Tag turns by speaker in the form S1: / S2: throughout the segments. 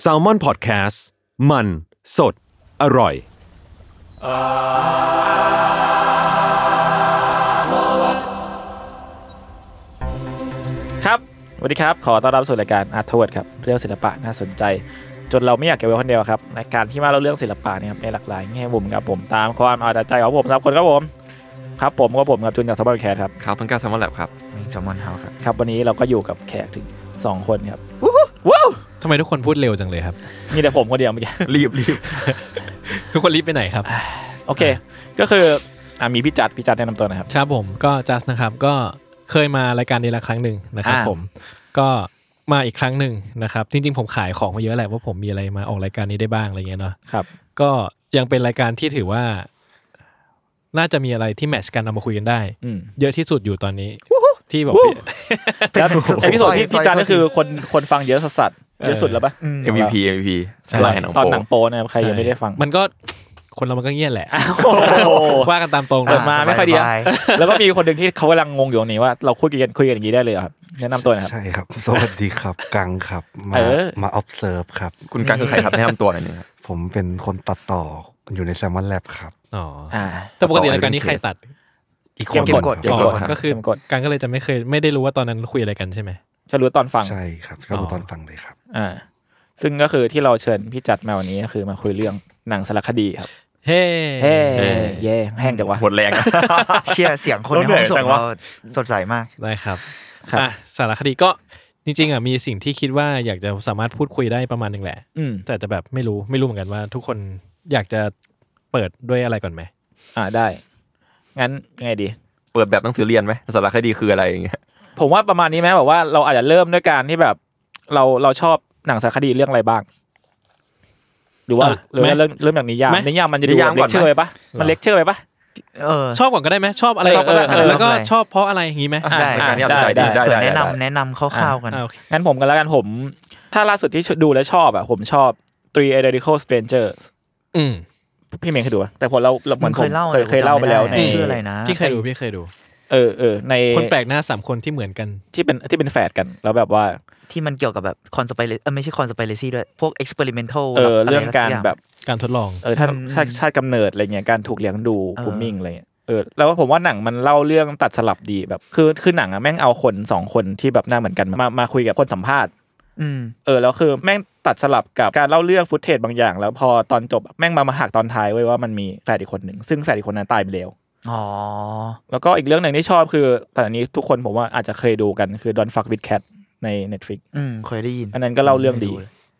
S1: แซลมอนพอดแคสต์มันสดอร่อย
S2: ครับสวัสดีครับ ขอต้อนรับสู่รายการอาร์ทเวิร์ดครับ เรื่องศิลปะน่าสนใจ จนเราไม่อยากเก็บไว้คนเดียวครับรายการที่มาเล่าเรื่องศิลปะเนยครับในหลากหลายแง่มุมครับผมตามความเอาแต่ใจของผมสามคนครับผมครับผมก็ผมกับจุนกับสมบัติแคร์ครับ
S3: ครับพังก้าแซมมอนแลบครับ
S4: มีแซลมอนเฮาส์ครับ
S2: ครับ วันนี้เราก็อยู่กับแขกถึง 2 คนครับว้าว
S5: ทำไมทุกคนพูดเร็วจังเลยครับ
S2: มีแต่ผมคนเดียวเมื่อกี้
S3: รีบรีบ
S5: ทุกคนรีบไปไหนครับ
S2: โอเค ก็คืออ่ะมีพี่จัดพี่จัดแนะนำตัวหนะครับ
S5: ครับผมก็จัสนะครับก็เคยมารายการนี้ละครั้งหนึ่งนะครับ
S2: อ่า
S5: ผมก็มาอีกครั้งหนึ่งนะครับ จริงๆผมขายของมาเยอะแหละว่าผมมีอะไรมาออกรายการนี้ได้บ้างอะไรเงี้ยเนาะ
S2: ครับ
S5: ก็ยังเป็นรายการที่ถือว่า น่าจะมีอะไรที่แมทชกันเอามาคุยกันได้
S2: อืม
S5: เยอะที่สุดอยู่ตอนนี้ที่แบบ
S2: วู้ แล้วเอพิโซดที่พี่จัดก็คือคนคนฟังเยอะสัสๆเยอะสุดแล้วปะ
S3: เอ็มวีพีเอ็มวีพีสไลด์หนัง
S2: ตอน
S3: โป๊
S2: หนังโปนะครับ ใครยังไม่ได้ฟัง
S5: มันก็คนเรามันก็เงียบแหละ
S2: อ้าวโอ้โห
S5: ว่ากันตามตรง
S2: เปิดมา
S5: อ่ะ
S2: ไม่ค่อยดีอะ
S4: สบา
S2: แล้วก็มีคนหนึ่งที่เขากำลังงงอยู่ตรงนี้ว่าเราคุยกันคุยกันอย่างนี้ได้เลยเหรอครับ แนะนำตัวหนะครับ
S6: ใช่ครับ สวัสดีครับ กังครับ มา
S2: เออ
S6: มา observe ครับ
S3: คุณกังคือใคร ครับแนะนำตัวหน่อยหนึงครับ
S6: ผมเป็นคนตัดต่ออยู่ในแซมมอนแลบครับ
S5: อ๋อ
S2: อ่า
S5: แต่ปกติรายการนี้ใครตัด
S6: อีกค
S2: เก
S6: น
S2: ม
S6: หนึ่ง
S2: กด เกม
S6: ครับ
S2: กด
S5: อ๋อ
S2: ครับ
S5: ก็คือ
S2: เกมกด
S5: การก็เลยจะไม่เคยไม่ได้รู้ว่าตอนนั้นคุยอะไรกันใช่ไหม
S2: จะรู้ตอนฟัง
S6: ใช่ครับ ก็ดูตอนฟังเลยครับ
S2: อ่า ซึ่งก็คือที่เราเชิญพี่จัดมาวันนี้ก็คือมาคุยเรื่องหนังสารคดีครับ
S5: เฮ้
S2: เฮ้เย่แห้งจังวะ
S3: หมดแรง อะ
S4: ยเชียร์เสียงคน
S3: เรา
S4: ใน
S3: เหนื่อย
S4: ห้องส่
S3: จั
S4: ง
S3: งวะ
S4: เราสดใสมาก
S5: ได้ครับ
S2: ครับ
S5: อ่ะสารคดีก็จริงๆอ่ะมีสิ่งที่คิดว่าอยากจะสามารถพูดคุยได้ประมาณหนึ่งแหละ
S2: อืม
S5: แต่จะแบบไม่รู้ไม่รู้เหมือนกันว่า ทุกคนอยากจะเปิดด้วยอะไรก่อนไหม
S2: อ่าได้ งั้นยังไงดี
S3: เปิดแบบหนังสือเรียนไหมสารคดีคืออะไรอย่างเงี้ย
S2: ผมว่าประมาณนี้ไหมแบบว่าเราอาจจะเริ่มด้วยการที่แบบ เราเราชอบหนังสารคดีเรื่องอะไรบ้าง หรือว่าหรือว่าเริ่มเริ่มจากนิยามนิยามมันจะดูแบบเลคเชอร์ไปปะมันเลคเชอร์ไปปะ
S4: เออ
S5: ชอบก่อนก็ได้ไหมชอบอะไร
S2: เออ
S5: ชอบอะไร
S2: เออเออ
S5: แล้วก็
S4: ชอบอะ
S5: ชอบ
S4: ไร
S5: เพราะอะไรอย่างงี้ไหม
S2: อ่ะ
S4: ได้
S3: รายการนี้เอาใจ
S2: ได้
S3: ดี
S2: ได้
S3: ได้
S4: เผื่อ
S3: ได้
S4: แนะ
S3: ได้
S4: นำแนะนำคร่าวๆกัน
S5: อ่ะโอเค
S2: งั้นผมกันแล้วกันผม ถ้าล่าสุดที่ดูแล้วชอบอะผมชอบ Three Identical Strangers
S5: อืม
S2: พี่เมย์เคยดูปะแต่ผมเราเราเหมือน
S4: มันเคยเล่า
S2: ผมเคยเคย
S4: นะ
S2: เล่าไปแล้ว
S4: ผมจำ
S2: ใน
S4: ไม่ได้ ชื่ออะไรนะ
S5: ที่เคยดูพี่เคยดู
S2: เออเออใน
S5: คนแปลกหน้าสามคนที่เหมือนกัน
S2: ที่เป็นที่เป็นแฝดกัน แล้วแบบว่า
S4: ที่มันเกี่ยวกับแบบคอนสไปเรเออไม่ใช่คอนสไปเรซี่ด้วย พวกเอ็กซ์เพร์เมนทัล
S2: เออเรื่องการแบบ
S5: การทดลอง
S2: เออถ้าชาติชาติกำเนิดอะไรเงี้ยการถูกเลี้ยงดูกูมิ่งอะไรเงี้ยเออแล้วผมว่าหนังมันเล่าเรื่องตัดสลับดีแบบคือคือหนังอะแม่งเอาคนสองคนที่แบบหน้าเหมือนกันมามาคุยกับคนสัมภาษณ์
S4: อืม
S2: เออแล้วคือแม่งตัดสลับกับการเล่าเรื่องฟุตเทจบางอย่าง แล้วพอตอนจบแม่งมามาหักตอนท้ายไว้ยว่ามันมีแฝดอีกคนหนึ่งซึ่งแฝดอีกคนนั้นตายไปแล้ว
S4: อ๋อ
S2: แล้วก็อีกเรื่องหนึ่งที่ชอบคือแต่อันนี้ทุกคนผมว่าอาจจะเคยดูกันคือ Don't Fuck with Cat ใน Netflix
S4: อืม เคยได้ยิน
S2: อันนั้นก็เล่าเรื่องดี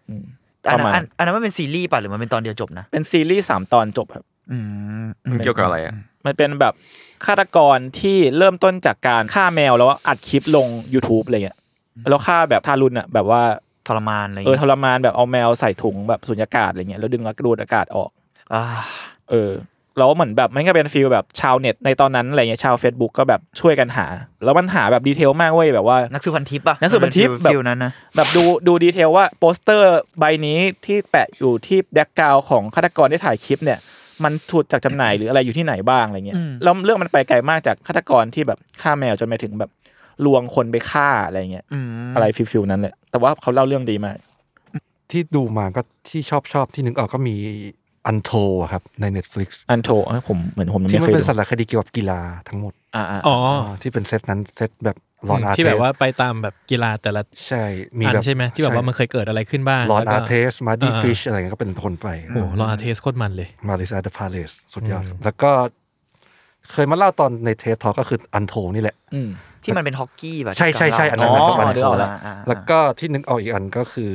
S2: อืม
S4: อันนั้น
S2: ประมาณ
S4: อันอันนั้นมันเป็นซีรีส์ป่ะหรือมันเป็นตอนเดียวจบนะ
S2: เป็นซีรีส์สามตอนจบครับ
S4: อืมอื
S3: มัน
S4: ม
S3: เกี่ยวกับอะไรอ่ะ
S2: มันเป็นแบบฆาตกรที่เริ่มต้นจากการฆ่าแมวแล้วอัดคลิปลง YouTube อะไรเงี้ยแล้วฆ่าแบบทารุณอ่ะแบบว่า
S4: ทรมานอะไรอย่าง
S2: เออ
S4: เงี้ย
S2: ทรมานแบบเอาแมวใส่ถุงแบบสุญญากาศอะไรเงี้ยแล้วดึงกระดูดอากาศออก
S4: อ่า
S2: เออแล้วเหมือนแบบมันก็เป็นฟีลแบบชาวเน็ตในตอนนั้นอะไรเงี้ยชาว Facebook ก็แบบช่วยกันหา แล้วมันหาแบบดีเทลมากเว้ยแบบว่า
S4: นักสืบพันทิปป่ะ
S2: นักสืบพันทิป
S4: มั
S2: แบบ
S4: ฟิลนั้นนะ
S2: แบบดูดูดีเทลว่าโปสเตอร์ใบนี้ที่แปะอยู่ที่แบ็กกราวของฆาตกรที่ถ่ายคลิปเนี่ย มันถูกจากจำหน่ายหรืออะไรอยู่ที่ไหนบ้างอะไรเงี้ย
S4: อืม
S2: แล้วเรื่องมันไปไกลมากจากฆาตกรที่แบบฆ่าแมวจนไปถึงแบบลวงคนไปฆ่าอะไรเงี้ย
S4: อืม
S2: อะไรฟิลฟิลนั้นแหละแต่ว่าเขาเล่าเรื่องดีมาก
S6: ที่ดูมาก็ที่ชอบชอบที่นึกออกก็มีอันโทครับใน Netflix
S2: อันโทเอ้ยผมเหมือนผมยัง
S6: ที่
S2: ไม่
S6: มัน
S2: เคย
S6: เป็น
S2: ดู
S6: สารคดีเกี่ยวกับกีฬาทั้งหมด
S2: อ่าๆ
S5: อ๋อ
S6: ที่เป็นเซตนั้นเซตแบบ รอนอาร์
S5: ที่
S6: เท
S5: แบบ
S6: ส
S5: ว่าไปตามแบบกีฬาแต่ละ
S6: ใช่มี
S5: อัน
S6: แบบ
S5: ใช่ไหมที่แบบว่ามันเคยเกิดอะไรขึ้นบ้าง
S6: รอน
S5: แล้วก็
S6: อาร์เทสมาดี้
S5: อ่า
S6: ฟิชอะไรเงี้ยก็เป็นคนไป
S5: โอ้โหรอนอาร์เทสโคตรมันเลย
S6: มาริซาเดอะพาเลสสุดยอด
S5: อืม
S6: แล้วก็เคยมาเล่าตอนในเทสทอก็คืออันโทนี่แหละ
S2: อืม
S4: ที่มันเป็นฮอกกี้แบบ
S6: ใช่ใช่ใช่อันนั้น
S2: อ๋อ
S6: อันนั้น
S2: เดี๋ยวเอาละ
S4: าๆๆ
S6: แล้วก็ที่นึกออกอีกอันก็คือ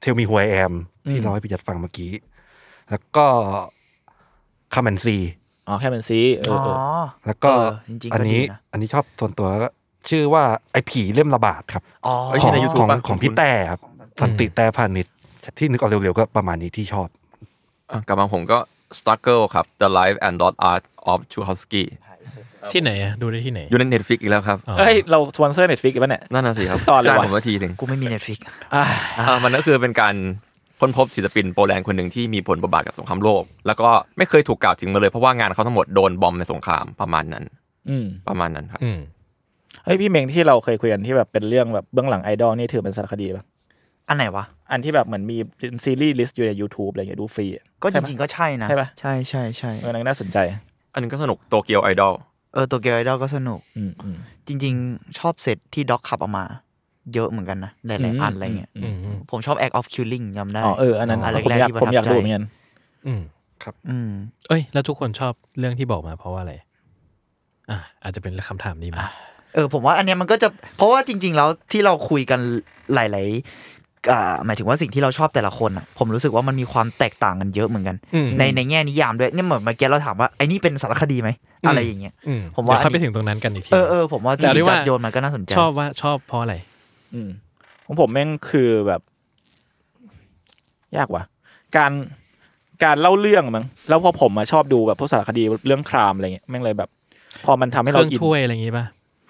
S6: เทลมีหัวแอม
S2: อื
S6: ที่
S2: ม
S6: เราให้พิจัดฟังเมื่อกี้ แล้วก็คาแมนซี
S2: อ๋อแค่เป็นซีเออเอออ
S6: แล้วก็
S4: เออจริงๆก็
S6: อันนี้
S4: ดีนะ
S6: อันนี้ชอบส่วนตัวก็ชื่อว่าไอ้ผีเล่มระบาดครับ
S4: อ๋อ
S3: เอ้ย
S6: ข
S3: ที่
S6: อง
S3: ใน YouTube
S6: ของ
S3: ปะ
S6: ของ
S3: คุ
S6: พี่
S3: ณ
S6: แต่ครับสันติแต่พาณิชย์ที่นึกออกเร็วๆก็ประมาณนี้ที่ชอบ
S3: อ่ะกลับมาผมก็ struggle ครับ the life and dot art of Chukovsky
S5: ที่ไหนอะดูได้ที่ไหน
S3: อยู่ใน Netflix อีกแล้วครับ
S5: อ๋อ
S2: เอ้ย เราสปอนเซอร์เน็ตฟิกกันปะเนี่ย
S3: นั่นน่ะสิครับ
S2: ตอนเลย
S3: จ้าง
S2: ว่ะ
S3: ผมมาทีหนึ่ง
S4: กูไม่มีเน็ตฟิก
S2: อ่า
S3: อ่ะมันก็คือเป็นการค้นพบศิลปินโปแลนด์คนหนึ่งที่มีผลบทบาทกับสงครามโลก แล้วก็ไม่เคยถูกกล่าวถึงมาเลยเพราะว่างานเขาทั้งหมดโดนบอมในสงครามประมาณนั้น
S2: อืม
S3: ประมาณนั้นครับ
S5: อืม
S2: เฮ้ย พี่เมงที่เราเคยคุยกันที่แบบเป็นเรื่องแบบเบื้องหลังไอดอลนี่ถือเป็นสารคดีป่ะ
S4: อันไหนวะ
S2: อันที่แบบเหมือนมีเป็นซีรีส์ลิสต์อยู่ใน YouTube อะไรอย่างเงี้ยดูฟรีอะ
S4: ก็
S2: ใช่
S4: จ
S2: ปะ
S4: ริงๆก็ใช่นะ
S2: ใช่ปะ
S4: ใช่ใช่ใช่
S2: เออนั่นก็น่าสนใจ
S3: อันนึงก็สนุกโตเกียวไอดอล
S4: เออตัวเกียวไอดอลก็สนุก
S2: อืมอืม
S4: จริง ๆ ชอบเซตที่ด็อกขับออกมา เยอะเหมือนกันนะ หลายๆอันอะไรเงี้ย
S5: อืมอืม
S4: ผมชอบ Act of Killing จำได้
S2: อ๋อเอออันนั้น
S4: น
S2: ผม
S4: แร
S2: อยาก
S4: กๆที่ประ
S2: ผม
S4: ทับ
S2: อยาก
S4: ใจ
S2: ดูเหมือนกัน
S5: อืม
S4: อืม
S5: เอ้ย แล้วทุกคนชอบเรื่องที่บอกมาเพราะว่าอะไรอ่ะอาจจะเป็นคำถามนี้มา
S4: เออผมว่าอันเนี้ยมันก็จะเพราะว่าจริง ๆ แล้วที่เราคุยกันหลายๆอ่าหมายถึงว่าสิ่งที่เราชอบแต่ละคนอ่ะผมรู้สึกว่ามันมีความแตกต่างกันเยอะเหมือนกัน
S5: อืม
S4: ในในแง่นิยามด้วยเนี่ยเหมือนเมื่อกี้เราถามว่าไอ้นี่เป็นสารคดีไหมอะไรอย่างเงี้ย
S5: อืม
S4: ผมว่า
S5: เดี๋ยเข้า
S4: อั
S5: ไป
S4: นนี้
S5: ถึงตรงนั้นกันอีกที
S4: เออเออผมว่า
S5: แต่
S4: ที่
S5: เรียก
S4: จั
S5: ว่า
S4: ดโยนมันก็น่าสนใจ
S5: ชอบว่าชอบเพราะอะไร
S2: อืมของผมแม่งคือแบบ ยากว่ะ การการเล่าเรื่องมั้งแล้วพอผมอะชอบดูแบบพวกสารคดีเรื่องครามอะไรเงี้ยแม่งเลยแบบ พอมันทำให้
S5: เค
S2: เรา
S5: รื่อง
S2: อิน
S5: ถ้วยอะไรอย่างงี้ป่ะ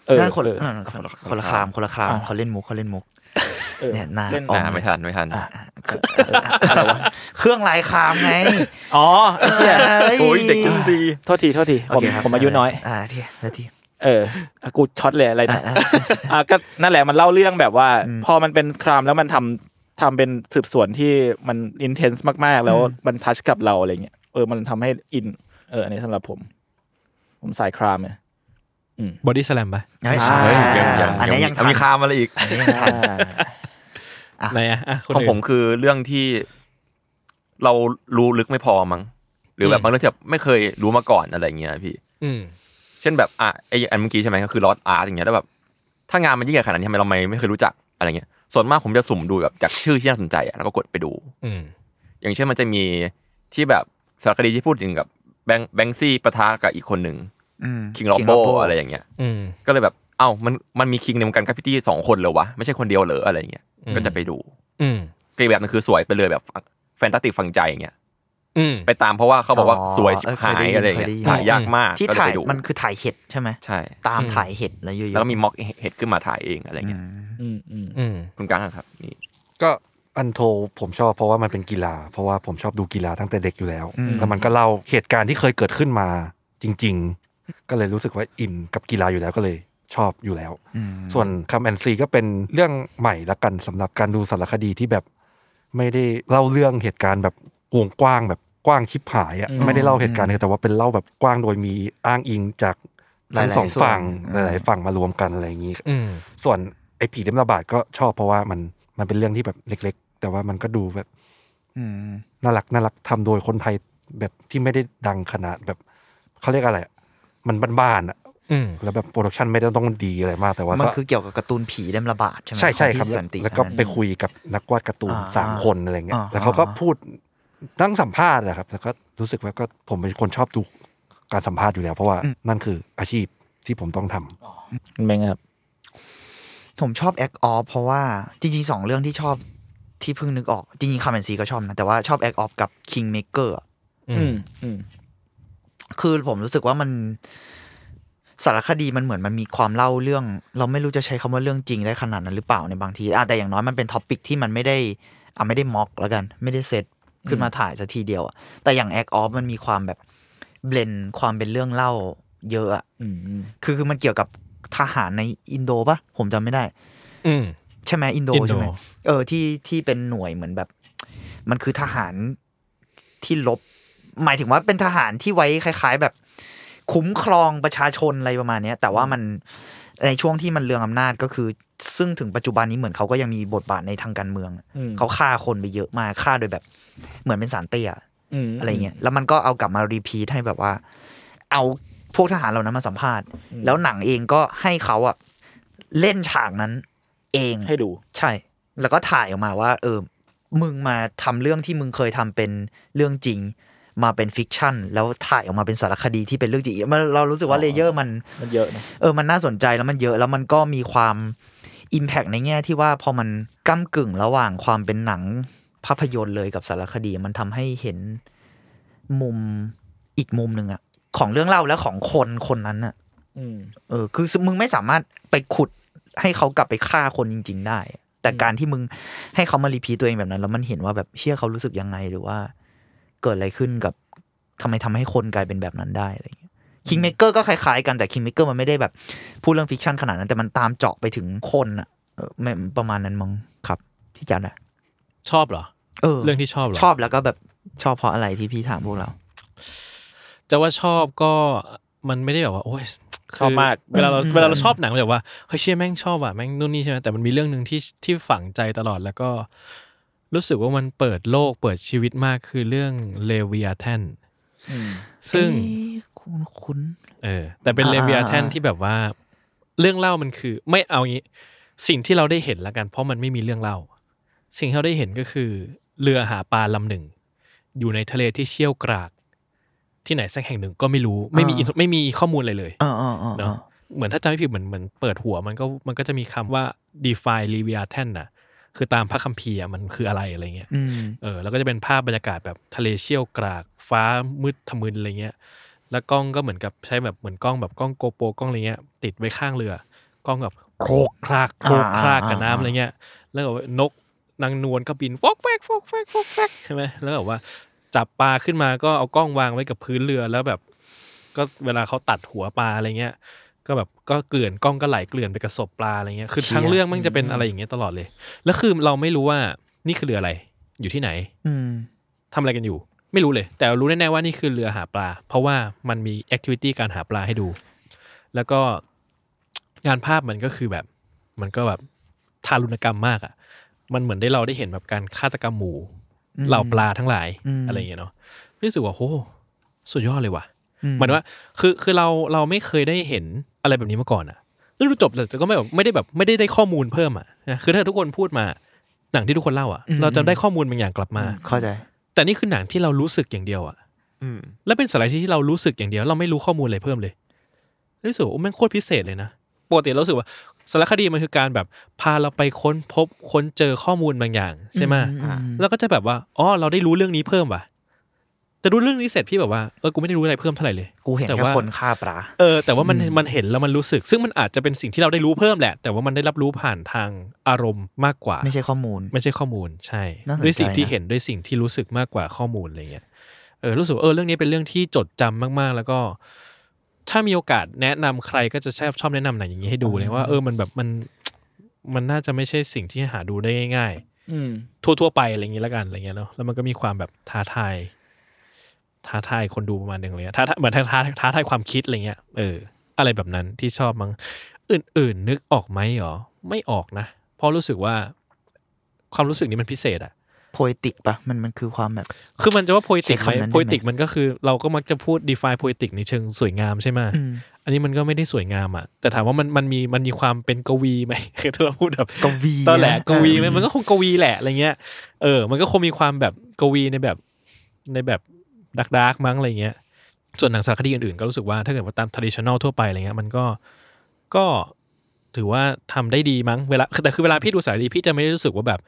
S2: เออ
S4: นั่นคน
S2: เออ
S4: นั่นคนคนละครามคนละคราม
S2: อ่ะ
S4: เขาเล่นมุกเขาเล่นมุก
S2: เออ
S4: เนี่ยหน้า
S2: เล่น
S4: ออก
S3: อ่าไม่ทันไม่ทัน
S4: อะไร วะเครื่องลายครามไง
S2: อ๋อไอ้เชี่ย
S4: ฮ้
S3: โอ้ยเด็กยุ่งดี
S2: โทษทีโทษที
S4: โอ
S2: ผม
S4: เคครับ
S2: ผมอายุน้อย
S4: อ่าทีแล้วที
S2: เอออ่ะกูช็อตเลยอะไร
S4: อ่ะ
S2: นะ
S4: อ่ะ
S2: อ่ะก็นั่นแหละมันเล่าเรื่องแบบว่า
S4: อืม
S2: พอมันเป็นครามแล้วมันทำทำเป็นสืบสวนที่มันอินเทนส์มากๆ แล้ว
S4: อืม
S2: มันทัชกับเราอะไรเงี้ยเออมันทำให้อิน เอออันนี้สำหรับผม ผมสายครามเนี่ย
S5: บอดี้สแลมป่ะ
S4: ไม่ใช่
S3: เฮ้ยยังยัง
S4: อันเนี้ย
S3: มี
S4: ยังทัน
S3: มีคามอะไรอีก
S4: อันเนี้ยยังทัน อ่ะ
S5: ไหนอ่ะอ่ะคน
S3: ของ
S5: น
S3: ผมคือเรื่องที่เรารู้ลึกไม่พอมั้งหรือแบ
S5: อื
S3: บ
S5: ม
S3: บางเรื่องที่แบบไม่เคยรู้มาก่อนอะไรเงี้ยพี่
S5: อืม
S3: เช่นแบบอ่ะไออันเมื่อกี้ใช่ไหมก็คือลอสอาร์ตอย่างเงี้ยแล้วแบบ ถ้างานมันยิ่งใหญ่ขนาดนี้ทำไมเราไม่ไม่เคยรู้จักอะไรเงี้ยส่วนมากผมจะสุ่มดูแบบจากชื่อที่น่าสนใจอะแล้วก็กดไปดู
S5: อืม
S3: อย่างเช่นมันจะมีที่แบบสารคดีที่พูดถึงกับแบงแบงซี่ปะทะกับอีกคนหนึ่ง
S4: อืม
S3: คิงลอบโบ
S4: Lobo
S3: อะไรอย่างเงี้ย
S5: อืม
S3: ก็เลยแบบเอ้ามันมันมีคิงในวงการกราฟฟิตี้สองคนเลยวะไม่ใช่คนเดียวเหรออะไรเงี้ย
S5: อืม
S3: ก็จะไปดู
S5: อืม
S3: ตีแบบนึงคือสวยไปเลยแบบแฟนตาติกฝังใจอย่างเงี้ย
S5: อืม
S3: ไปตามเพราะว่าเขาบอกว่า
S4: อ๋อ
S3: สวยชิบ
S4: เออเค
S3: หาย
S4: ได้
S3: ย
S4: ยิน
S3: อะไรอย่างเงี้
S4: เคยได้ยิ
S3: ย
S4: น
S3: ถ่ายยากมาก
S4: ที่
S3: ก็เล
S4: ถ่าย
S3: ไป
S4: ย
S3: ดู
S4: มันคือถ่ายเห็ดใช่ไหม
S3: ใช่
S4: ตาม
S5: อืม
S4: ถ่ายเห็ดแล้วอยู่ๆ
S3: แล้วก็มีม็อกเห็ดขึ้นมาถ่ายเองอะไร
S4: อื
S3: เงี้ย
S4: ม
S2: อืมอืม
S5: อืม
S3: คุณการครับนี่
S6: ก็อันโทผมชอบเพราะว่ามันเป็นกีฬา เพราะว่าผมชอบดูกีฬาตั้งแต่เด็กอยู่แล้ว
S4: อืม
S6: แล้วมันก็เล่าเหตุการณ์ที่เคยเกิดขึ้นมาจริง ๆ ก็เลยรู้สึกว่าอินกับกีฬาอยู่แล้วก็เลยชอบอยู่แล้ว
S4: อืม
S6: ส่วนคำแอนซีก็เป็นเรื่องใหม่ละกันสำหรับการดูสารคดีที่แบบ ไม่ได้เล่าเรื่องเหตุการณ์แบบวงกว้างแบบกว้างชิบหายอ่ะไม่ได้เล่าเหตุการณ์เลยแต่ว่าเป็นเล่าแบบกว้างโดยมีอ้างอิงจากทั้งสองฝั่งหลายๆฝั่งมารวมกันอะไรอย่างนี้
S5: อืม
S6: ส่วนไอ้ผีเล่มระบาดก็ชอบเพราะว่ามันมันเป็นเรื่องที่แบบเล็ก ๆ แต่ว่ามันก็ดูแบบ
S4: อืม
S6: น่ารักน่ารักทำโดยคนไทยแบบที่ไม่ได้ดังขนาดแบบเขาเรียกอะไรอะมันบ้านๆอะ
S5: อืม
S6: แล้วแบบโปรดักชันไม่ได้ต้องดีอะไรมากแต่ว่า
S4: มัน
S6: ก็
S4: คือเกี่ยวกับการ์ตูนผีเล่มระบาดใช่ไหม
S6: ใช่ใช่
S4: ของ
S6: ครับ
S4: พี่สันติ
S6: แล้วก็
S4: อันนั้น
S6: ไปคุยกับนักวาดการ์ตูน
S4: อ่า
S6: สามคนอะไรเงี้ย
S4: อ่า
S6: แล้วเขาก็พูดนั่งสัมภาษณ์แหละครับแล้วก็รู้สึกว่าก็ผมเป็นคนชอบดูการสัมภาษณ์อยู่แล้ว เพราะว่านั่นคืออาชีพที่ผมต้องทำ
S2: เมงครับ
S4: ผมชอบ Act Off เพราะว่าจริงๆสองเรื่องที่ชอบที่เพิ่งนึกออก จริงๆคาร์เมนซีก็ชอบนะ แต่ว่าชอบ Act Off กับ Kingmaker อะ
S5: อื
S2: อื
S5: ม
S2: มอืม
S4: คือผมรู้สึกว่ามันสารคดีมันเหมือนมันมีความเล่าเรื่อง เราไม่รู้จะใช้คำว่าเรื่องจริงได้ขนาดนั้นหรือเปล่าในบางทีอ่ะแต่อย่างน้อยมันเป็นท็อปิกที่มันไม่ได้อ่ะไม่ได้ม็อกแล้วกัน ไม่ได้เซตขึ้นมาถ่ายสักทีเดียวอะแต่อย่าง Act Off มันมีความแบบเบลนความเป็นเรื่องเล่าเยอะอะ
S2: อืมอืม
S4: คือคือมันเกี่ยวกับทหารในอินโดปะผมจำไม่ได้
S5: อืม
S4: ใช่ไหมอินโด
S5: อินโด
S4: ใช่ไหมเออที่ที่เป็นหน่วยเหมือนแบบ มันคือทหารที่ลบ หมายถึงว่าเป็นทหารที่ไว้คล้าย ๆ แบบ คุ้มครองประชาชนอะไรประมาณเนี้ย แต่ว่ามัน ในช่วงที่มันเรืองอำนาจก็คือ ซึ่งถึงปัจจุบันนี้เหมือนเขาก็ยังมีบทบาทในทางการเมือง
S2: อืม
S4: เขาฆ่าคนไปเยอะมากฆ่าโดยแบบเหมือนเป็นสารเตี้ย
S2: ม
S4: อะไรเงี้ย แล้วมันก็เอากลับมารีพีทให้แบบว่า เอาพวกทหารเหล่านั้นมาสัมภาษณ์ แล้วหนังเองก็ให้เขาอะเล่นฉากนั้น เอง
S2: ให้ดู
S4: ใช่ แล้วก็ถ่ายออกมาว่า เออ มึงมาทำเรื่องที่มึงเคยทำเป็นเรื่องจริง มาเป็นฟิกชันแล้วถ่ายออกมาเป็นสารคดีที่เป็นเรื่องจริงมันเรารู้สึกว่า
S2: อ๋อ
S4: เลเยอร์มัน
S2: มันเยอะนะ
S4: เออ มันน่าสนใจแล้วมันเยอะ แล้วมันก็มีความอิมแพกในแง่ที่ว่าพอมันก้ากึ่งระหว่างความเป็นหนังภาพยนตร์เลยกับสารคดี มันทำให้เห็นมุมอีกมุมหนึ่งอะของเรื่องเล่าและของคนคนนั้นอะ
S2: อืม
S4: เออ คือมึงไม่สามารถไปขุดให้เขากลับไปฆ่าคนจริง ๆ ได้อะแต่
S2: อืม
S4: การที่มึงให้เขามารีพีทตัวเองแบบนั้น แล้วมันเห็นว่าแบบเชื่อเขารู้สึกยังไงหรือว่า เกิดอะไรขึ้นกับทำไมทำให้คนกลายเป็นแบบนั้นได้อะไรอย่างเงี้ยคิงเมเกอร์ก็คล้ายๆกันแต่คิงเมเกอร์มันไม่ได้แบบ พูดเรื่องฟิกชันขนาดนั้น แต่มันตามเจาะไปถึงคนอะเออไม่ประมาณนั้นมั้งครับ พี่จันอะ
S5: ชอบเหรอ
S4: เออ
S5: เรื่องที่ชอบเหรอ
S4: ชอบแล้วก็แบบชอบเพราะอะไรที่พี่ถามพวกเรา
S5: จะว่าชอบก็มันไม่ได้แบบว่าโอ้ยคื
S2: ชอบมาก
S5: เวลาเรา
S4: อืม
S5: เวลาเราชอบหนังแบบว่าเฮ้ยเชี่ยแม่งชอบอ่ะแม่งนู่นนี่ใช่ไหมแต่มันมีเรื่องหนึ่งที่ที่ฝังใจตลอดแล้วก็ รู้สึกว่ามันเปิดโลกเปิดชีวิตมากคือเรื่องเลเวียแทน
S2: อืม
S5: ซึ่ง
S4: เอ๊ะคุณคุณ
S5: เออแต่เป็น
S4: อ่า
S5: เลเวียแทน
S4: อ่า
S5: ที่แบบว่า เรื่องเล่ามันคือไม่เอางี้สิ่งที่เราได้เห็นละกัน เพราะมันไม่มีเรื่องเล่า สิ่งที่เราได้เห็นก็คือ เรือหาปลาลำหนึ่ง อยู่ในทะเลที่เชี่ยวกราก ที่ไหนสักแห่งหนึ่งก็ไม่รู้ไม่มีอินไม่มีข้อมูลเลยเลย
S4: อ่าอ่าอ่า
S5: เนอะเหมือนถ้าจำไม่ผิดเหมือนเหมือนเปิดหัวมันก็มันก็จะมีคำว่า define leviathan น่ะ คือตามพระคัมภีร์อะมันคืออะไรอะไรเงี้ย
S4: อืม
S5: เออแล้วก็จะเป็นภาพบรรยากาศแบบทะเลเชี่ยวกราก ฟ้ามืดทะมึนอะไรเงี้ย แล้วกล้องก็เหมือนกับใช้แบบเหมือนกล้องแบบกล้องโกโปรกล้องอะไรเงี้ย ติดไว้ข้างเรือ กล้องแบบโครกครากโครกครากกับน้ำอะไรเงี้ย แล้วก็นกนางนวลก็บินฟอกแฟกฟอกแฟกฟอกแฟกใช่ไหมแล้วแบบว่าจับปลาขึ้นมาก็เอากล้องวางไว้กับพื้นเรือแล้วแบบ ก็เวลาเขาตัดหัวปลาอะไรเงี้ย ก็แบบก็เกลื่อนกล้องก็ไหลเกลื่อนไปกับศพปลาอะไรเงี้ยคือ
S4: เชี่ย
S5: ทั้งเรื่องมันจะเป็นอะไรอย่างเงี้ยตลอดเลย แล้วคือเราไม่รู้ว่านี่คือเรืออะไร อยู่ที่ไหน
S4: อืม
S5: ทำอะไรกันอยู่ ไม่รู้เลย แต่รู้แน่ๆว่านี่คือเรือหาปลา เพราะว่ามันมีแอคทิวิตี้การหาปลาให้ดู แล้วก็งานภาพมันก็คือแบบ มันก็แบบทารุณกรรมมากอะ่ะ มันเหมือนได้เราได้เห็นแบบการฆาตกรรมหมู
S4: อืม
S5: เหล่าปลาทั้งหลาย
S4: อืม
S5: อะไรอย่างเงี้ยเนาะรู้สึกว่าโหสุดยอดเลยว่ะ
S4: อื
S5: หมายถึงว่าคือคือเราเราไม่เคยได้เห็นอะไรแบบนี้มาก่อนอะแล้วดูจบแต่ก็ไม่แบบไม่ได้แบบไม่ได้ได้ข้อมูลเพิ่มอะนะคือถ้าทุกคนพูดมาหนังที่ทุกคนเล่าอะเราจะได้ข้อมูลบางอย่างกลับมา
S4: เข้าใจ
S5: แต่นี่คือหนังที่เรารู้สึกอย่างเดียวอะ
S3: อืม
S5: และเป็นสไลด์ที่เรารู้สึกอย่างเดียว เราไม่รู้ข้อมูลอะไรเพิ่มเลยรู้สึกว่าโอ้แม่งโคตรพิเศษเลยนะ ปกติเรารู้สึกว่าสารคดีมันคือการแบบพาเราไปค้นพบค้นเจอข้อมูลบางอย่างใช่ไหม
S4: อืม
S5: แล้วก็จะแบบว่าอ๋อเราได้รู้เรื่องนี้เพิ่มว่ะแต่รู้เรื่องนี้เสร็จพี่แบบว่าเออกูไม่ได้รู้อะไรเพิ่มเท่าไหร่เลย
S4: กูเห็น
S5: แต่
S4: แค่
S5: ว่า
S4: คนฆ่าปลา
S5: เออแต่ว่ามัน
S4: อืม
S5: มันเห็นแล้วมันรู้สึก ซึ่งมันอาจจะเป็นสิ่งที่เราได้รู้เพิ่มแหละ แต่ว่ามันได้รับรู้ผ่านทางอารมณ์มากกว่า
S4: ไม่ใช่ข้อมูล
S5: ไม่ใช่ข้อมูลใช่
S4: น่าสนใจ
S5: ด้วยสิ่งที่
S4: นะ
S5: เห็นด้วยสิ่งที่รู้สึกมากกว่าข้อมูลอะไรเงี้ยเออรู้สึกว่าเออเรื่องนี้เป็นเรื่องที่จดจำมากๆ แล้วก็ ถ้ามีโอกาสแนะนำใครก็จะชอบชอบแนะนำหนังอย่างนี้ให้ดูเลยว่าเออมันแบบมันมันน่าจะไม่ใช่สิ่งที่หาดูได้ง่าย
S2: อืม
S5: ๆ ทั่วๆไปอะไรอย่างนี้แล้วกันอะไรเงี้ยเนาะแล้วมันก็มีความแบบท้าทายท้าทายคนดูประมาณหนึ่งเลยอะท้าทายเหมือนท้าท้าท้าทายความคิดอะไรเงี้ยเอออะไรแบบนั้นที่ชอบมั้งอื่นๆ นึกออกไหมหรอไม่ออกนะเพราะรู้สึกว่าความรู้สึกนี้มันพิเศษอะ
S4: โพยติกปะมันมันคือความแบบ
S5: คือมันจะว่าโพยติก
S4: ใช้
S5: ไหม
S4: คำนั้นได้ไหม
S5: โพยติกมันก็คือเราก็มักจะพูด define โพยติกในเชิงสวยงามใช่ไหม
S4: อืม
S5: อันนี้มันก็ไม่ได้สวยงามอ่ะ แต่ถามว่ามันมันมีมันมีความเป็นกวีไหม คือถ้าเราพูดแบบ
S4: กวี
S5: ตอนแหละ
S4: ะ
S5: กวีไหม
S4: เออ
S5: มันก็คงกวีแหละอะไรเงี้ยเออ มันก็คงมีความแบบกวีในแบบในแบบดักดักมั้งอะไรเงี้ย ส่วนหนังสารคดีอื่นๆก็รู้สึกว่าถ้าเกิดว่าตาม traditional ทั่วไปอะไรเงี้ยมันก็ก็ถือว่าทำได้ดีมั้งเวลาแต่คือเวลาพี่ดูสารคดีพี่จะไม่ได้รู้สึกว่าแบบ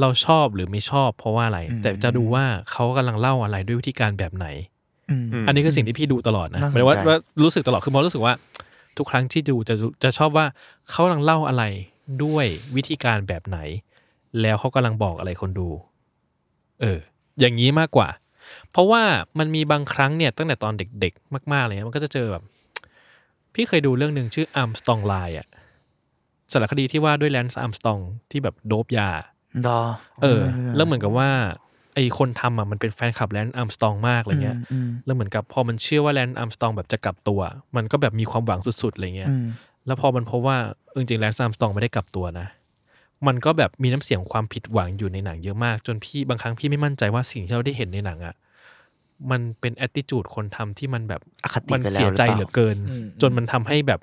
S5: เราชอบหรือไม่ชอบเพราะว่าอะไร แต่จะดูว่าเขากำลังเล่าอะไรด้วยวิธีการแบบไหน
S4: อืม
S5: อันนี้คือสิ่งที่พี่ดูตลอดนะ
S4: น่าสน
S5: หมายถึงว่า
S4: ใจ
S5: ว่ารู้สึกตลอดคือมองรู้สึกว่า ทุกครั้งที่ดูจะจะชอบว่าเขากำลังเล่าอะไรด้วยวิธีการแบบไหน แล้วเขากำลังบอกอะไรคนดู เออ อย่างนี้มากกว่า เพราะว่ามันมีบางครั้งเนี่ยตั้งแต่ตอนเด็กๆ มากๆเลยนะมันก็จะเจอแบบ พี่เคยดูเรื่องหนึ่งชื่ออัมสตองไลอะสารคดีที่ว่าด้วยแลนซ์อัมสตองที่แบบโดบยา
S4: รอ
S5: เออ แล้วเหมือนกับว่าไอคนทำอ่ะมันเป็นแฟนคลับแลนซ์อัมสตองมากอะไรเงี้ย
S4: อืม
S5: แล้วเหมือนกับพอมันเชื่อว่าแลนด์อาร์มสตรองแบบจะกลับตัว มันก็แบบมีความหวังสุดๆอะไรเงี้ย
S4: อืม
S5: แล้วพอมันพบว่าเออจริงๆแลนซ์ซามสตองไม่ได้กลับตัวนะ มันก็แบบมีน้ำเสียงความผิดหวังอยู่ในหนังเยอะมาก จนพี่บางครั้งพี่ไม่มั่นใจว่าสิ่งที่เราได้เห็นในหนังอะมันเป็น a อ t i t u d e คนทำที่มันแบบ
S4: อคติ
S5: มั
S4: ไปแล้ว
S5: เสียใจเหลือเกิน
S4: อืม
S5: จนมันทำให้แบบ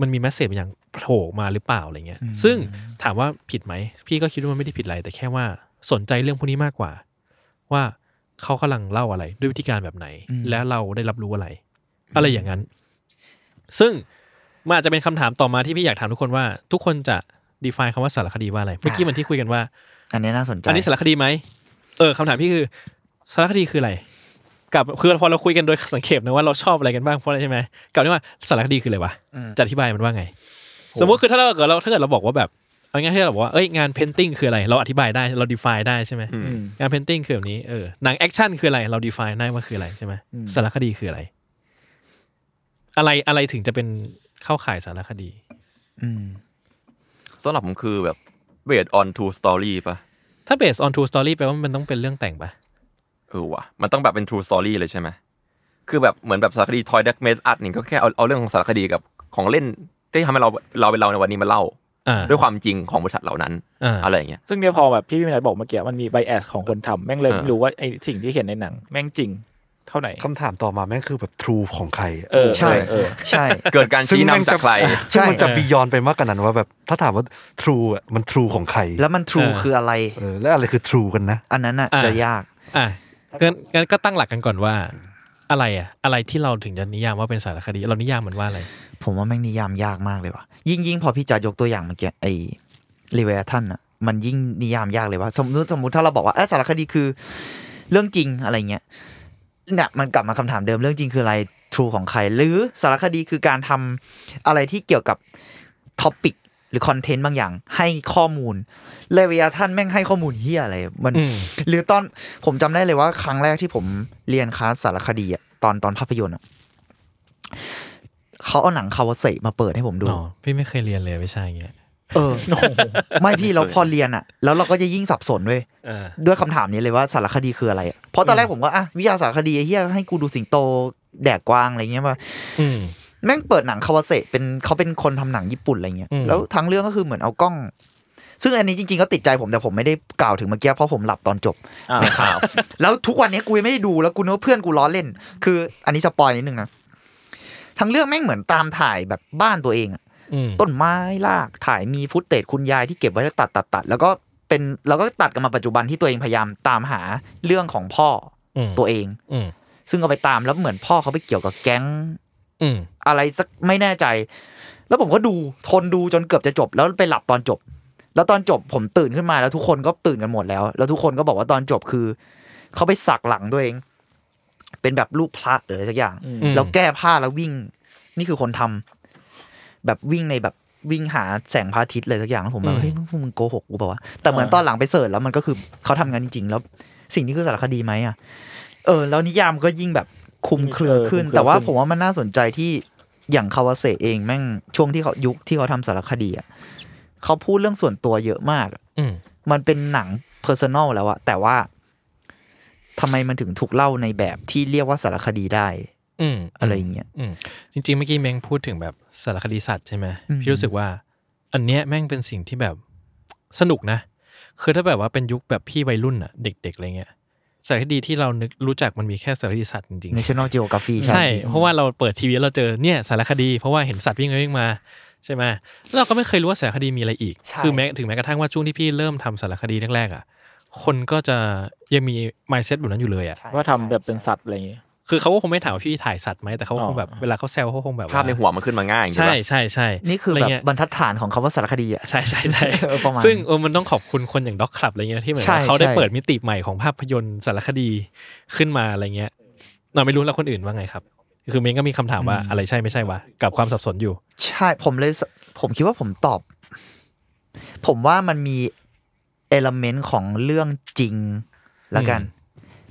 S5: มันมีแมสเซจอย่างโผล่มาหรือเปล่าอะไรเงี้ย
S4: อืม
S5: ซึ่งถามว่าผิดไหม พี่ก็คิดว่ามันไม่ได้ผิดอะไร แต่แค่ว่าสนใจเรื่องพวกนี้มากกว่า ว่าเขากำลังเล่าอะไรด้วยวิธีการแบบไหน
S4: อืม
S5: และเราได้รับรู้อะไร อะไรอย่างนั้น ซึ่งมันอาจจะเป็นคำถามต่อมาที่พี่อยากถามทุกคนว่า ทุกคนจะ define คำว่าสารคดีว่าอะไร เมื่อกี้เหมือนที่คุยกันว่า
S4: อันนี้น่าสนใจ
S5: อันนี้สารคดีไหม เออคำถามพี่คือสารคดีคืออะไร กับคือพอเราคุยกันโดยสังเขปนะว่าเราชอบอะไรกันบ้างเพราะอะไรใช่ไหมกับนี่ว่าสารคดีคืออะไรวะ
S4: อืม
S5: จะอธิบายมันว่าไง สมมติคือถ้าเราเกิดเราถ้าเกิดเราบอกว่าแบบเอาง่ายๆถ้าเราบอกว่าเอ้ยงานเพนติ้งคืออะไร เราอธิบายได้เรา define ได้ใช่ไหมงานเพนติ้งคือแบบนี้เออหนังแอคชั่นคืออะไรเรา define ได้ว่าคืออะไรใช่ไหมสารคดีคืออะไร อะไรอะไรถึงจะเป็นเข้าข่ายสารคดี
S4: อืม
S3: สำหรับผมคือแบบ based on true story ปะ
S5: ถ้า based on true story แปลว่ามันต้องเป็นเรื่องแต่งปะ
S3: เออว่ะ มันต้องแบบเป็น true story เลยใช่ไหมคือแบบเหมือนแบบสารคดี Toy Dark Maze Art นี่ก็แค่เอาเอาเรื่องของสารคดีกับของเล่นที่ทำให้เราเราเป็นเราในวันนี้มาเล่า
S5: อ่า
S3: ด้วยความจริงของบริษัทเหล่านั้น
S5: อ่า
S3: อะไรอย่างเงี้ย
S2: ซึ่งเนี่ยพอแบบพี่พี่นายบอกเมื่อกี้มันมีไบแอสของคนทำแม่งเลย
S3: เออ
S2: ไม่รู้ว่าไอสิ่งที่เห็นในหนัง แม่งจริงเท่าไหร่
S6: คำถามต่อมาแม่งคือแบบ true ของใครอะ
S2: เออ
S4: ใช่
S2: เออ
S4: ใช่
S3: เกิดการชี้นำจากใคร
S6: ซึ่งมันจะ
S5: ใช่
S6: บียอนไปมากกว่านั้นว่าแบบถ้าถามว่า true อะมัน true ของใคร
S4: แล้วมัน true
S5: เออ
S4: คืออะไร
S6: เออแล้วอะไรคือ true กันนะ
S4: อันนั้นอ่ะ
S5: อ่ะ
S4: จะยาก
S5: อ่ะงั้นงั้นก็ตั้งหลักกันก่อนว่า อะไรอ่ะ อะไรที่เราถึงจะนิยามว่าเป็นสารคดี เรานิยามมันว่าอะไร
S4: ผมว่าแม่งนิยามยากมากเลยว่ะ ยิ่งยิ่งพอพี่จายกตัวอย่างเมื่อกี้ไอ้รีเวท่านอ่ะ มันยิ่งนิยามยากเลยว่า สมมติสมมติถ้าเราบอกว่าเอ้ยสารคดีคือ เรื่องจริงอะไรเงี้ยเนี่ยมันกลับมาคำถามเดิมเรื่องจริงคืออะไรทรูของใคร หรือสารคดีคือการทำอะไรที่เกี่ยวกับท็อปิกหรือคอนเทนต์บางอย่าง ให้ข้อมูลเลเวียท่านแม่งให้ข้อมูลเฮียอะไรมัน
S5: อืม
S4: หรือตอนผมจำได้เลยว่าครั้งแรกที่ผมเรียนคลาสสารคดีอะตอนตอนภาพยนตร์อะเขาเอาหนังคาวาเซะมาเปิดให้ผมดู
S5: อ๋อ พี่ไม่เคยเรียนเลยไม่ใช่อย่างเงี้ย
S4: เออ ไม่พี่เราพอเรียนอะแล้วเราก็จะยิ่งสับสนเว้ย
S5: เออ
S4: ด้วยคำถามนี้เลยว่าสารคดีคืออะไรอะเพราะตอนแรกผมก็อ่ะวิทยาสารคดีไอ้เฮียให้กูดูสิงโตแดกกวางอะไรเงี้ยมา
S5: อืม
S4: แม่งเปิดหนังคาวาเซะเป็นเขาเป็นคนทำหนังญี่ปุ่นอะไรเงี้ย
S5: อืม
S4: แล้วทั้งเรื่องก็คือเหมือนเอากล้อง ซึ่งอันนี้จริงๆก็ติดใจผมแต่ผมไม่ได้กล่าวถึงเมื่อกี้เพราะผมหลับตอนจบในข่าว แล้วทุกวันนี้กูยังไม่ได้ดูแล้วกูนึกว่าเพื่อนกูล้อเล่น คืออันนี้สปอยนิดนึงนะทั้งเรื่องแม่งเหมือนตามถ่ายแบบบ้านตัวเองอะ
S5: อืม
S4: ต้นไม้รากถ่ายมีฟุตเตจคุณยายที่เก็บไว้แล้วตัดตัดตัดแล้วก็เป็นแล้วก็ตัดกันมาปัจจุบันที่ตัวเองพยายามตามหาเรื่องของพ่อ
S5: อืม
S4: ตัวเอง
S5: อืม
S4: ซึ่งเอาไปตามแล้วเหมือนพ่อเขาไปเกี่ยวกับแก๊ง
S5: อืม
S4: อะไรสักไม่แน่ใจ แล้วผมก็ดูทนดูจนเกือบจะจบ แล้วไปหลับตอนจบ แล้วตอนจบผมตื่นขึ้นมาแล้วทุกคนก็ตื่นกันหมดแล้ว แล้วทุกคนก็บอกว่าตอนจบคือ เขาไปสักหลังตัวเอง เป็นแบบรูปพระหรืออะไรสักอย่าง
S5: อืม
S4: แล้วแก้ผ้าแล้ววิ่ง นี่คือคนทำแบบวิ่งในแบบวิ่งหาแสงพระอาทิตย์เลยสักอย่างแล้วผมแบ
S5: อื
S4: บ
S5: ม
S4: เฮ้ยพวกมึงโกหกกูเปล่าวะแต่เหมือนตอนหลังไปเสิร์ชแล้วมันก็คือเขาทำงานจริงๆแล้ว สิ่งนี้คือสารคดีไหมอ่ะ เออ แล้วนิยามก็ยิ่งแบบคลุมเครือขึ้น
S2: เออคลุมเครือ
S4: แต่ว่า
S2: ขึ้น
S4: ผมว่ามันน่าสนใจที่อย่างคาวาเซะเองแม่งช่วงที่เขายุคที่เขาทำสารคดีอ่ะเขาพูดเรื่องส่วนตัวเยอะมาก
S5: อืม
S4: มันเป็นหนังเพอร์ซันอลแล้วอะแต่ว่าทำไมมันถึงถูกเล่าในแบบที่เรียกว่าสารคดีได้
S5: อืม
S4: อะไรอย่างเงี้ย
S5: อืม จริงๆ เมื่อกี้แม่งพูดถึงแบบสารคดีสัตว์ใช่ไหม
S4: อืม
S5: พี่รู้สึกว่า อันเนี้ยแม่งเป็นสิ่งที่แบบสนุกนะ คือถ้าแบบว่าเป็นยุคแบบพี่วัยรุ่นอะเด็กๆอะไรเงี้ย สารคดีที่เรานึกรู้จักมันมีแค่สารคดีสัตว์จริงๆ
S4: National Geography
S5: ใช่ เพราะว่าเราเปิดทีวีแล้วเราเจอเนี่ยสารคดี เพราะว่าเห็นสัตว์วิ่งไปวิ่งมาใช่ไหมแล้วเราก็ไม่เคยรู้ว่าสารคดีมีอะไรอีก
S4: ใช่
S5: คือแม้ถึงแม้กระทั่งว่าช่วงที่พี่เริ่มทำสารคดีแรกๆอ่ะ คนก็จะยังมี mindset แบบนั้นอยู่เลยอ่ะ
S2: ว่าทำแบบเป็นสัตว์อะไรอย่างเงี้ย
S5: คือเขาก็คงไม่ถามว่าพี่ถ่ายสัตว์ไหมแต่เขาก็คงแบบ
S2: อ๋อ
S5: เวลาเขาแซวเขาคงแบบ
S3: ภาพในหัวมันขึ้นมาง่ายอย่างเงี้
S5: ใช่
S3: ยปะ
S5: ใช่ใช่
S4: นี่คือะ แบบ
S5: ไรเงี้ย
S4: บรรทัดฐานของคำว่าสารคดีอะ
S5: ใช่ใช่ใช่
S4: เออประมาณ
S5: ซึ่งเออมันต้องขอบคุณคนอย่างด็อกคลับอะไรเงี้ยที่เหมือน
S4: ใช่
S5: ว่าเขาได้
S4: ใช่
S5: เปิดมิติใหม่ของภาพยนตร์สารคดีขึ้นมาอะไรเงี้ยเราไม่รู้แล้วคนอื่นว่าไงครับ คือเมงก็มีคำถามว่าอะไรใช่ไม่ใช่วะกับความสับสนอยู่
S4: ใช่ผมเลยสผมคิดว่าผมตอบ ผมว่ามันมีเอลเมนต์ของเรื่องจริงละกัน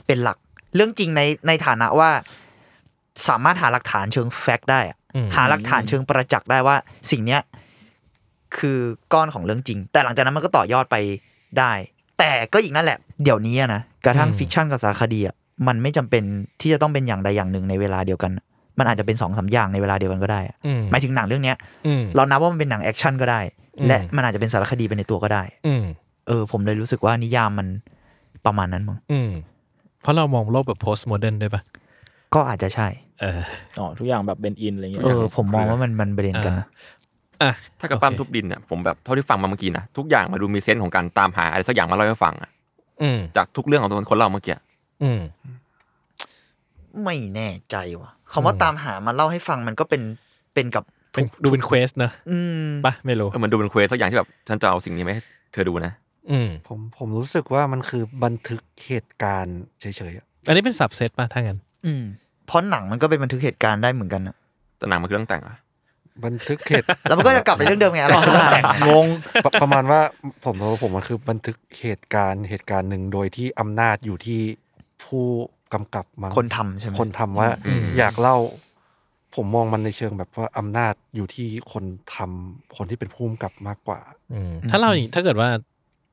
S4: เป็นหลัก เรื่องจริงในในฐานะว่า สามารถหาหลักฐานเชิงแฟกต์ได้อะ
S5: อืม
S4: หาหลักฐานเชิงประจักษ์ได้ว่า สิ่งเนี้ยคือก้อนของเรื่องจริง แต่หลังจากนั้นมันก็ต่อยอดไปได้ แต่ก็อีกนั่นแหละ เดี๋ยวนี้อะนะกระทั่ง
S5: อืม
S4: ฟิกชันกับสารคดีอะมันไม่จำเป็นที่จะต้องเป็นอย่างใดอย่างหนึ่งในเวลาเดียวกัน มันอาจจะเป็นสองสามอย่างในเวลาเดียวกันก็ได้อะ
S5: อืม
S4: หมายถึงหนังเรื่องเนี้ย
S5: อืม
S4: เรานับว่ามันเป็นหนังแอคชั่นก็ได้
S5: อืม
S4: และมันอาจจะเป็นสารคดีไปในตัวก็ได้
S5: อืม
S4: เออ ผมเลยรู้สึกว่านิยามมันประมาณนั้นมั้ง
S5: อืมเพราะเรามองโลกแบบ post modern ด้วยปะ
S4: ก็อาจจะใช่
S5: เออ
S2: อ๋อทุกอย่างแบบเบนอินอะไรอย่างเงี้ย
S4: เออ ผมมองว่ามันมันเบรนกันนะ
S5: อ่ะ
S3: ถ้ากับปั้ม
S5: โอเค
S3: ทุบดินเนี่ยผมแบบเท่าที่ฟังมาเมื่อกี้นะทุกอย่างมาดูมีเซนส์ของการตามหาอะไรสักอย่างมาเล่าให้ฟังอะ
S5: อืม
S3: จากทุกเรื่องของตัวคนเล่าเมื่อกี้
S5: อืม
S4: ไม่แน่ใจว่ะคำว่าตามหามาเล่าให้ฟังมันก็เป็นเป็นกับ
S5: เป็นดูเป็นเควสเนอะ
S4: อืม
S5: ปะไม่รู้
S3: เออมันดูเป็นเควสสักอย่างที่แบบฉันจะเอาสิ่งนี้มาให้เธอดูนะ
S5: อืม
S6: ผมผมรู้สึกว่ามันคือบันทึกเหตุการณ์เฉยๆอะ
S5: อันนี้เป็นสับเซตปะถ้างั้น
S4: อืมเพราะหนังมันก็เป็นบันทึกเหตุการณ์ได้เหมือนกันนะ
S3: แต่หนังมันคือเรื่องแต่งอะ
S6: บันทึกเหตุ
S4: แล้วมันก็จะกลับไปเรื่องเดิมไงเราแต่
S2: ง
S4: ง
S2: ง
S6: ประประมาณว่าผมเราผมมันคือบันทึกเหตุการณ์เหตุการณ์หนึ่งโดยที่อำนาจอยู่ที่ผู้กำกับมั้ง
S4: คนทำใช่ไหม
S6: คนทำว่า
S5: อืม
S6: อยากเล่า ผมมองมันในเชิงแบบว่าอำนาจอยู่ที่คนทำคนที่เป็นผู้กำกับมากกว่า
S5: อืมถ้าเราอย่างถ้าเกิดว่า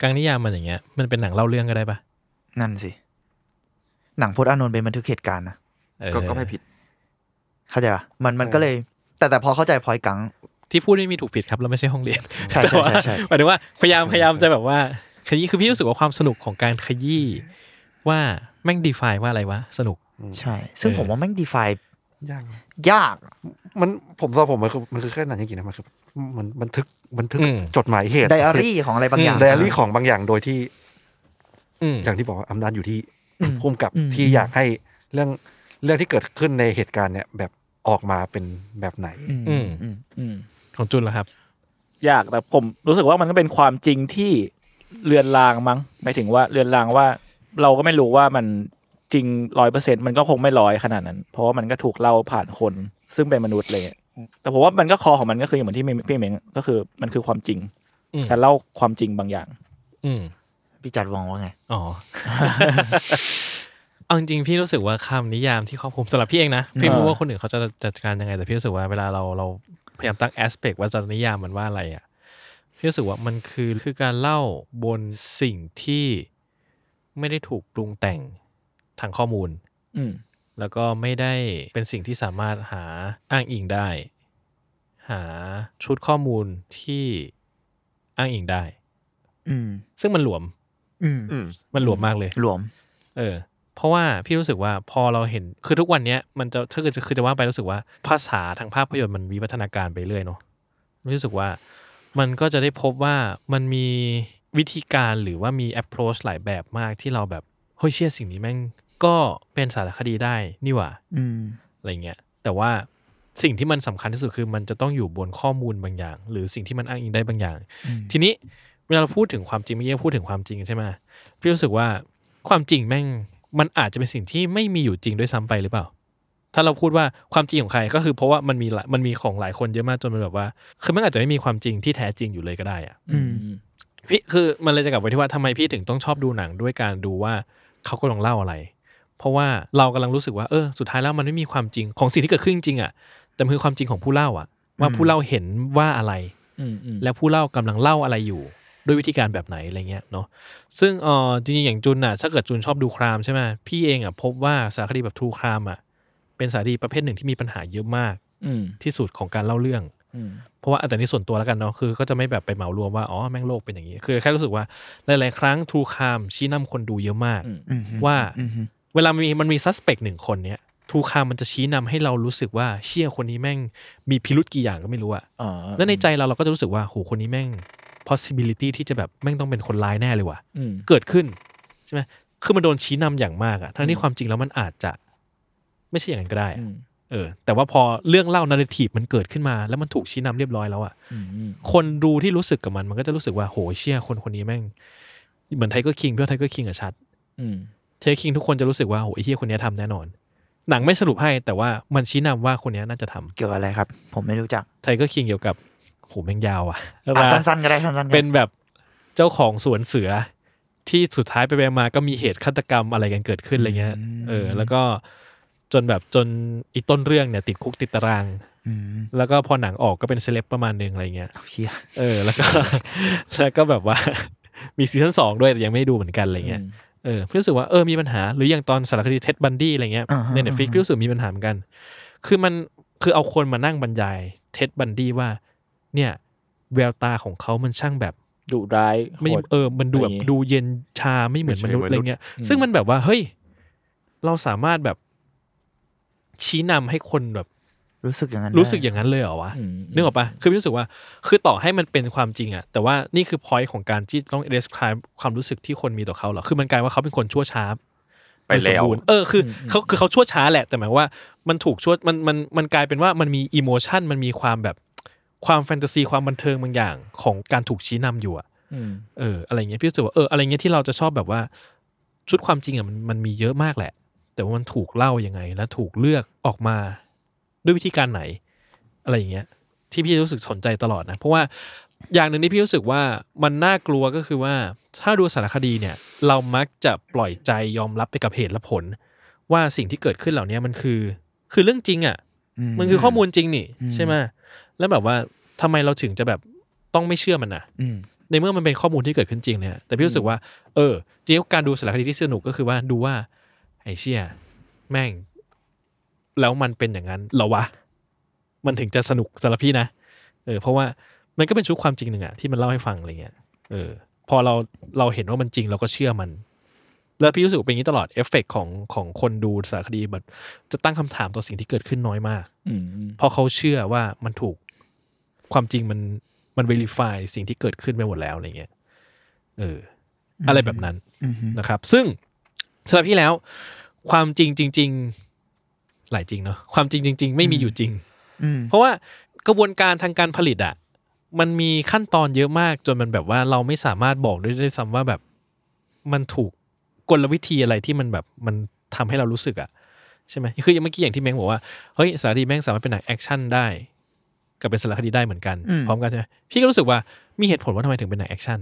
S5: การนิยามมันอย่างเงี้ย มันเป็นหนังเล่าเรื่องก็ได้ปะ
S4: นั่นสิ หนังพจน์อานนท์เป็นบันทึกเหตุการณ์นะ
S5: เออ
S3: ก็ก็ไม่ผิด
S4: เข้าใจป่ะมันมันก็เลย แต่แต่พอเข้าใจพลอยกัง
S5: ที่พูดไม่มีถูกผิดครับเราไม่ใช่ห้องเรียน
S4: ใช่ใช่ใช่ใช่
S5: แต่ว่าหมายถึงว่าพยายามพยายามจะแบบว่าขยี้คือพี่รู้สึกว่าความสนุกของการขยี้ว่าแม่งดีฟายว่าอะไรวะสนุก
S4: ใช่ ซึ่งผมว่าแม่งดีไฟ
S6: ยาก
S4: ยาก
S6: มันผมสำหรับผมมันคือมันคือแค่นั้นจริงๆนะมันคือมันบันทึกบันทึก
S5: อืม
S6: จดหมายเหตุ
S4: ไดอารี่ของอะไรบางอย่าง
S6: ไดอารี่ของบางอย่างโดยที่
S5: อืม
S6: อย่างที่บอกว่าอำนาจอยู่ที่
S4: อืม
S6: ภูมิกับ
S4: อืม
S6: ที่อยากให้เรื่องเรื่องที่เกิดขึ้นในเหตุการณ์เนี่ยแบบออกมาเป็นแบบไหน
S4: อืม
S5: อืม
S4: อืม
S2: อืม
S5: ของจุนเหรอครับ
S2: ยากแต่ผมรู้สึกว่ามันก็เป็นความจริงที่เลือนลางมั้งหมายถึงว่าเลือนลางว่า เราก็ไม่รู้ว่ามันจริงร้อยเปอร์เซ็นมันก็คงไม่ร้อยขนาดนั้น เพราะว่ามันก็ถูกเล่าผ่านคน ซึ่งเป็นมนุษย์อะไรเลยแต่ผมว่ามันก็คอของมันก็คืออย่างเหมือนที่พี่เมงก็คือมันคือความจริง
S5: อืม
S2: การเล่าความจริงบางอย่าง
S5: อืม
S4: พี่จัดวองว่าไง
S5: อ๋อ เอาจริงๆพี่รู้สึกว่าคำนิยามที่ครอบคลุมสำหรับพี่เองนะ พี่ไม่รู้ว่าคนอื่นเขาจะจัดการยังไง แต่พี่รู้สึกว่าเวลาเราเราพยายามตั้งแอสเปกว่าจะนิยามมันว่าอะไรอ่ะ พี่รู้สึกว่ามันคือคือการเล่าบนสิ่งที่ไม่ได้ถูกปรุงแต่งทางข้อมูล
S2: อืม
S5: แล้วก็ไม่ได้เป็นสิ่งที่สามารถหาอ้างอิงได้ หาชุดข้อมูลที่อ้างอิงได้
S4: อืม
S5: ซึ่งมันหลวม
S4: อืม
S3: อืม
S5: มันหลวมมากเลย
S4: หลวม
S5: เออ เพราะว่าพี่รู้สึกว่าพอเราเห็นคือทุกวันเนี้ยมันจะถ้าเกิดจะคือจะว่าไปรู้สึกว่าภาษาทางภาพยนตร์มันวิวัฒนาการไปเรื่อยเนาะรู้สึกว่ามันก็จะได้พบว่ามันมีวิธีการหรือว่ามี approach หลายแบบมากที่เราแบบเฮ้ยเชื่อสิ่งนี้แม่งก็เป็นสารคดีได้นี่หว่า
S4: อืม
S5: อะไรเงี้ยแต่ว่าสิ่งที่มันสำคัญที่สุดคือมันจะต้องอยู่บนข้อมูลบางอย่าง หรือสิ่งที่มันอ้างอิงได้บางอย่าง
S4: อืม
S5: ทีนี้เวลาเราพูดถึงความจริงเมื่อกี้พูดถึงความจริงใช่ไหมพี่รู้สึกว่าความจริงแม่งมันอาจจะเป็นสิ่งที่ไม่มีอยู่จริงด้วยซ้ำไปหรือเปล่า ถ้าเราพูดว่าความจริงของใครก็คือเพราะว่ามันมีหลายมันมีของหลายคนเยอะมากจนมันแบบว่าคือมันอาจจะไม่มีความจริงที่แท้จริงอยู่เลยก็ได้อะ
S4: อืม
S5: พี่คือมันเลยจะกลับไปที่ว่าทำไมพี่ถึงต้องชอบดูหนังด้วยการดูว่าเขากำลังเล่าอะไร เพราะว่าเรากำลังรู้สึกว่าเออสุดท้ายแล้วมันไม่มีความจริงของสิ่งที่เกิดขึ้นจริงๆอ่ะแต่มันคือความจริงของผู้เล่าอ่ะ ว่าผู้เล่าเห็นว่าอะไร
S2: อืมอืม
S5: แล้วผู้เล่ากำลังเล่าอะไรอยู่ ด้วยวิธีการแบบไหนอะไรเงี้ยเนาะซึ่งเออจริงๆอย่างจุนน่ะถ้าเกิดจุนชอบดูครามใช่ไหมพี่เองอ่ะพบว่าสารคดีแบบทูครามอ่ะเป็นสารคดีประเภทหนึ่งที่มีปัญหาเยอะมาก
S2: อืม
S5: ที่สุดของการเล่าเรื่อง
S2: อืม
S5: เพราะว่าอ่ะแต่นี่ส่วนตัวแล้วกันเนาะคือก็จะไม่แบบไปเหมารวมว่าอ๋อแม่งโลกเป็นอย่างนี้ คือแค่รู้สึกว่าหลายๆครั้งทูคามชี้นำคนดูเยอะมาก
S4: อืม
S5: ว่า
S4: อืม
S5: เวลามีมันมีซัสเปกหนึ่งคนเนี้ยทูคามมันจะชี้นำให้เรารู้สึกว่าเชี่ยคนนี้แม่งมีพิรุธกี่อย่างก็ไม่รู้อะ
S2: อ๋อ
S5: แล้วในใจเราเราก็จะรู้สึกว่าโหคนนี้แม่ง possibility ที่จะแบบแม่งต้องเป็นคนร้ายแน่เลยว่ะ
S2: อืม
S5: เกิดขึ้นใช่ไหมคือมันโดนชี้นำอย่างมากอะทั้งที่ความจริงแล้วมันอาจจะ ไม่ใช่อย่างนั้นก็ได้อะ
S2: อืม
S5: เออ แต่ว่าพอเรื่องเล่านาร์ทีฟมันเกิดขึ้นมา แล้วมันถูกชี้นำเรียบร้อยแล้วอะ
S2: อืมอืม
S5: คนดูที่รู้สึกกับมันมันก็จะรู้สึกว่าโหเชี่ยคนคนนี้แม่ง เหมือนไทเกอร์คิงเพื่อไทเกอร์คิงอะชัด
S2: อืม
S5: ไทเกอร์คิงทุกคนจะรู้สึกว่าโหไอ้เฮียคนนี้ทำแน่นอน หนังไม่สรุปให้แต่ว่ามันชี้นำว่าคนนี้น่าจะทำ
S4: เกี่ยวกับอะไรครับ ผมไม่รู้จัก
S5: ไทเกอร์คิงเกี่ยวกับโหแม่งยาวอะ
S4: อ่ะสั้นๆก็ได้สั้นๆก็ได้
S5: เป็นแบบเจ้าของสวนเสือที่สุดท้ายไปไปมาก็มีเหตุฆาตกรรมอะไรกันเกิดขึ้นอะไรเงี้ยเออ แล้วก็จนแบบจนอีต้นเรื่องเนี่ยติดคุกติดตาราง
S4: อืม
S5: แล้วก็พอหนังออกก็เป็นเซเลบประมาณหนึงอะไรเงี้ย
S4: เอาเชีย
S5: เออแล้วก็ แล้วก็แบบว่า มีซีซั่นสองด้วยแต่ยังไม่ได้ดูเหมือนกันอะไรเงี้ยเออพี่รู้สึกว่าเออมีปัญหาหรืออย่างตอนสารคดีเท็ดบันดี้อะไรเงี้ยในเน็ตฟิกรู้สึกมีปัญหาเหมือนกัน คือมันคือเอาคนมานั่งบรรยายเท็ดบันดี้ว่า เนี่ยแววตาของเขามันช่างแบบ
S2: ดุร้ายโห
S5: ไม่
S2: ด
S5: เออ มันดูแบ
S2: อ
S5: บ
S2: ย่างงี้
S5: ดูเย็นชาไม่เหมือนม
S3: ไม่ใช่
S5: นุษย์
S3: มนุษย์
S5: อะไรเงี้ย
S2: อืม
S5: ซึ่งมันแบบว่า เฮ้ย เราสามารถแบบชี้นำให้คนแบบ
S4: รู้สึกอย่างนั้น
S5: รู้สึก
S4: ได้
S5: อย่างนั้นเลยเหรอวะ
S2: อืม
S5: นึกออกปะคือพี่รู้สึกว่า คือต่อให้มันเป็นความจริงอะแต่ว่านี่คือ point ของการที่ต้อง describe ความรู้สึกที่คนมีต่อเขาเหรอ คือมันกลายว่าเขาเป็นคนชั่วช้า
S3: ไปแล้ว
S5: โดยสมบูรณ์เออ คืออเขาคือเขาชั่วช้าแหละ แต่หมายว่ามันถูกชั่ว มัน มัน มันกลายเป็นว่ามันมี emotion มันมีความแบบ ความแฟนตาซี ความบันเทิงบางอย่างของการถูกชี้นำอยู่อะ
S2: อืม
S5: เอออะไรเงี้ยพี่รู้สึกว่าเอออะไรเงี้ยที่เราจะชอบแบบว่า ชุดความจริงอ่ะมันมันมีเยอะมากแหละ แต่ว่ามันถูกเล่ายังไง และถูกเลือกออกมาด้วยวิธีการไหน อะไรอย่างเงี้ย ที่พี่รู้สึกสนใจตลอดนะเพราะว่าอย่างหนึ่งที่พี่รู้สึกว่ามันน่ากลัวก็คือว่า ถ้าดูสารคดีเนี่ย เรามักจะปล่อยใจยอมรับไปกับเหตุและผล ว่าสิ่งที่เกิดขึ้นเหล่านี้มันคือ คือเรื่องจริงอ่ะ มันคือข้อมูลจริงนี่
S4: อืม
S5: ใช่ไหมแล้วแบบว่าทำไมเราถึงจะแบบต้องไม่เชื่อมันอ่ะ
S4: อืม
S5: ในเมื่อมันเป็นข้อมูลที่เกิดขึ้นจริงเนี่ย แต่พี่รู้สึกว่า เออจริงๆการดูสารคดีที่สนุกก็คือว่าดูว่าไอ้เชี่ยแม่ง แล้วมันเป็นอย่างนั้นเหรอวะ มันถึงจะสนุกสำหรับพี่นะ เออ เพราะว่ามันก็เป็นชุดความจริงหนึ่งอะที่มันเล่าให้ฟังอะไรเงี้ย เออ พอเราเราเห็นว่ามันจริงเราก็เชื่อมัน แล้วพี่รู้สึกว่าเป็นอย่างนี้ตลอดเอฟเฟกของของคนดูสารคดีแบบจะตั้งคำถามต่อสิ่งที่เกิดขึ้นน้อยมาก
S2: อืม
S5: เพราะเขาเชื่อว่ามันถูกความจริงมันมัน verify สิ่งที่เกิดขึ้นไปหมดแล้วอะไรเงี้ยเอออ อะไรแบบนั้น
S4: อือฮึ
S5: นะครับ ซึ่งสำหรับพี่แล้ว ความจริงจริง ๆ หลายจริงเนาะความจริงจริง ๆ ไม่มีอยู่จริง
S4: อืม
S5: เพราะว่ากระบวนการทางการผลิตอะมันมีขั้นตอนเยอะมาก จนมันแบบว่าเราไม่สามารถบอกได้ด้วยซ้ำว่าแบบมันถูกกลวิธีอะไรที่มันแบบมันทำให้เรารู้สึกอะใช่ไหมคืออย่างเมื่อกี้อย่างที่แมงบอกว่าเฮ้ยสารคดีแมงสามารถเป็นหนังแอคชั่นได้กับเป็นสารคดีได้เหมือนกัน พร้อมกันใช่ไหมพี่ก็รู้สึกว่ามีเหตุผลว่าทำไมถึงเป็นหนังแอคชั่น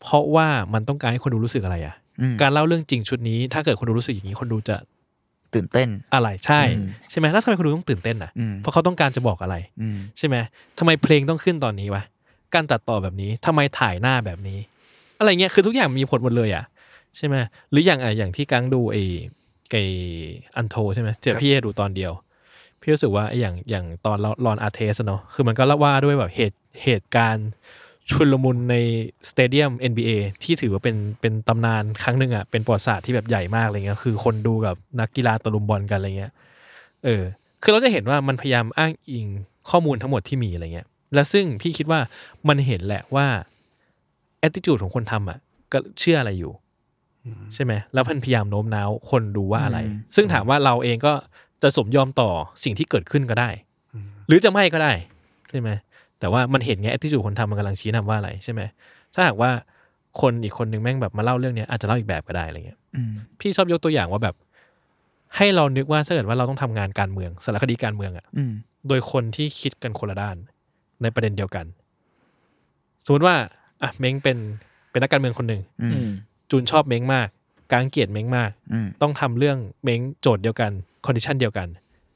S5: เพราะว่ามันต้องการให้คนดูรู้สึกอะไรอะ
S4: อืม
S5: การเล่าเรื่องจริงชุดนี้ ถ้าเกิดคนดูรู้สึกอย่างนี้คนดูจะ
S4: ตื่นเต้น
S5: อะไรใช่
S4: อืม
S5: ใช่ไหมแล้วทำไมคนดูต้องตื่นเต้นอะ
S4: อืม
S5: เพราะเขาต้องการจะบอกอะไร
S4: อืม
S5: ใช่ไหมทำไมเพลงต้องขึ้นตอนนี้วะ การตัดต่อแบบนี้ทำไมถ่ายหน้าแบบนี้ อะไรเงี้ย คือทุกอย่างมีผลหมดเลยอ่ะ ใช่ไหมหรืออย่างอ่ะอย่างที่กังดูไอ้ไอ้อันโทใช่ไหมเจอพี่ดูตอนเดียว พี่รู้สึกว่าไอ้อย่างอย่างตอนลอนอาเทสเนาะ คือมันก็เล่าว่าด้วยแบบเหตุเหตุการณ์ชุลมุนในสเตเดียม NBA ที่ถือว่าเป็นเป็นตำนานครั้งหนึ่งอ่ะ เป็นประวัติศาสตร์ที่แบบใหญ่มากอะไรเงี้ย คือคนดูกับนักกีฬาตะลุมบอลกันอะไรเงี้ย เออ คือเราจะเห็นว่ามันพยายามอ้างอิงข้อมูลทั้งหมดที่มีอะไรเงี้ย และซึ่งพี่คิดว่ามันเห็นแหละว่า attitude ของคนทำอ่ะ ก็เชื่ออะไรอยู่ ใช่ไหม แล้วมันพยายามโน้มน้าวคนดูว่าอะไร ซึ่งถามว่าเราเองก็จะสมยอมต่อสิ่งที่เกิดขึ้นก็ได้ หรือจะไม่ก็ได้ ใช่ไหม แต่ว่ามันเห็นไง attitude คนทำมันกำลังชี้นำว่าอะไรใช่ไหม ถ้าหากว่าคนอีกคนนึงแม่งแบบมาเล่าเรื่องเนี้ยอาจจะเล่าอีกแบบก็ได้อะไรเงี้ย
S4: อืม
S5: พี่ชอบยกตัวอย่างว่าแบบ ให้เรานึกว่าถ้าเกิดว่าเราต้องทำงานการเมืองสารคดีการเมืองอะ
S4: อืม
S5: โดยคนที่คิดกันคนละด้าน ในประเด็นเดียวกัน สมมติว่าอ่ะเม้งเป็นเป็นนักการเมืองคนหนึ่ง
S4: อื
S2: อื
S4: ม
S2: ม
S5: จูนชอบเม้งมากกางเกลียดเม้งมาก
S4: อืม
S5: ต้องทำเรื่องเม้งโจทย์เดียวกันคอนดิชันเดียวกัน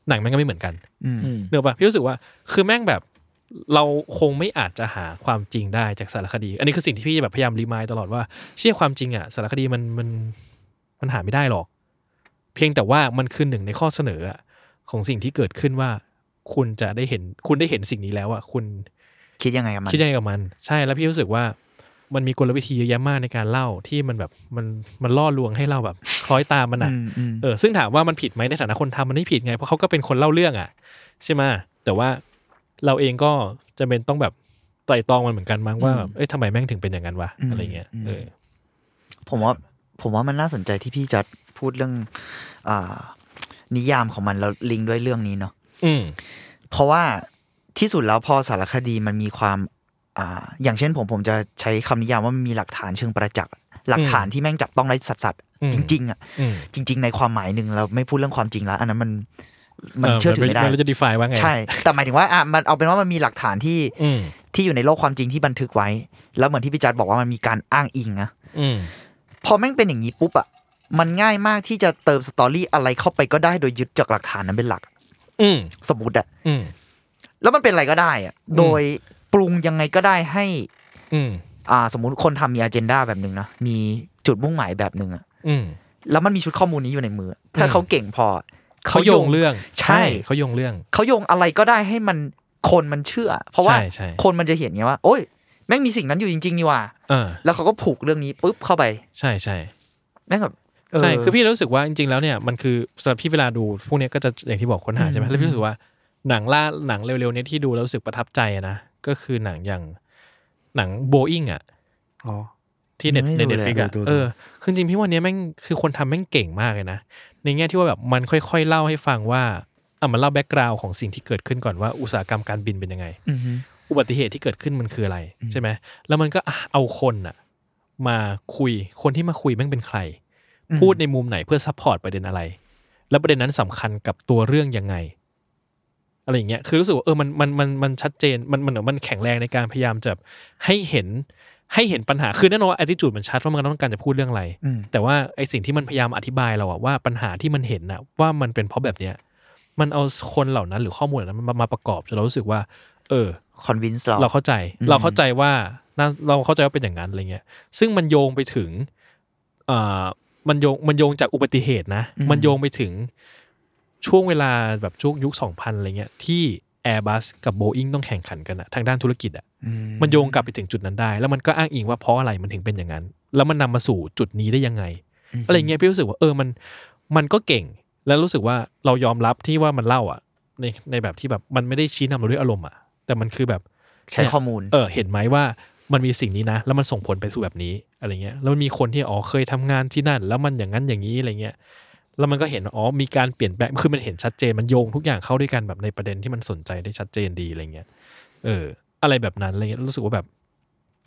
S5: หนังแม่งก็ไม่เหมือนกัน
S4: อืม
S2: อืม
S5: เนกอะปะพี่รู้สึกว่าคือแม่งแบบ เราคงไม่อาจจะหาความจริงได้จากสารคดี อันนี้คือสิ่งที่พี่แบบพยายามรีมายตลอดว่าเชื่อความจริงอะสารคดีมันมันมันหาไม่ได้หรอก เพียงแต่ว่ามันคือหนึ่งในข้อเสนออะของสิ่งที่เกิดขึ้นว่า คุณจะได้เห็นคุณได้เห็นสิ่งนี้แล้วอะคุณ
S4: คิดยังไงกับมัน
S5: คิดยังไงกับมัน ใช่แล้วพี่รู้สึกว่ามันมีกลวิธีเยอะแยะมากในการเล่าที่มันแบบมันมันล่อลวงให้เราแบบ คล้อยตามมันอะ
S4: อืมอืม
S5: เออซึ่งถามว่ามันผิดไหมในฐานะคนทำมันไม่ผิดไง เพราะเขาก็เป็นคนเล่าเรื่องอะใช่ไหมแต่ว่าเราเองก็จะเป็นต้องแบบไตร่ตรองมันเหมือนกันมั้งว่าแบบเอ้ยทำไมแม่งถึงเป็นอย่างนั้นวะอะไรเงี้ยเออ
S4: ผมว่า ผมว่ามันน่าสนใจที่พี่จัดพูดเรื่อง อ่า นิยามของมันแล้วลิงก์ด้วยเรื่องนี้เนาะ
S5: อืม
S4: เพราะว่าที่สุดแล้วพอสารคดีมันมีความอ่าอย่างเช่นผมผมจะใช้คำนิยามว่ามันมีหลักฐานเชิงประจักษ์หลักฐานที่แม่งจับต้องได้สัด
S5: อืม
S4: ๆจริง ๆ อ่ะ
S5: อืม
S4: จริง ๆ ในความหมายหนึ่งเราไม่พูดเรื่องความจริงแล้ว อันนั้นมันมันเชื่อถือไม่ได้
S5: มันรู้จะ define ว่าไง
S4: ใช่ แต่หมายถึงว่าอ่ะมันเอาเป็นว่ามันมีหลักฐานที่
S5: อืม
S4: ที่อยู่ในโลกความจริงที่บันทึกไว้ แล้วเหมือนที่พี่จัดบอกว่ามันมีการอ้างอิงนะ
S5: อืม
S4: พอแม่งเป็นอย่างนี้ปุ๊บอ่ะมันง่ายมากที่จะเติมสตอรี่อะไรเข้าไปก็ได้โดยยึดจากหลักฐานนั้นเป็นหลัก
S5: อืม
S4: สมมติอ่ะ
S5: อืม
S4: แล้วมันเป็นอะไรก็ได้อะโดยปรุงยังไงก็ได้ให้
S5: อืม
S4: อ่าสมมุติคนทำมีอ g e n d a แบบหนึ่งนะ มีจุดมุ่งหมายแบบหนึ่งอะ
S5: อืม
S4: แล้วมันมีชุดข้อมูลนี้อยู่ในมืออะถ้า
S5: อืม
S4: เขาเก่งพอ
S5: เขาโยงเรื่อง
S4: ใช่
S5: เขาโยงเรื่อง
S4: เขาโยงอะไรก็ได้ให้มันคนมันเชื่อ เพราะว่า
S5: ใช่ใช่
S4: คนมันจะเห็นไงว่า โอ้ยแม่งมีสิ่งนั้นอยู่จริงๆนี่ว่า
S5: เออ
S4: แล้วเขาก็ผูกเรื่องนี้ปุ๊บเข้าไป
S5: ใช่ใช่
S4: แม่งแบบเ
S5: ใช่ คือพี่รู้สึกว่าจริงๆ แล้วเนี่ยมันคือสำหรับพี่เวลาดูพวกเนี้ยก็จะอย่างที่บอกค้นหาใช่ไหม
S4: อืม
S5: แล้วพี่รู้สึกว่าหนังล่าหนังเร็วๆเนี้ยที่ดูแล้วรู้สึกประทับใจอะนะก็คือหนังอย่างหนังโบอิงอ่ะ
S6: อ๋อ
S5: ที่เน็ต
S4: ไม่
S5: ใน
S4: ดู
S5: เน็ต
S4: เลย
S5: ฟิกอะ
S6: ดูดู
S5: เออคือจริงพี่วันนี้แม่งคือคนทำแม่งเก่งมากเลยนะ ในแง่ที่ว่าแบบมันค่อยๆ เล่าให้ฟังว่าอ่ะมันเล่าแบ็กกราวน์ของสิ่งที่เกิดขึ้นก่อนว่าอุตสาหกรรมการบินเป็นยังไง
S4: อือฮึ
S5: อุบัติเหตุที่เกิดขึ้นมันคืออะไร ใช่ไหม แล้วมันก็อ่ะเอาคนน่ะ มาคุย คนที่มาคุยแม่งเป็นใคร
S4: อืม
S5: พูดในมุมไหนเพื่อซัพพอร์ตประเด็นอะไร แล้วประเด็นนั้นสำคัญกับตัวเรื่องยังไง อะไรอย่างเงี้ย คือรู้สึกว่าเออ มัน มัน มัน มันชัดเจน มัน มันเหมือนมันแข็งแรงในการพยายามจะให้เห็น ให้เห็นปัญหา คือแน่นอนว่า attitude มันชัดว่ามันต้องการจะพูดเรื่องอะไร
S4: อืม
S5: แต่ว่าไอสิ่งที่มันพยายามอธิบายเราอะว่าปัญหาที่มันเห็นอะว่ามันเป็นเพราะแบบเนี้ย มันเอาคนเหล่านั้นหรือข้อมูลเหล่านั้นมามาประกอบจนเรารู้สึกว่า เออ
S4: คอนวินส์เรา
S5: เราเข้าใจ
S4: อืม
S5: เราเข้าใจว่าน่าเราเข้าใจว่าเป็นอย่างนั้นอะไรเงี้ย ซึ่งมันโยงไปถึงเอ่อมันโยง มันโยงจากอุบัติเหตุนะ มันโยงไปถึงช่วงเวลาแบบช่วงยุคสองพันอะไรเงี้ยที่ Airbus กับ Boeing ต้องแข่งขันกันอะทางด้านธุรกิจอะ
S4: อื
S5: มันโยงกลับไปถึงจุดนั้นได้ แล้วมันก็อ้างอิงว่าเพราะอะไรมันถึงเป็นอย่างนั้น แล้วมันนำมาสู่จุดนี้ได้ยังไง อะไรเงี้ยพี่รู้สึกว่าเออมันมันก็เก่ง แล้วรู้สึกว่าเรายอมรับที่ว่ามันเล่าอ่ะ ในในแบบที่แบบมันไม่ได้ชี้นำเราด้วยอารมณ์อ่ะแต่มันคือแบบ
S4: ใช้ข้อมูล
S5: เออเห็นไหมว่ามันมีสิ่งนี้นะ แล้วมันส่งผลไปสู่แบบนี้อะไรเงี้ยแล้วมันมีคนที่อ๋อเคยทำงานที่นั่น แล้วมันอย่างนั้นอย่างนี้อะไรเงี้ยแล้วมันก็เห็นว่าอ๋อมีการเปลี่ยนแปลงคือมันเห็นชัดเจนมันโยงทุกอย่างเข้าด้วยกันแบบในประเด็นที่มันสนใจได้ชัดเจนดีอะไรเงี้ย เอออะไรแบบนั้นอะไรเงี้ยรู้สึกว่าแบบ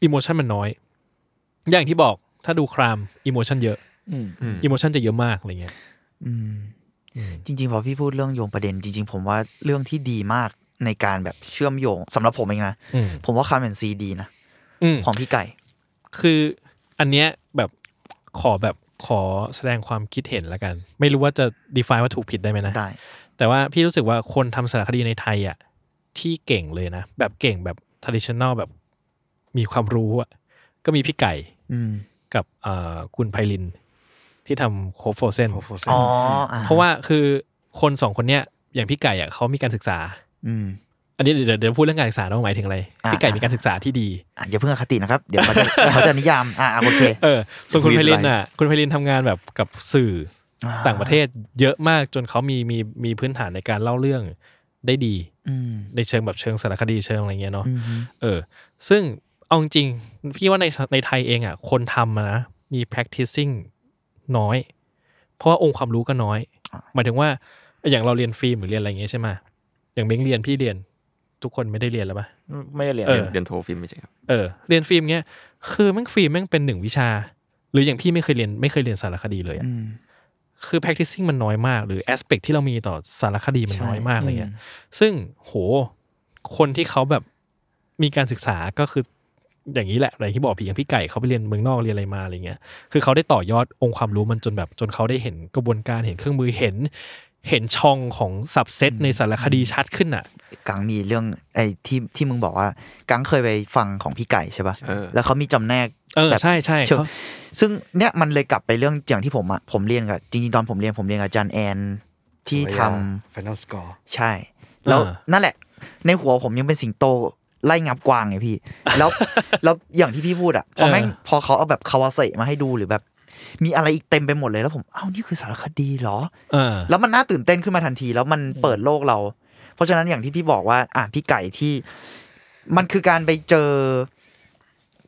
S5: อิโมชันมันน้อย อย่างที่บอกถ้าดูครามอิโมชันเยอะ
S2: อืม
S3: อืม
S5: อิโมชันจะเยอะมากอะไรเงี้ย
S4: อืมจริงๆพอพี่พูดเรื่องโยงประเด็น จริง ๆ ผมว่าเรื่องที่ดีมากในการแบบเชื่อมโยงสำหรับผมเองนะ
S5: อืม
S4: ผมว่าคาร์เมนซีดีนะ
S5: อืม
S4: ของพี่ไก่
S5: คืออันเนี้ยแบบขอแบบขอแสดงความคิดเห็นละกัน ไม่รู้ว่าจะ define ว่าถูกผิดได้ไหมนะ
S4: ได้
S5: แต่ว่าพี่รู้สึกว่าคนทำสารคดีในไทยอ่ะที่เก่งเลยนะ แบบเก่งแบบ traditional แบบมีความรู้อ่ะก็มีพี่ไก่
S4: อืม
S5: กับเอ่อคุณไพลิน ที่ทำโคโฟเซน
S6: โอ้โหเซ็ง
S4: อ๋ออ่
S5: เพราะว่าคือคนสองคนเนี้ยอย่างพี่ไก่อะเขามีการศึกษา
S4: อืม
S5: อันนี้เดี๋ยวเดี๋ยวเดี๋ยวพูดเรื่องการศึกษาต้องหมายถึงอะไร
S4: อ่า
S5: พี่ไก่มีการศึกษาที่ดี
S4: อ่ะอย่าเพิ่งอคตินะครับ เดี๋ยว เขาจะ เขาจะนิยาม อ่ะอ่ะโอเค
S5: เออ ส่วนคุณ
S3: Read
S5: ไพลิน
S3: line
S5: อ่ะคุณไพลินทำงานแบบกับสื่อ
S4: อ่
S5: ต่างประเทศเยอะมากจนเขามีมีมีพื้นฐานในการเล่าเรื่องได้ดี
S4: อืม
S5: ในเชิงแบบเชิงสารคดีเชิงอะไรเงี้ยเนาะ
S4: อืมฮึ
S5: เออ ซึ่งเอาจริงๆพี่ว่าในในไทยเองอ่ะ คนทำอะนะ มี practicing น้อย เพราะว่าองค์ความรู้ก็น้อย หมายถึงว่าอย่างเราเรียนฟิล์มหรือเรียนอะไรอย่างเงี้ยใช่ไหมอย่างเม้งเรียนพี่เรียน ทุกคนไม่ได้เรียนแล้วปะ
S2: ไม่ได้เรียน
S5: เออ
S3: เรียนโทฟิล์มไม่ใช่ครับ
S5: เออเรียนฟิล์มเงี้ยคือแม่งฟิล์มแม่งเป็นหนึ่งวิชา หรืออย่างพี่ไม่เคยเรียนไม่เคยเรียนสารคดีเลยอะ
S4: อืม
S5: คือ practicing มันน้อยมาก หรือ aspect ที่เรามีต่อสารคดีมัน
S4: ใช่
S5: น้อยมากอะไรเงี้ย ซึ่งโหคนที่เขาแบบมีการศึกษาก็คืออย่างนี้แหละอะไรที่บอกพี่อย่างพี่ไก่เขาไปเรียนเมืองนอกเรียนอะไรมาอะไรเงี้ยคือเขาได้ต่อยอดองค์ความรู้มันจนแบบ จนเขาได้เห็นกระบวนการเห็นเครื่องมือเห็น เห็นช่องของสับเซตในสารคดีชัดขึ้นอ่ะ
S4: กังมีเรื่องไอ้ที่ที่มึงบอกว่ากังเคยไปฟังของพี่ไก่ใช่ป่ะ
S3: เออ
S4: แล้วเขามีจำแนก
S5: เออ
S4: แบบ
S5: ใช่ใช่
S4: เชิง
S5: เขา
S4: ซึ่งเนี่ยมันเลยกลับไปเรื่องอย่างที่ผมอ่ะผมเรียนกับจริงๆตอนผมเรียนผมเรียนกับอาจารย์แอนที่ทำ
S6: ไฟนอลสกอร์
S4: ใช่ แล้ว
S5: อ่า
S4: นั่นแหละ ในหัวผมยังเป็นสิงโตไล่งับกวางไงพี่ แล้ว แล้วอย่างที่พี่พูดอะพอแม่งพอเขาเอาแบบคาวาเซมาให้ดูหรือแบบ มีอะไรอีกเต็มไปหมดเลยแล้วผมอ้าวนี่คือสารคดีเหรอ
S5: เออ
S4: แล้วมันน่าตื่นเต้นขึ้นมาทันที แล้วมันเปิดโลกเรา เพราะฉะนั้นอย่างที่พี่บอกว่า อ่ะพี่ไก่ที่ มันคือการไปเจอ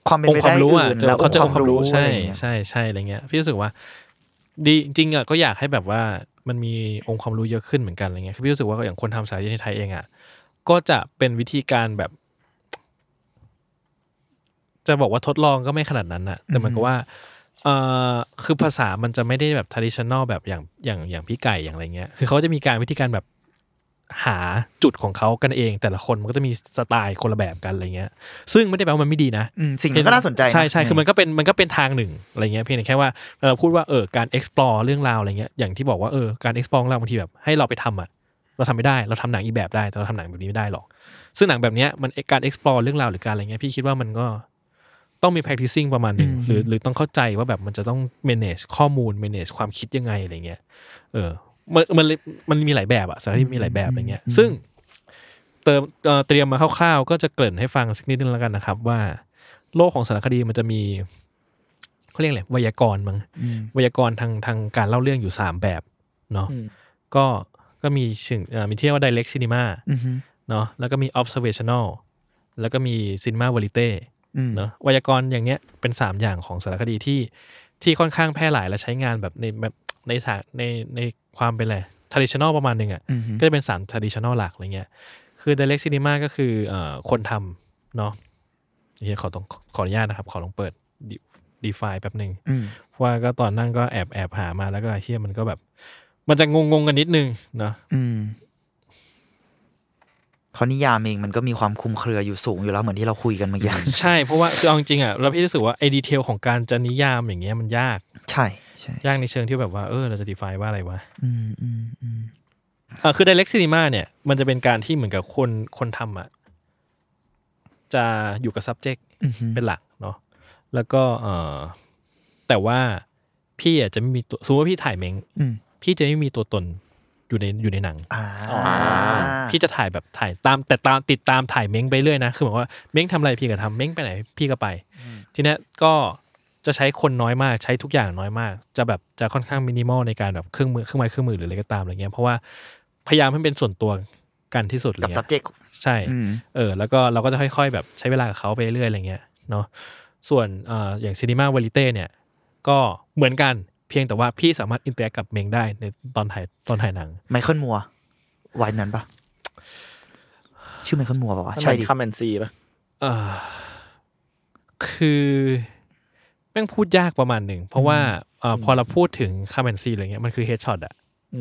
S4: ความเป็น
S5: อง
S4: ไป
S5: ค์ค
S4: ได้
S5: วามรู้อ่ะ
S4: อื่น
S5: เจอ
S4: แล้ว
S5: เขาเจอ
S4: อ
S5: อง
S4: ง
S5: ค์
S4: ค์ค
S5: คาว
S4: วาม ม
S5: รู้
S4: รู้
S5: ใช่
S4: อะไรอย่างเงี้ย
S5: ใช่ใช่อะไรเงี้ยพี่รู้สึกว่า ดีจริงๆอ่ะก็อยากให้แบบว่ามันมีองค์ความรู้เยอะขึ้นเหมือนกันอะไรเงี้ยคือพี่รู้สึกว่าอย่างคนทำสายในไทยเองอ่ะก็จะเป็นวิธีการแบบ จะบอกว่าทดลองก็ไม่ขนาดนั้นน่ะ แต่เหมือนกับว่าเอ่อคือภาษามันจะไม่ได้แบบ traditional แบบอย่างอย่างอย่างพี่ไก่อย่างอะไรเงี้ย คือเขาจะมีการวิธีการแบบหาจุดของเขากันเอง แต่ละคนมันก็จะมีสไตล์คนละแบบกันอะไรเงี้ย ซึ่งไม่ได้แปลว่ามันไม่ดีนะ
S4: อืมสิ่งนั้นก็น่าสนใจะ
S5: ใช่ใช่คือมันก็เป็นมันก็เป็นทางหนึ่งอะไรเงี้ยเพียงแต่แค่ว่าเราพูดว่าเออการ explore เรื่องราวอะไรเงี้ยอย่างที่บอกว่าเออการ explore เรื่องราวบางทีแบบให้เราไปทำอ่ะเราทำไม่ได้เราทำหนังอีกแบบได้แต่เราทำหนังแบบนี้ไม่ได้หรอก ซึ่งหนังแบบเนี้ยมันการ explore เรื่องราวหรือการอะไรเงี้ยพี่คิดว่ามันก็ต้องมี practicing ประมาณหนึ่ง
S4: อืม
S5: หรือหรือต้องเข้าใจว่าแบบมันจะต้อง manage ข้อมูล manage ความคิดยังไงอะไรเงี้ยเออ มันมันเลยมันมีหลายแบบอะสารคดีมีหลายแบบอะไรเงี้ย ซึ่งเติมเอ่อเตรียมมาคร่าวๆ ก็จะเกริ่นให้ฟังสักนิดนึงแล้วกันนะครับ ว่า โลกของสารคดีมันจะมีเขาเรียกอะไรไวยากรณ์มั้ง
S4: อืม
S5: ไวยากรณ์ทางทางการเล่าเรื่องอยู่สามแบบเนาะ
S2: อืม
S5: ก็ก็มีสิ่งเอ่อมีที่เรียกว่า direct cinema
S4: อือฮึ
S5: เนาะแล้วก็มี observational แล้วก็มี cinema verite
S4: อืม
S5: เนอะไวยากรณ์อย่างเนี้ยเป็น 3 อย่างของสารคดีที่ที่ค่อนข้างแพร่หลายและใช้งานแบบในแบบในสาในในความเป็นอะไร traditional ประมาณหนึ่งอะ่ะ
S4: อือฮึ
S5: ก็จะเป็น 3 traditional หลักอะไรเงี้ยคือ direct cinema ก็คือเอ่อคนทำเนาะเฮียขอต้องขออนุญาตนะครับ ขอลองเปิด define แป๊บหนึ่ง
S4: อืม
S5: เพราะว่าก็ตอนนั่งก็แอบแอบหามาแล้วก็เชี่ยมันก็แบบ มันจะงงงๆกันนิดนึงเนาะ
S4: อืมเพราะนิยามเองมันก็มีความคลุมเครืออยู่สูงอยู่แล้วเหมือนที่เราคุยกันเมื่อกี้
S5: ใช่เพราะว่าคือเอาจริงๆอ่ะเราพี่รู้สึกว่าไอ้ดีเทลของการจะนิยามอย่างเงี้ยมันยาก
S4: ใช่ใช่
S5: ยากในเชิงที่แบบว่าเออเราจะ define ว่าอะไรวะ
S4: อืมอืมอืม
S5: อ่าคือ direct cinema เนี่ยมันจะเป็นการที่เหมือนกับคนคนทำอ่ะจะอยู่กับ subject
S4: อือฮึ
S5: เป็นหลักเนาะแล้วก็เออแต่ว่าพี่อ่ะจะไม่มีตัวสมมติว่าพี่ถ่ายเมง
S4: อืม
S5: พี่จะไม่มีตัวตนอยู่ในอยู่ในหนัง
S4: อ่า
S5: พี่จะถ่ายแบบถ่ายตามแต่ตามติดตามถ่ายเม้งไปเรื่อยนะคือหมายความว่าเม้งทำอะไรพี่ก็ทำเม้งไปไหนพี่ก็ไป ทีเนี้ยก็จะใช้คนน้อยมากใช้ทุกอย่างน้อยมาก จะแบบจะค่อนข้างมินิมอลในการแบบเครื่องมือเครื่องไม้เครื่องมือหรืออะไรก็ตามอะไรเงี้ยเพราะว่าพยายามให้เป็นส่วนตัวกันที่สุดอะไร
S4: กับ
S5: เงี้ย
S4: subject
S5: ใช่
S4: อืม
S5: เออแล้วก็เราก็จะค่อยๆ แบบใช้เวลากับเขาไปเรื่อยอะไรเงี้ยเนาะส่วนเอ่ออย่างซีนีมาวอลิเต้เนี่ยก็เหมือนกันเพียงแต่ว่าพี่สามารถอินเตอร์กับเม้งได้ในตอนถ่ายตอนถ่ายหนัง
S4: ไมเคิลมัววัยนั้นปะชื่อไมเคิลมัวปะวะ
S2: มัน
S4: ใช่ดิ
S2: คัมแอนซีป่ะ
S5: เอ่อคือแม่งพูดยากประมาณหนึ่ง เพราะว่าเอ่อพอเราพูดถึงคาแมนซีอะไรเงี้ยมันคือเฮดช็อตอะ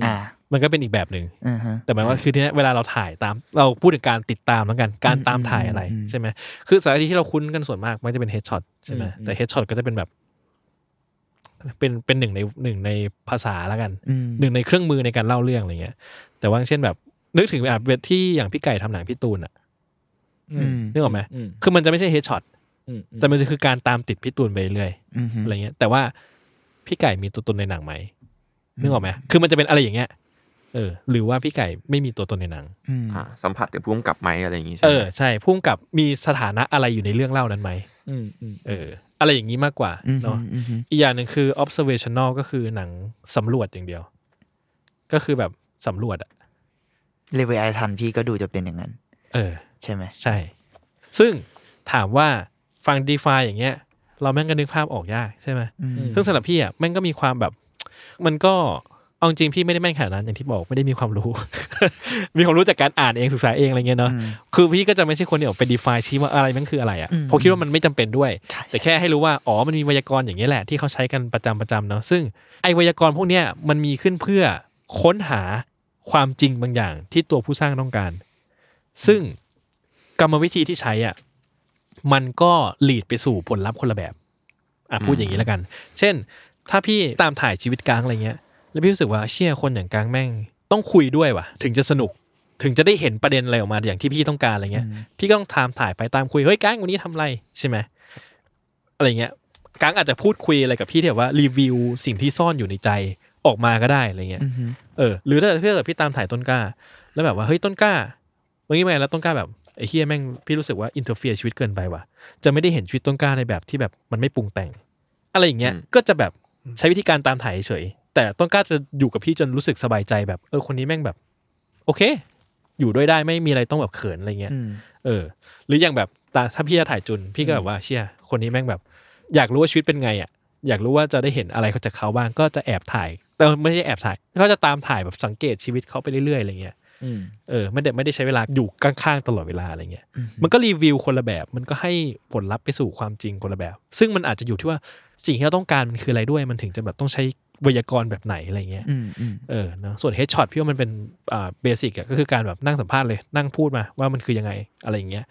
S4: อ่า
S5: มันก็เป็นอีกแบบหนึ่ง
S4: อ่าฮะ
S5: แต่หมายว่าคือทีเนี้ยเวลาเราถ่ายตาม เราพูดถึงการติดตามแล้วกันการตามถ่ายอะไร
S4: อืมอืม
S5: ใช่ไหมคือสารคดีที่เราคุ้นกันส่วนมากมันจะเป็นเฮดช็อตใช่ไหมแต่เฮดช็อตก็จะเป็นแบบ เป็นเป็นหนึ่งในหนึ่งในภาษาแล้วกัน
S4: อืม
S5: หนึ่งในเครื่องมือในการเล่าเรื่องอะไรเงี้ย แต่ว่าเช่นแบบ นึกถึงแบบเวทที่อย่างพี่ไก่ทำหนังพี่ตูนอะ
S4: อืม
S5: นึกออกไหม
S2: อืม
S5: คือมันจะไม่ใช่เฮดช็อต
S2: อืม
S5: แต่มันจะคือการตามติดพี่ตูนไปเรื่อย
S4: อืมฮึ
S5: อะไรเงี้ยแต่ว่าพี่ไก่มีตัวตนในหนังไหมนึกออกไหมคือมันจะเป็นอะไรอย่างเงี้ยเออ หรือว่าพี่ไก่ไม่มีตัวตนในหนัง
S4: อืม
S3: อ่าสัมผัสกับพุ่มกับไหมอะไรอย่างงี้ใช่
S5: เอ
S3: ไหม
S5: อใช่พุ่งกับมีสถานะอะไรอยู่ในเรื่องเล่านั้นไหม
S2: อืมอืม
S5: เออ อะไรอย่างนี้มากกว่า
S4: อืมฮึ
S5: เนาะ
S4: อืมฮึ
S5: อีกอย่างหนึ่งคือ observational ก็คือหนังสำรวจอย่างเดียว ก็คือแบบสำรวจอะ
S4: เลเวลไอทันพี่ก็ดูจะเป็นอย่างนั้น
S5: เออ
S4: ใช่ไหม
S5: ใช่ ซึ่งถามว่าฟัง d e f i อย่างเงี้ย เราแม่งก็นึกภาพออกยากใช่ไหม
S4: อืม
S5: ซึ่งสำหรับพี่อ่ะแม่งก็มีความแบบ มันก็เอาจริงพี่ไม่ได้แม่นขนาดนั้นอย่างที่บอกไม่ได้มีความรู้ มีความรู้จากการอ่านเองศึกษาเองอะไรเงี้ยเนาะคือพี่ก็จะไม่ใช่คนที่ออกไป define ชี้ว่าอะไรมันคืออะไรอ่ะผมคิดว่ามันไม่จำเป็นด้วย
S4: ใช่
S5: แต่แค่ให้รู้ว่าอ๋อมันมีไวยากรณ์อย่างนี้ยแหละที่เขาใช้กันประจำประจำเนาะซึ่งไอไวยากรณ์พวกเนี้ยมันมีขึ้นเพื่อค้นหาความจริงบางอย่างที่ตัวผู้สร้างต้องการ ซึ่งกรรมวิธีที่ใช้อ่ะมันก็หลีดไปสู่ผลลัพธ์คนละแบบ อ่ะพูดอย่างนี้แล้วกัน เช่น ถ้าพี่ตามถ่ายชีวิตกลางอะไรเงี้ย แล้วพี่รู้สึกว่าเชี่ยคนอย่างกลางแม่ง ต้องคุยด้วยว่ะ ถึงจะสนุก ถึงจะได้เห็นประเด็นอะไรออกมาอย่างที่พี่ต้องการอะไรเงี้ย พี่ก็ต้องตามถ่ายไปตามคุย เฮ้ยกลางวันนี้ทำอะไรใช่ไหมอะไรเงี้ยกลางอาจจะพูดคุยอะไรกับพี่ที่แบบว่ารีวิวสิ่งที่ซ่อนอยู่ในใจออกมาก็ได้อะไรเงี้ย
S4: อืมฮึ
S5: เออหรือถ้าเพื่อพี่ตามถ่ายต้นกล้า แล้วแบบว่าเฮ้ยต้นกล้าวันนี้ไงแล้วต้นกล้าแบบไอ้เฮียแม่งพี่รู้สึกว่าอินเทอร์เฟียชีวิตเกินไปว่ะ จะไม่ได้เห็นชีวิตต้นกล้าในแบบที่แบบมันไม่ปรุงแต่ง อะไรอย่างเงี้ยก็จะแบบใช้วิธีการตามถ่ายเฉยแต่ต้นกล้าจะอยู่กับพี่จนรู้สึกสบายใจแบบเออคนนี้แม่งแบบ โอเค อยู่ด้วยได้ไม่มีอะไรต้องแบบเขินอะไรเงี้ย
S4: อืม
S5: เออ หรืออย่างแบบตาถ้าพี่จะถ่ายจุน พี่ก็แบบว่าเชี่ยคนนี้แม่งแบบ อยากรู้ว่าชีวิตเป็นไงอ่ะ อยากรู้ว่าจะได้เห็นอะไรเขาจากเขาบ้าง ก็จะแอบถ่าย แต่ไม่ใช่แอบถ่ายก็จะตามถ่ายแบบสังเกตชีวิตเขาไปเรื่อยๆอะไรเงี้ย
S2: อืม
S5: เออไม่ได้ไม่ได้ใช้เวลาอยู่ข้างๆตลอดเวลาอะไรเงี้ย มันก็รีวิวคนละแบบ มันก็ให้ผลลัพธ์ไปสู่ความจริงคนละแบบ ซึ่งมันอาจจะอยู่ที่ว่าสิ่งที่เราต้องการมันคืออะไรด้วย มันถึงจะแบบต้องใช้ไวยากรณ์แบบไหนอะไรเงี้ย
S4: อืมอืม
S5: เออเนอะส่วนเฮดช็อตพี่ว่ามันเป็นอ่าเบสิกอะก็คือการแบบนั่งสัมภาษณ์เลยนั่งพูดมาว่ามันคือยังไงอะไรอย่างเงี้ย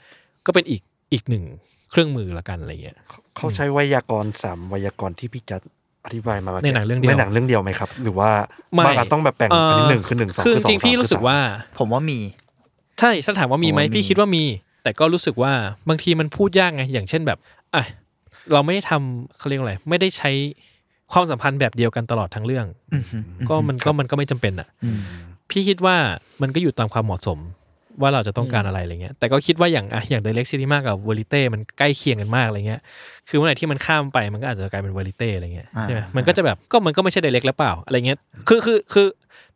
S5: ก็เป็นอีกอีกหนึ่งเครื่องมือละกันอะไรเงี้ย
S6: เขาใช้ไวยากรณ์สามไวยากรณ์ที่พี่จัดอธิบายมามื่กี้
S5: ในหนังเรื่องเดียว
S6: ในหนังเรื่องเดียวไหมครับ หรือว่า
S5: ไม่
S6: บางอันต้องแบบแบ่งเป็นหนึ่งคือหนึ่งสอง
S5: คือ
S6: คือสอง
S5: จริงๆพี่รู้สึกว่า
S4: ผมว่ามี
S5: ใช่ถ้าถามว่ามีไหม
S4: ผมว่ามี
S5: พี่คิดว่ามี แต่ก็รู้สึกว่าบางทีมันพูดยากไงอย่างเช่นแบบอ่ะเราไม่ได้ทำเขาเรียกว่าอะไรไม่ได้ใช้ ความสัมพันธ์แบบเดียวกันตลอดทั้งเรื่อง
S4: อืมอืม
S5: ก็มันก็มันก็ไม่จำเป็นอ่ะ
S4: อืม
S5: พี่คิดว่ามันก็อยู่ตามความเหมาะสม ว่าเราจะต้องการอะไรอะไรเงี้ย แต่ก็คิดว่าอย่างอ่ะอย่างเดเล็กซิตี้มากกับเวลิเต้มันใกล้เคียงกันมากอะไรเงี้ย คือเมื่อไหร่ที่มันข้ามไปมันก็อาจจะกลายเป็นเวลิเต้อะไรเงี้ยใช่ไหมมันก็จะแบบก็มันก็ไม่ใช่เดเล็กแล้วเปล่าอะไรเงี้ย คือคือคือ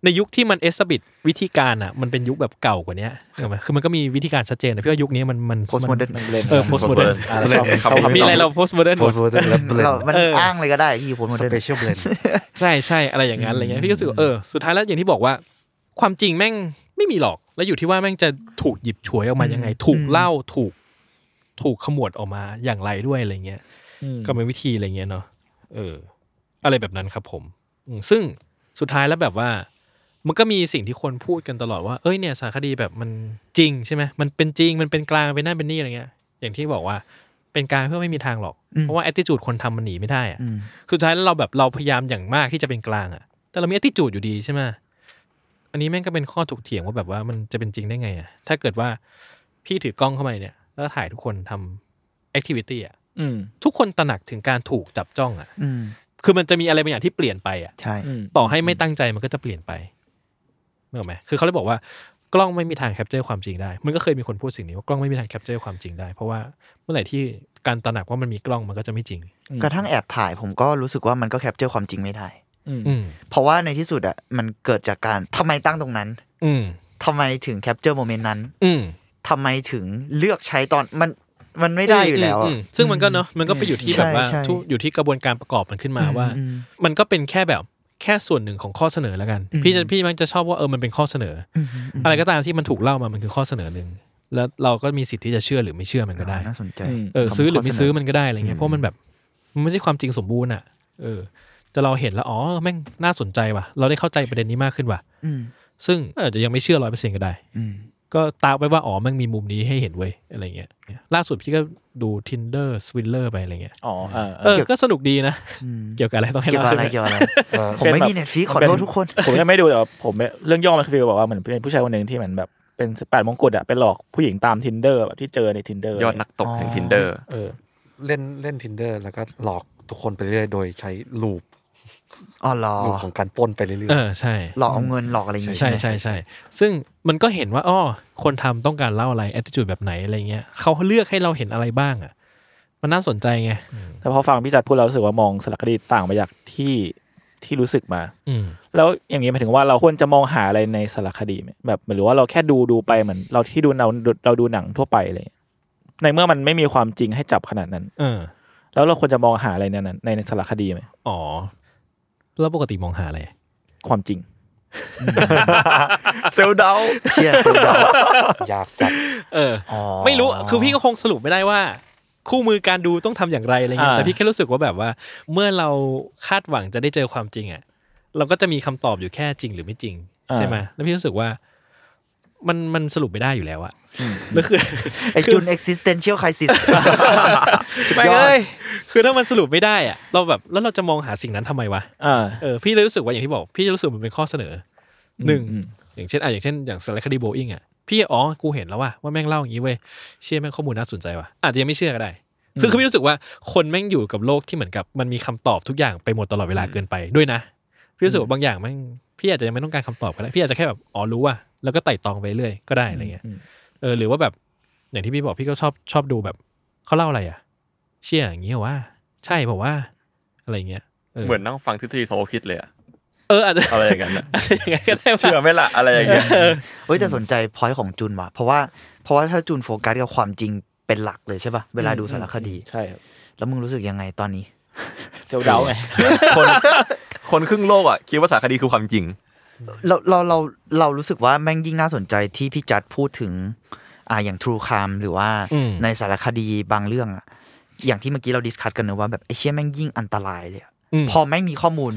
S5: ในยุคที่มันเอสบิดวิธีการอ่ะมันเป็นยุคแบบเก่ากว่าเนี้ยถูกไหมคือมันก็มีวิธีการชัดเจนนะพี่ว่ายุคนี้มันมัน
S4: โพสต์โมเดิร์นเ
S5: เออโพสต์โมเดิร์น
S3: อ่ะชอบคำคำ
S5: มี
S3: นี้
S5: อะไรเราโพสต์โมเดิร์นหมด
S6: Postmodern และ Blend
S4: รามัน
S5: เอออ้
S4: อ้างเลยก็ได้พี่โพสต์โมเดิร์น
S6: Special Blend
S5: ใช่ใช่อะไรอย่างนั้นอะไรเงี้ยพี่ก็รู้สึกว่าเออสุดท้ายแล้วอย่างที่บอกว่า ความจริงแม่งไม่มีหรอก แล้วอยู่ที่ว่าแม่งจะถูกหยิบฉวยออกมายังไง ถูกเล่าถูก ถูกขมวดออกมาอย่างไรด้วยอะไรเงี้ยก็เป็นวิธีอะไรเงี้ยเนาะเออ อะไรแบบนั้นครับผมอืมซึ่งสุดท้ายแล้วแบบว่า มันก็มีสิ่งที่คนพูดกันตลอดว่าเอ้ยเนี่ยสารคดีแบบมันจริงใช่ไหมมันเป็นจริงมันเป็นกลางเป็นนั่นเป็นนี่อะไรเงี้ย อย่างที่บอกว่าเป็นกลางเพื่อไม่มีทางหรอกเพราะว่าแอ t i ิจูดคนทำมันหนีไม่ได้อะ
S4: อืม
S5: สุดท้ายแล้วเราแบบเราพยายามอย่างมากที่จะเป็นกลางอะแต่เรามี attitude อยู่ดีใช่ไหมอันนี้แม่งก็เป็นข้อถกเถียงว่าแบบว่ามันจะเป็นจริงได้ไงอะถ้าเกิดว่าพี่ถือกล้องเข้ามาเนี่ย แล้วถ่ายทุกคนทำ activity อะ
S2: อืม
S5: ทุกคนตระหนักถึงการถูกจับจ้องอะ
S4: อืม
S5: คือมันจะมีอะไรบางอย่างที่เปลี่ยนไปอะ
S4: ใช่
S2: อืม
S5: ต่อให้ไม่ตั้งใจมันก็จะเปลี่ยนไปนึกออกไหมคือเขาเลยบอกว่ากล้องไม่มีทางแคปเจอร์ความจริงได้ มันก็เคยมีคนพูดสิ่งนี้ว่ากล้องไม่มีทางแคปเจอร์ความจริงได้ เพราะว่าเมื่อไหร่ที่การตระหนักว่ามันมีกล้องมันก็จะไม่จริง
S4: กระทั่งแอบถ่ายผมก็รู้สึกว่ามันก็แคปเจอร์ความจริงไม่ได้
S2: อืม
S5: อืม
S4: เพราะว่าในที่สุดอ่ะมันเกิดจากการทำไมตั้งตรงนั้น
S5: อืม
S4: ทำไมถึงแคปเจอร์โมเมนต์นั้น
S5: อืม
S4: ทำไมถึงเลือกใช้ตอนมันมันไม่ได้อยู่แล้วอะ
S5: มมซึ่งมันก็เนาะมันก็ไปอยู่ที่
S4: ใช่
S5: แบบว่า
S4: ใช่
S5: ทุกอยู่ที่กระบวนการประกอบมันขึ้นมาว่า
S4: อืมอืม
S5: มันก็เป็นแค่แบบแค่ส่วนหนึ่งของข้อเสนอแล้วกัน
S4: อืม
S5: พี่จะพี่มักจะชอบว่าเออมันเป็นข้อเสนอออะไรก็ตามที่มันถูกเล่ามามันคือข้อเสนอหนึ่งแล้วเราก็มีสิทธิ์ที่จะเชื่อหรือไม่เชื่อมันก็ได้
S4: น่าสนใจ
S5: เออซื้อหรือไม่
S4: คำข้อเสนอ
S5: ซื้อมันก็ได้อะไรเงี้ยเพราะมันแบบมันไม่ใช่ความจริงสมบูรณ์อ่ะ เออ แต่เราเห็นแล้วอ๋อแม่งน่าสนใจว่ะ เราได้เข้าใจประเด็นนี้มากขึ้นว่ะ
S4: อืม
S5: ซึ่งอาจจะยังไม่เชื่อร้อยเปอร์เซ็นต์ก็ได้
S4: อืม
S5: ก็ตามไปว่า อ๋อ มันมีมุมนี้ให้เห็นเว้ย อะไรเงี้ย ล่าสุดพี่ก็ดู tinder swindler ไปอะไรเงี้ย
S2: อ๋อเออเอ
S5: เอ
S2: อ
S5: อ ก็สนุกดีนะ
S4: อืม
S5: เกี่ยวกับอะไรต้องให้
S4: เกี่ยว
S5: เล่า
S4: กับ
S5: ใช่ไห
S4: อะไร
S5: ม
S4: เกี่ยวกับอะไร ผม
S2: เป็น
S4: ไม่
S2: แบบ
S4: มีเน็ตฟีขอ
S2: มันเป็น
S4: โทษทุกคน
S2: ผมยังไม่ดูแต่ว่าผมเรื่องย่อมันคือแบบว่าเหมือนเป็นผู้ชายคนหนึ่งที่เหมือนแบบเป็นสิบแปดมงกุฎอะไปหลอกผู้หญิงตามทินเดอร์แบบที่เจอในทินเดอร์
S3: ยอดนักตกแห่ง tinder
S2: เออ
S6: เล่นเล่น tinder แล้วก็หลอกทุกคนไปเรื่อยโดยใช้ลูป
S4: อ๋อเหรอ
S6: ลูปของการปล้นไปเรื่อย
S5: เออ ใช่
S4: หลอกเอาเงินหลอกอะไรอย่างงี้
S5: ใช่
S4: ไหม
S5: ใช่ใช่ ซึ่งมันก็เห็นว่าอ๋อคนทำต้องการเล่าอะไร attitude แบบไหนอะไรเงี้ย เขาเลือกให้เราเห็นอะไรบ้างอ่ะ มันน่าสนใจไง
S2: แต่พอฟังพี่จัดพูดเรารู้สึกว่ามองสารคดีต่างไปจากที่ที่รู้สึกมา
S5: อืม
S2: แล้วอย่างนี้หมายถึงว่าเราควรจะมองหาอะไรในสารคดีไหมแบบหรือว่าเราแค่ดูดูไปเหมือนเราที่ดูเราเราดูหนังทั่วไปอะไรอย่างเงี้ยในเมื่อมันไม่มีความจริงให้จับขนาดนั้น
S5: เออ
S2: แล้วเราควรจะมองหาอะไรในนั้นในในสารคดีไหม
S5: อ๋อ แล้วปกติมองหาอะไร
S2: ความจริง
S3: เซลเดา
S4: เชี่ยสุดยอด
S6: ๆ ยากจัด
S5: เออ ไม่รู้ คือพี่ก็คงสรุปไม่ได้ว่า คู่มือการดูต้องทำอย่างไรอะไรเงี้ย
S2: อ่า
S5: แต่พี่แค่รู้สึกว่าแบบว่า เมื่อเราคาดหวังจะได้เจอความจริงอ่ะ เราก็จะมีคำตอบอยู่แค่จริงหรือไม่จริง ใช่ไหมแล้วพี่รู้สึกว่า มันมันสรุปไม่ได้อยู่แล้วอะแล้วคือ
S4: ไอจุน existential crisis
S5: ไม่เลยคือถ้ามันสรุปไม่ได้อะเราแบบแล้วเราจะมองหาสิ่งนั้นทำไมวะ
S2: อ่า
S5: เออพี่เลยรู้สึกว่าอย่างที่บอกพี่จะรู้สึกมันเป็นข้อเสนออหนึ่งอย่างเช่นอ่ะอย่างเช่นอย่างสารคดีโบอิงอ่ะพี่อ๋อกูเห็นแล้วว่าว่าแม่งเล่าอย่างนี้เว้ยเชื่อแม่งข้อมูลน่าสนใจว่ะอาจจะยังไม่เชื่อก็ได้ ซึ่งคือพี่รู้สึกว่าคนแม่งอยู่กับโลกที่เหมือนกับมันมีคำตอบทุกอย่างไปหมดตลอดเวลาเกินไปด้วยนะพี่รู้สึกว่าบางอย่างแม่งพี่อาจจะยังไม่ต้องการคำตอบก็ได้พี่อาจจะแค่แบบอ๋อรู้ว่ะแล้วก็ไต่ตองไปเรื่อยก็ได้อะไรเงี้ยเออหรือว่าแบบอย่างที่พี่บอกพี่ก็ชอบชอบดูแบบเขาเล่าอะไรอ่ะ เชื่ออย่างนี้เหรอว่า ใช่บอกว่าอะไรเงี้ย
S3: เหมือนนั่งฟังทฤษฎีสมคบคิดเลยอะ
S5: เอออาจจะ
S3: อะไรอย่างนั้นอะ
S5: อาจจะอย่างนั้นก็ได้
S3: เชื่อไหมล่ะอะไรอย่างเงี้ย
S4: เฮ้ยแต่สนใจพอยต์ของจุนว่ะเพราะว่าเพราะว่าถ้าจุนโฟกัสกับความจริงเป็นหลักเลยใช่ป่ะเวลาดูสารคดี
S2: ใช่ครับ
S4: แล้วมึงรู้สึกยังไงตอนนี้
S2: เจ้าเดาไง
S3: คนคนครึ่งโลกอ่ะคิดว่าสารคดีคือความจริง
S4: เราเราเราเรารู้สึกว่าแม่งยิ่งน่าสนใจที่พี่จัดพูดถึงอ่าอย่างทรูคามหรือว่า
S5: อืม
S4: ในสารคดีบางเรื่องอะอย่างที่เมื่อกี้เราดิสคัตกันเนอะว่าแบบไอ้เชี่ยแม่งยิ่งอันตรายเลยอะพอแม่งมีข้อมูล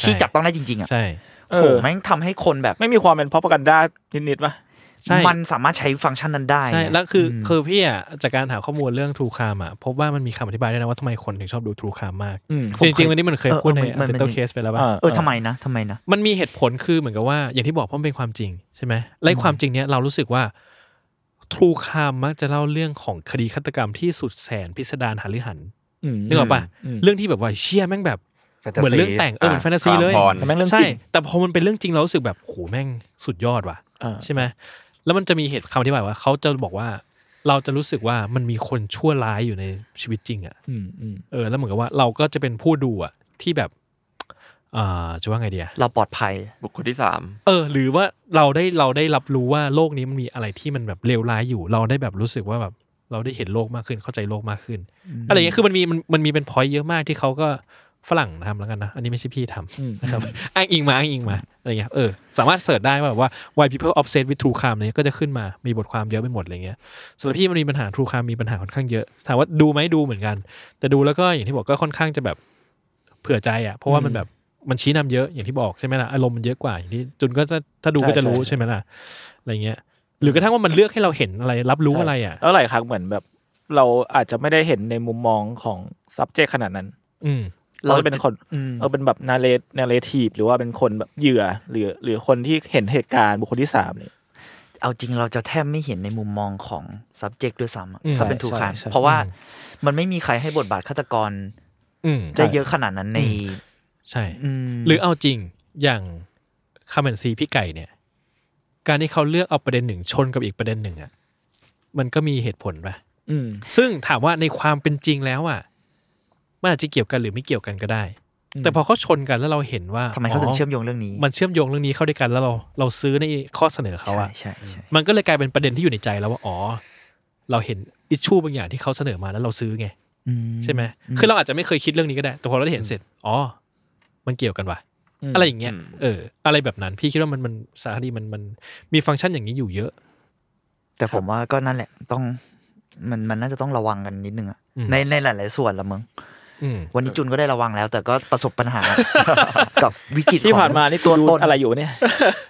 S4: ที่
S5: ใช่
S4: จับต้องได้จริงๆอะ
S5: ใช่
S2: เอ
S4: โห
S2: อ
S4: แม่งทำให้คนแบบ
S2: ไม่มีความเป็นพ r o p a กันด้านิดๆป่ะ
S5: ใช่
S4: มันสามารถใช้ฟังก์ชันนั้นได้
S5: ใช่
S4: ไง
S5: แล้วคืออ
S4: ม
S5: คือพี่อ่ะจากการหาข้อมูลเรื่องทรูคามอ่ะพบว่ามันมีคำอธิบายด้วยนะว่าทำไมคนถึงชอบดูทรูคามมาก
S2: อืม
S5: จริงๆวันนี้มันเคย
S4: เออ
S5: พูดใน
S4: เออมัน
S5: อัน
S4: มั
S5: เดอน ร์
S4: มัน
S5: เคสไปแล้วป่ะ
S4: เออทำไมนะทำไมนะ
S5: มันมีเหตุผลคือเหมือนกับว่าอย่างที่บอกเพราะมันเป็นความจริงใช่ไหมและไอ้ความจริงเนี้ยเรารู้สึกว่าทรูคามมักจะเล่าเรื่องของคดีฆาตกรรมที่สุดแสนพิสดารหาลือหัน
S2: อืม
S5: นึกออกป่ะ
S2: อืม
S5: เรื่องที่แบบว่าเชี่ยแม่งแบบ
S6: แฟนตาซี
S5: เหมือนเรื่องแต่งเออเหมือนแฟนตาซีเลย
S3: ความพร
S2: แต่แม่งเรื่อง
S5: ใช่
S2: จริง
S5: แต่พอมันเป็นเรื่องจริงเรารู้สึกแบบโหแม่งสุดยอดว่ะ
S2: อ่า
S5: ใช่ไหมแล้วมันจะมีเหตุคำอธิบายว่าเขาจะบอกว่า เราจะรู้สึกว่ามันมีคนชั่วร้ายอยู่ในชีวิตจริงอ่ะ
S2: อืมอืม
S5: เออแล้วเหมือนกับว่าเราก็จะเป็นผู้ดูอะที่แบบเอ่อจะว่าไงเดีย
S4: เราปลอดภัย
S3: บุคคลที่สาม
S5: เออ หรือว่าเราได้เราได้รับรู้ว่าโลกนี้มันมีอะไรที่มันแบบเลวร้ายอยู่ เราได้แบบรู้สึกว่าแบบเราได้เห็นโลกมากขึ้นเข้าใจโลกมากขึ้น อะไรอย่างเงี้ยคือมันมีมันมันมีเป็นพอยต์เยอะมากที่เขาก็ฝรั่งทำแล้วกันนะ อันนี้ไม่ใช่พี่ทำนะครับอ้างอิงมาอ้างอิงมาอะไรเงี้ยเออสามารถเสิร์ชได้ว่าแบบว่า why people obsessed with true crime อะไรเนี้ยก็จะขึ้นมามีบทความเยอะไปหมดอะไรเงี้ยสำหรับพี่มันมีปัญหา true crime มีปัญหาค่อนข้างเยอะถามว่าดูไหมดูเหมือนกัน แต่ดูแล้วก็อย่างที่บอกก็ค่อนข้างจะแบบเผื่อใจอ่ะเพราะว่ามันแบบมันชี้นำเยอะอย่างที่บอกใช่ไหมล่ะอารมณ์มันเยอะกว่าอย่างที่จุนก็จะถ้าดูก็จะรู้ใช่ไหมล่ะอะไรเงี้ยหรือกระทั่งว่ามันเลือกให้เราเห็นอะไรรับรู้อะไรอ่ะ
S2: แล้วหลายครั้งเหมือนแบบ เราอาจจะไม่ได้เห็นในมุมมองของ subject ขนาดนั้น
S5: อืม
S2: เราจะเป็นคน
S4: อืม
S2: เออเป็นแบบนาเรนาเรทีฟหรือว่าเป็นคนแบบเหยื่อหรือ หรือคนที่เห็นเหตุการณ์บุคคลที่สามเนี่ย
S4: เอาจริงเราจะแทบไม่เห็นในมุมมองของ subject ด้วยซ้ำอะ
S5: อืม
S4: ถ้าเป็นถูก
S2: ใช่
S4: คาม
S2: ใช่
S4: เพราะว่า
S5: อืม
S4: มันไม่มีใครให้บทบาทฆาตกร
S5: อืม
S4: ได้เยอะขนาดนั้นใน
S5: อื ใช่
S4: อืม
S5: หรือเอาจริงอย่างคาเมนซีพี่ไก่เนี่ย การที่เขาเลือกเอาประเด็นหนึ่งชนกับอีกประเด็นหนึ่งอ่ะมันก็มีเหตุผลป่ะ
S2: อืม
S5: ซึ่งถามว่าในความเป็นจริงแล้วอ่ะมันอาจจะเกี่ยวกันหรือไม่เกี่ยวกันก็ได้ แต่พอเขาชนกันแล้วเราเห็นว่า
S4: ทำไมเขาถึงเชื่อม
S5: อ
S4: โยงเรื่องนี้
S5: มันเชื่อมโยงเรื่องนี้เข้าด้วยกันแล้วเราเราซื้อในข้อเสนอเขา
S4: ใช่
S5: อ่ะ
S4: ใช่ใช่
S5: มันก็เลยกลายเป็นประเด็นที่อยู่ในใจแล้วว่าอ๋อเราเห็นอิชชูบางอย่างที่เขาเสนอมาแล้วเราซื้อไง
S4: อื
S5: ใช่ไหมคือเราอาจจะไม่เคยคิดเรื่องนี้ก็ได้ แต่พอเราได้เห็นเสร็จ อ๋อ มันเกี่ยวกันว่ะ
S2: อืม
S5: อะไรอย่างเงี้ย เออ อะไรแบบนั้น พี่คิดว่ามันมันสารคดีมันมันมีฟังก์ชันอย่างนี้อยู่เยอะ
S4: แต่ผมว่าก็นั่นแหละต้องมันมันน่าจะต้องระวังกันนิดนึงอะ
S5: อืม
S4: ในในหลาย ๆ ส่วนละมึง
S5: อืม
S4: วันนี้จุนก็ได้ระวังแล้ว แต่ก็ประสบปัญหา กับวิกฤต
S2: ที่
S4: ของ
S2: ผ่านมานี่ตัว
S4: ต
S2: ดู
S4: น
S2: อะไรอยู่เนี่ย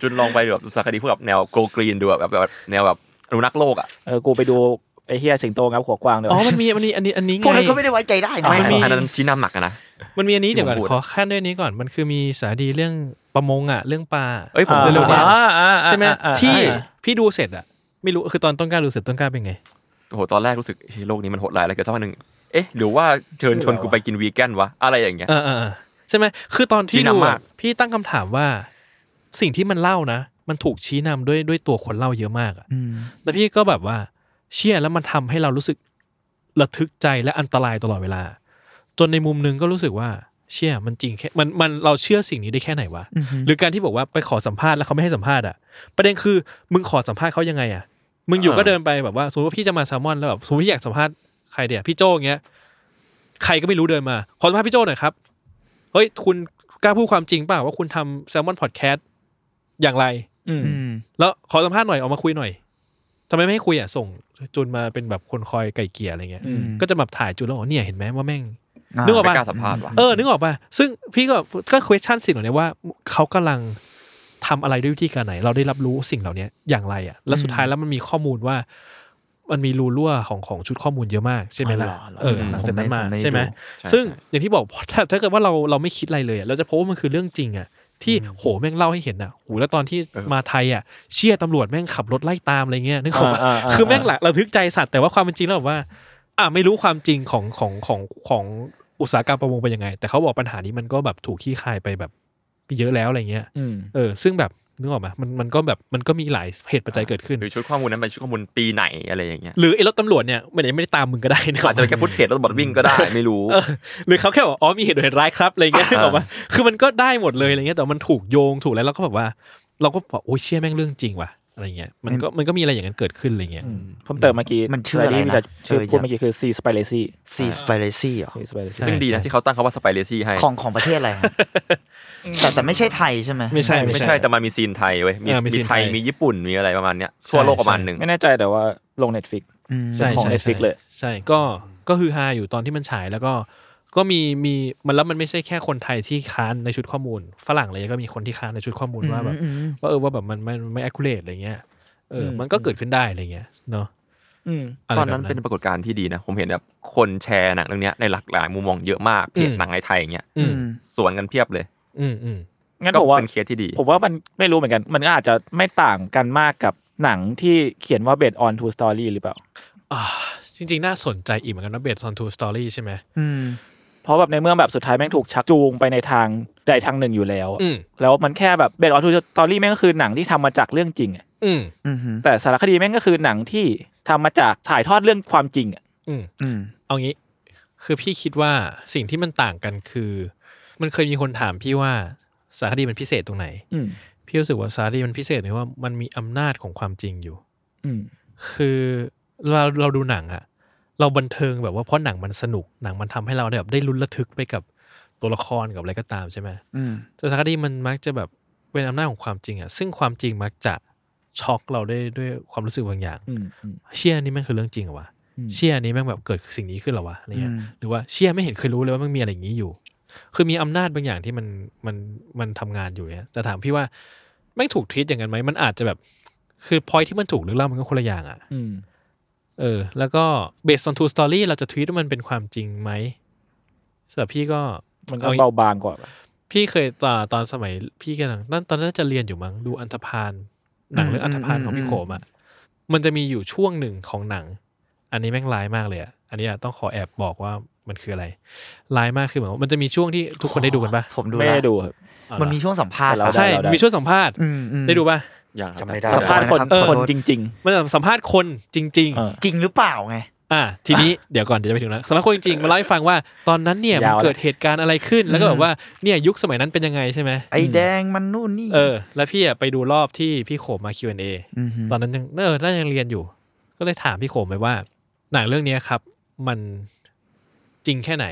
S3: จุนลองไปดูแบบสารคดีพวกแบบแนวโกกรีนดูแบบแบบแบบแนวแบบอนุรักษ์โลกอ่ะ
S2: เออกูไปดูไอ้เฮียสิงโตงับหัวกวางเดี๋ยว
S5: อ๋อ มันมีมันมีอันนี้อันนี้
S4: พ
S5: ไง
S4: วกนั้นก็ไม่ได้ไว้ใจได้นะ
S3: ไม่
S5: มันมี
S3: อันนั้นชี้นำหนักอะนะ
S5: มันมีอันนี้เดี๋ยวก่อน
S3: ที่ผมพูด
S5: ขอขั้นด้วยนี้ก่อน มันคือมีสารคดีเรื่องประมงอ่ะ เรื่องปลา
S3: เอ้ยผม
S5: เร็วๆเนี่ย
S2: อ่าอ่าอ่า
S5: ใช่ไหม
S2: อ่าอ่า
S5: ที่
S2: อ่า
S5: พี่ดูเสร็จอ่ะ ไม่รู้คือตอนต้นกล้าดูเสร็จต้นกล้าเป็นไง
S3: โอ้โหตอนแรกรู้สึกเฮ้ยโลกนี้มันโหดร้ายอะไรกันสักวันหนึ่งเอ๊ะหรือว่าเชิญชวนกูไปกินวีแกนวะอะไรอย่างเงี้ย
S5: เออเออเออใช่ไหมคือตอนที่
S3: ชี้นำ
S5: ดูอะ
S3: มาก
S5: พี่ตั้งคำถามว่า สิ่งที่มันเล่านะ มันถูกชี้นำด้วยด้วยตัวคนเล่าเยอะมากอะ
S4: อืม
S5: แล้วพี่ก็แบบว่าเชี่ยแล้วมันทำให้เรารู้สึกระทึกใจและอันตรายตลอดเวลา จนในมุมหนึงก็รู้สึกว่าเชี่ยมันจริงแค่มันมันเราเชื่อสิ่งนี้ได้แค่ไหนวะ
S4: อือฮึ
S5: หรือการที่บอกว่าไปขอสัมภาษณ์แล้วเขาไม่ให้สัมภาษณ์อ่ะประเด็นคือมึงขอสัมภาษณ์เขายังไงอ่ะมึงอยู่ก็เดินไปแบบว่าสมมติว่าพี่จะมาแซลมอนแล้วแบบสมมติพี่อยากสัมภาษณ์ใครเดี๋ยวพี่โจ้อย่างเงี้ยใครก็ไม่รู้เดินมา ขอสัมภาษณ์พี่โจ้หน่อยครับเฮ้ยคุณกล้าพูดความจริงเปล่าว่าคุณทำแซลมอนพอดแคสต์อย่างไร
S2: อืม
S4: อืม
S5: แล้วขอสัมภาษณ์หน่อยออกมาคุยหน่อยทำไมไม่ให้คุยอ่ะส่งจุนมาเป็นแบบคนคอยไก่เกลี่ยอะไรเงี้ย
S2: อืม
S5: ก็จะแบบถ่ายจุนแล้วบอกเนี่ยเห็นไหมว่าแม่ง
S4: อ่า
S5: นึกออก
S3: ไม่
S5: ปะ
S3: กล้าสัมภาษณ์วะ
S5: เออนึกออกปะซึ่งพี่ก็ก็ question สิ่งเหล่านี้ว่าเขากำลังทำอะไรด้วยวิธีการไหน เราได้รับรู้สิ่งเหล่านี้อย่างไรอ่ะ แล้วสุดท้ายแล้วมันมีข้อมูลว่า มันมีรูรั่วของของชุดข้อมูลเยอะมากใช่ไหมล่ะ
S4: อ๋อเหรอ
S5: เออหลังจากนั้นมา
S4: ผมไม่ผมไม่
S5: ใช่ไหม
S4: ดู
S3: ใช่
S5: ซึ่ง
S3: ใช่
S5: อย่างที่บอก ถ้าถ้าเกิดว่าเราเราไม่คิดอะไรเลยอะเราจะพบว่ามันคือเรื่องจริงอ่ะที่โหแม่งเล่าให้เห็นอ่ะโหแล้วตอนที่มาไทยอ่ะเชี่ยตำรวจแม่งขับรถไล่ตามอะไรเงี้ยนึกออกปะ
S2: อ่าอ่าอ่า
S5: คือแม่งหลักระทึกใจสัตว์แต่ว่าความเป็นจริงแล้วแบบว่า อ่ะไม่รู้ความจริงของของของของอุตสาหกรรมประมงเป็นยังไง แต่เขาบอกปัญหานี้มันก็แบบถูกขี้คายไปแบบเยอะแล้วอะไรเงี้ย
S2: อืม
S5: เออซึ่งแบบนึกออกไหมมันมันก็แบบมันก็มีหลายเหตุปัจจัยเกิดขึ้น
S3: หรือชุดข้อมูลนั้นเป็นชุดข้อมูลปีไหนอะไรอย่างเงี้ย
S5: หรือไอ้รถตำรวจเนี่ยมันยังไม่ได้ตามมึงก็ได้นะ
S3: อาจจะเป็นแค่ฟุตเทจรถบอดวิ่งก็ได้ไม่รู้
S5: เออหรือเขาแค่บอกอ๋อมีเหตุด่วนเหตุร้ายครับอะไรเงี้ย
S3: อ่า
S5: บอกว่าคือมันก็ได้หมดเลยอะไรเงี้ยแต่มันถูกโยงถูกแล้วเราก็แบบว่า เราก็บอกโอ้ยเชื่อแม่งเรื่องจริงว่ะอะไรเงี้ยมันก็มันก็มีอะไรอย่างนั้นเกิดขึ้นอะไรเงี้ย
S2: เพิ่มเติมเมื่อกี้
S4: มันชื่ออะไรนะ
S2: ที่มีจชื่อ
S4: เออ
S2: พูด
S4: อย่า
S2: เมื่อกี้คือ C Spiracy
S4: ซีสไปเลซี่เหรอ
S2: C Spiracy
S5: ใช่
S3: ซึ่งดีนะที่เขาตั้งคำว่าสไปเรซี่ให้
S4: ของของประเทศอะไรฮะ แต่แต่ไม่ใช่ไทยใช่ไหม
S5: ไม่ใช่
S3: ไม่ใช่แต่มันมีซีนไทยเว้ยมี
S5: เออมี
S3: มี
S5: ซีน
S3: ไทย
S5: ไทย
S3: มีญี่ปุ่นมีอะไรประมาณเนี้ยทั่วโลก
S5: ใช่
S3: ประมาณหนึ่ง
S2: ไม่แน่ใจแต่ว่าลง Netflix
S4: อืม
S5: ใช่
S2: ของ
S5: ใช่
S2: Netflix
S5: ใช่
S2: เลย
S5: ใช่ก็ก็คือฮาอยู่ตอนที่มันฉายแล้วก็ก็มีมีมันแล้วมันไม่ใช่แค่คนไทยที่ค้านในชุดข้อมูล ฝรั่งอะไรเลยก็มีคนที่ค้านในชุดข้อมูลว่าแบบ
S4: อืมอืม
S5: ว่าเออว่าแบบมันมันมันไม่ accurate อะไรเงี้ยเอออ
S2: ม
S5: มันก็เกิดขึ้นได้อะไรเงี้ยเนาะ
S2: อืม
S5: ะไร
S3: ตอน
S5: แบบ
S3: นั้นเป็นปรากฏการณ์ที่ดีนะ ผมเห็นแบบคนแชร์หนังเรื่องเนี้ยในหลากหลายมุมมองเยอะมากเพจ
S5: อืม
S3: หนังในไทยอย่างเงี้ย
S5: อืม
S3: สวนกันเพียบเลย
S5: อืมอืม
S2: งั้น
S3: ก็
S2: ผมว่า
S3: เป็นเคสที่ดี
S2: ผมว่ามันไม่รู้เหมือนกัน มันก็อาจจะไม่ต่างกันมากกับหนังที่เขียนว่า based on true story หรือเปล่า
S5: อ่าจริงๆ น่าสนใจอีกเหมือนกันนะเบส on two story ใช่ไหม
S4: อืม
S2: เพ ราะแบบในเมื่อแบบสุดท้ายแม่งถูกชักจูงไปในทางใดทางหนึ่งอยู่แล้วอะ
S5: อืม
S2: แล้วมันแค่แบบเบสออนทูสตอรี่แม่งก็คือหนังที่ทำมาจากเรื่องจริงอะ
S5: อืม
S4: อืมฮึ
S2: แต่สารคดีแม่งก็คือหนังที่ทำมาจากถ่ายทอดเรื่องความจริงอะ
S5: อืม
S4: อืม
S5: เอางี้ คือพี่คิดว่าสิ่งที่มันต่างกันคือ มันเคยมีคนถามพี่ว่าสารคดีมันพิเศษตรงไหน
S2: อืม
S5: พี่รู้สึกว่าสารคดีมันพิเศษในว่ามันมีอำนาจของความจริงอยู่
S2: อืม
S5: คือเราเราดูหนังอะเราบันเทิงแบบว่าเพราะหนังมันสนุกหนังมันทำให้เราได้แบบได้ลุ้นระทึกไปกับตัวละครกับอะไรก็ตามใช่ไหม
S4: อืม
S5: แต่สารคดีมันมักจะแบบเป็นอำนาจของความจริงอะซึ่งความจริงมักจะช็อกเราได้ด้วยความรู้สึกบางอย่าง
S2: อืมอืม
S5: เชี่ยนี่แม่งคือเรื่องจริงเหรอวะ
S2: อืม
S5: เชี่ยนี่แม่งแบบเกิดสิ่งนี้ขึ้นเหรอวะอะไรเงี้ยหรือว่าเชี่ยไม่เห็นเคยรู้เลยว่ามันมีอะไรอย่างนี้อยู่ คือมีอำนาจบางอย่างที่มันมันมันทำงานอยู่เนี่ยแต่ถามพี่ว่าแม่งถูกทิตอย่างนั้นไหมมันอาจจะแบบ คือพอยที่มันถูกหรือเล่ามันก็คนละอย่างอ่ะ
S2: อืม
S5: เออแล้วก็เบส on true story เราจะทวีตว่ามันเป็นความจริงไหมสำหรับพี่ก็
S2: มันก็
S5: เอา
S2: เบาบางกว่า
S5: พี่เคยตอนตอนสมัยพี่กำลังตอนตอนนั้นนาจะเรียนอยู่มั้งดูอันธพาลหนังเรื่องอันธพาลของพี่โขมอ่ะ มันจะมีอยู่ช่วงหนึ่งของหนัง อันนี้แม่งร้ายมากเลยอ่ะ อันนี้อะต้องขอแอบบอกว่ามันคืออะไรร้ายมากคือเหมือนว่ามันจะมีช่วงที่ทุกคนได้ดูกันปะ
S4: ผมดู
S2: ไม่
S4: แล้ว
S2: ได้ดูครับ
S5: เอา
S4: มัน
S5: ล่ะ
S4: มีช่วงสัมภาษณ์
S2: แต่เรา
S4: ครับ
S5: ใช่
S2: ได้
S5: มีช่วงสัมภาษณ์
S4: อืมอืม
S5: ได้ดูปะ
S3: อย่าง
S6: จำไม่ได้
S3: ค
S2: สั
S3: รับ
S2: มภาษณ์คน
S4: เออ
S2: คนจริง
S5: มันสัมภาษณ์คนจริง
S2: ๆ เออ
S4: จริงหรือเปล่าไง
S5: ๆ อ่ะทีนี้ เดี๋ยวก่อนเดี๋ยวจะไปถึงนะสัมภาษณ์คนจริงๆมาเล่าให้ฟังว่าตอนนั้นเนี่ยมัน
S2: ยาวนะ
S5: เกิดเหตุการณ์อะไรขึ้น แล้วก็แบบว่าเนี่ยยุคสมัยนั้นเป็นยังไงใช่ไหม
S4: ไอ้แดงมันนู่นนี่
S5: เออ แล้วพี่อะไปดูรอบที่พี่โขมมา Q&A
S4: มฮึ
S5: ตอนนั้นยังเออน่าจะยังเรียนอยู่ ก็เลยถามพี่โขมไปว่า หนังเรื่องเนี้ยครับ มันจริงแค่ไหน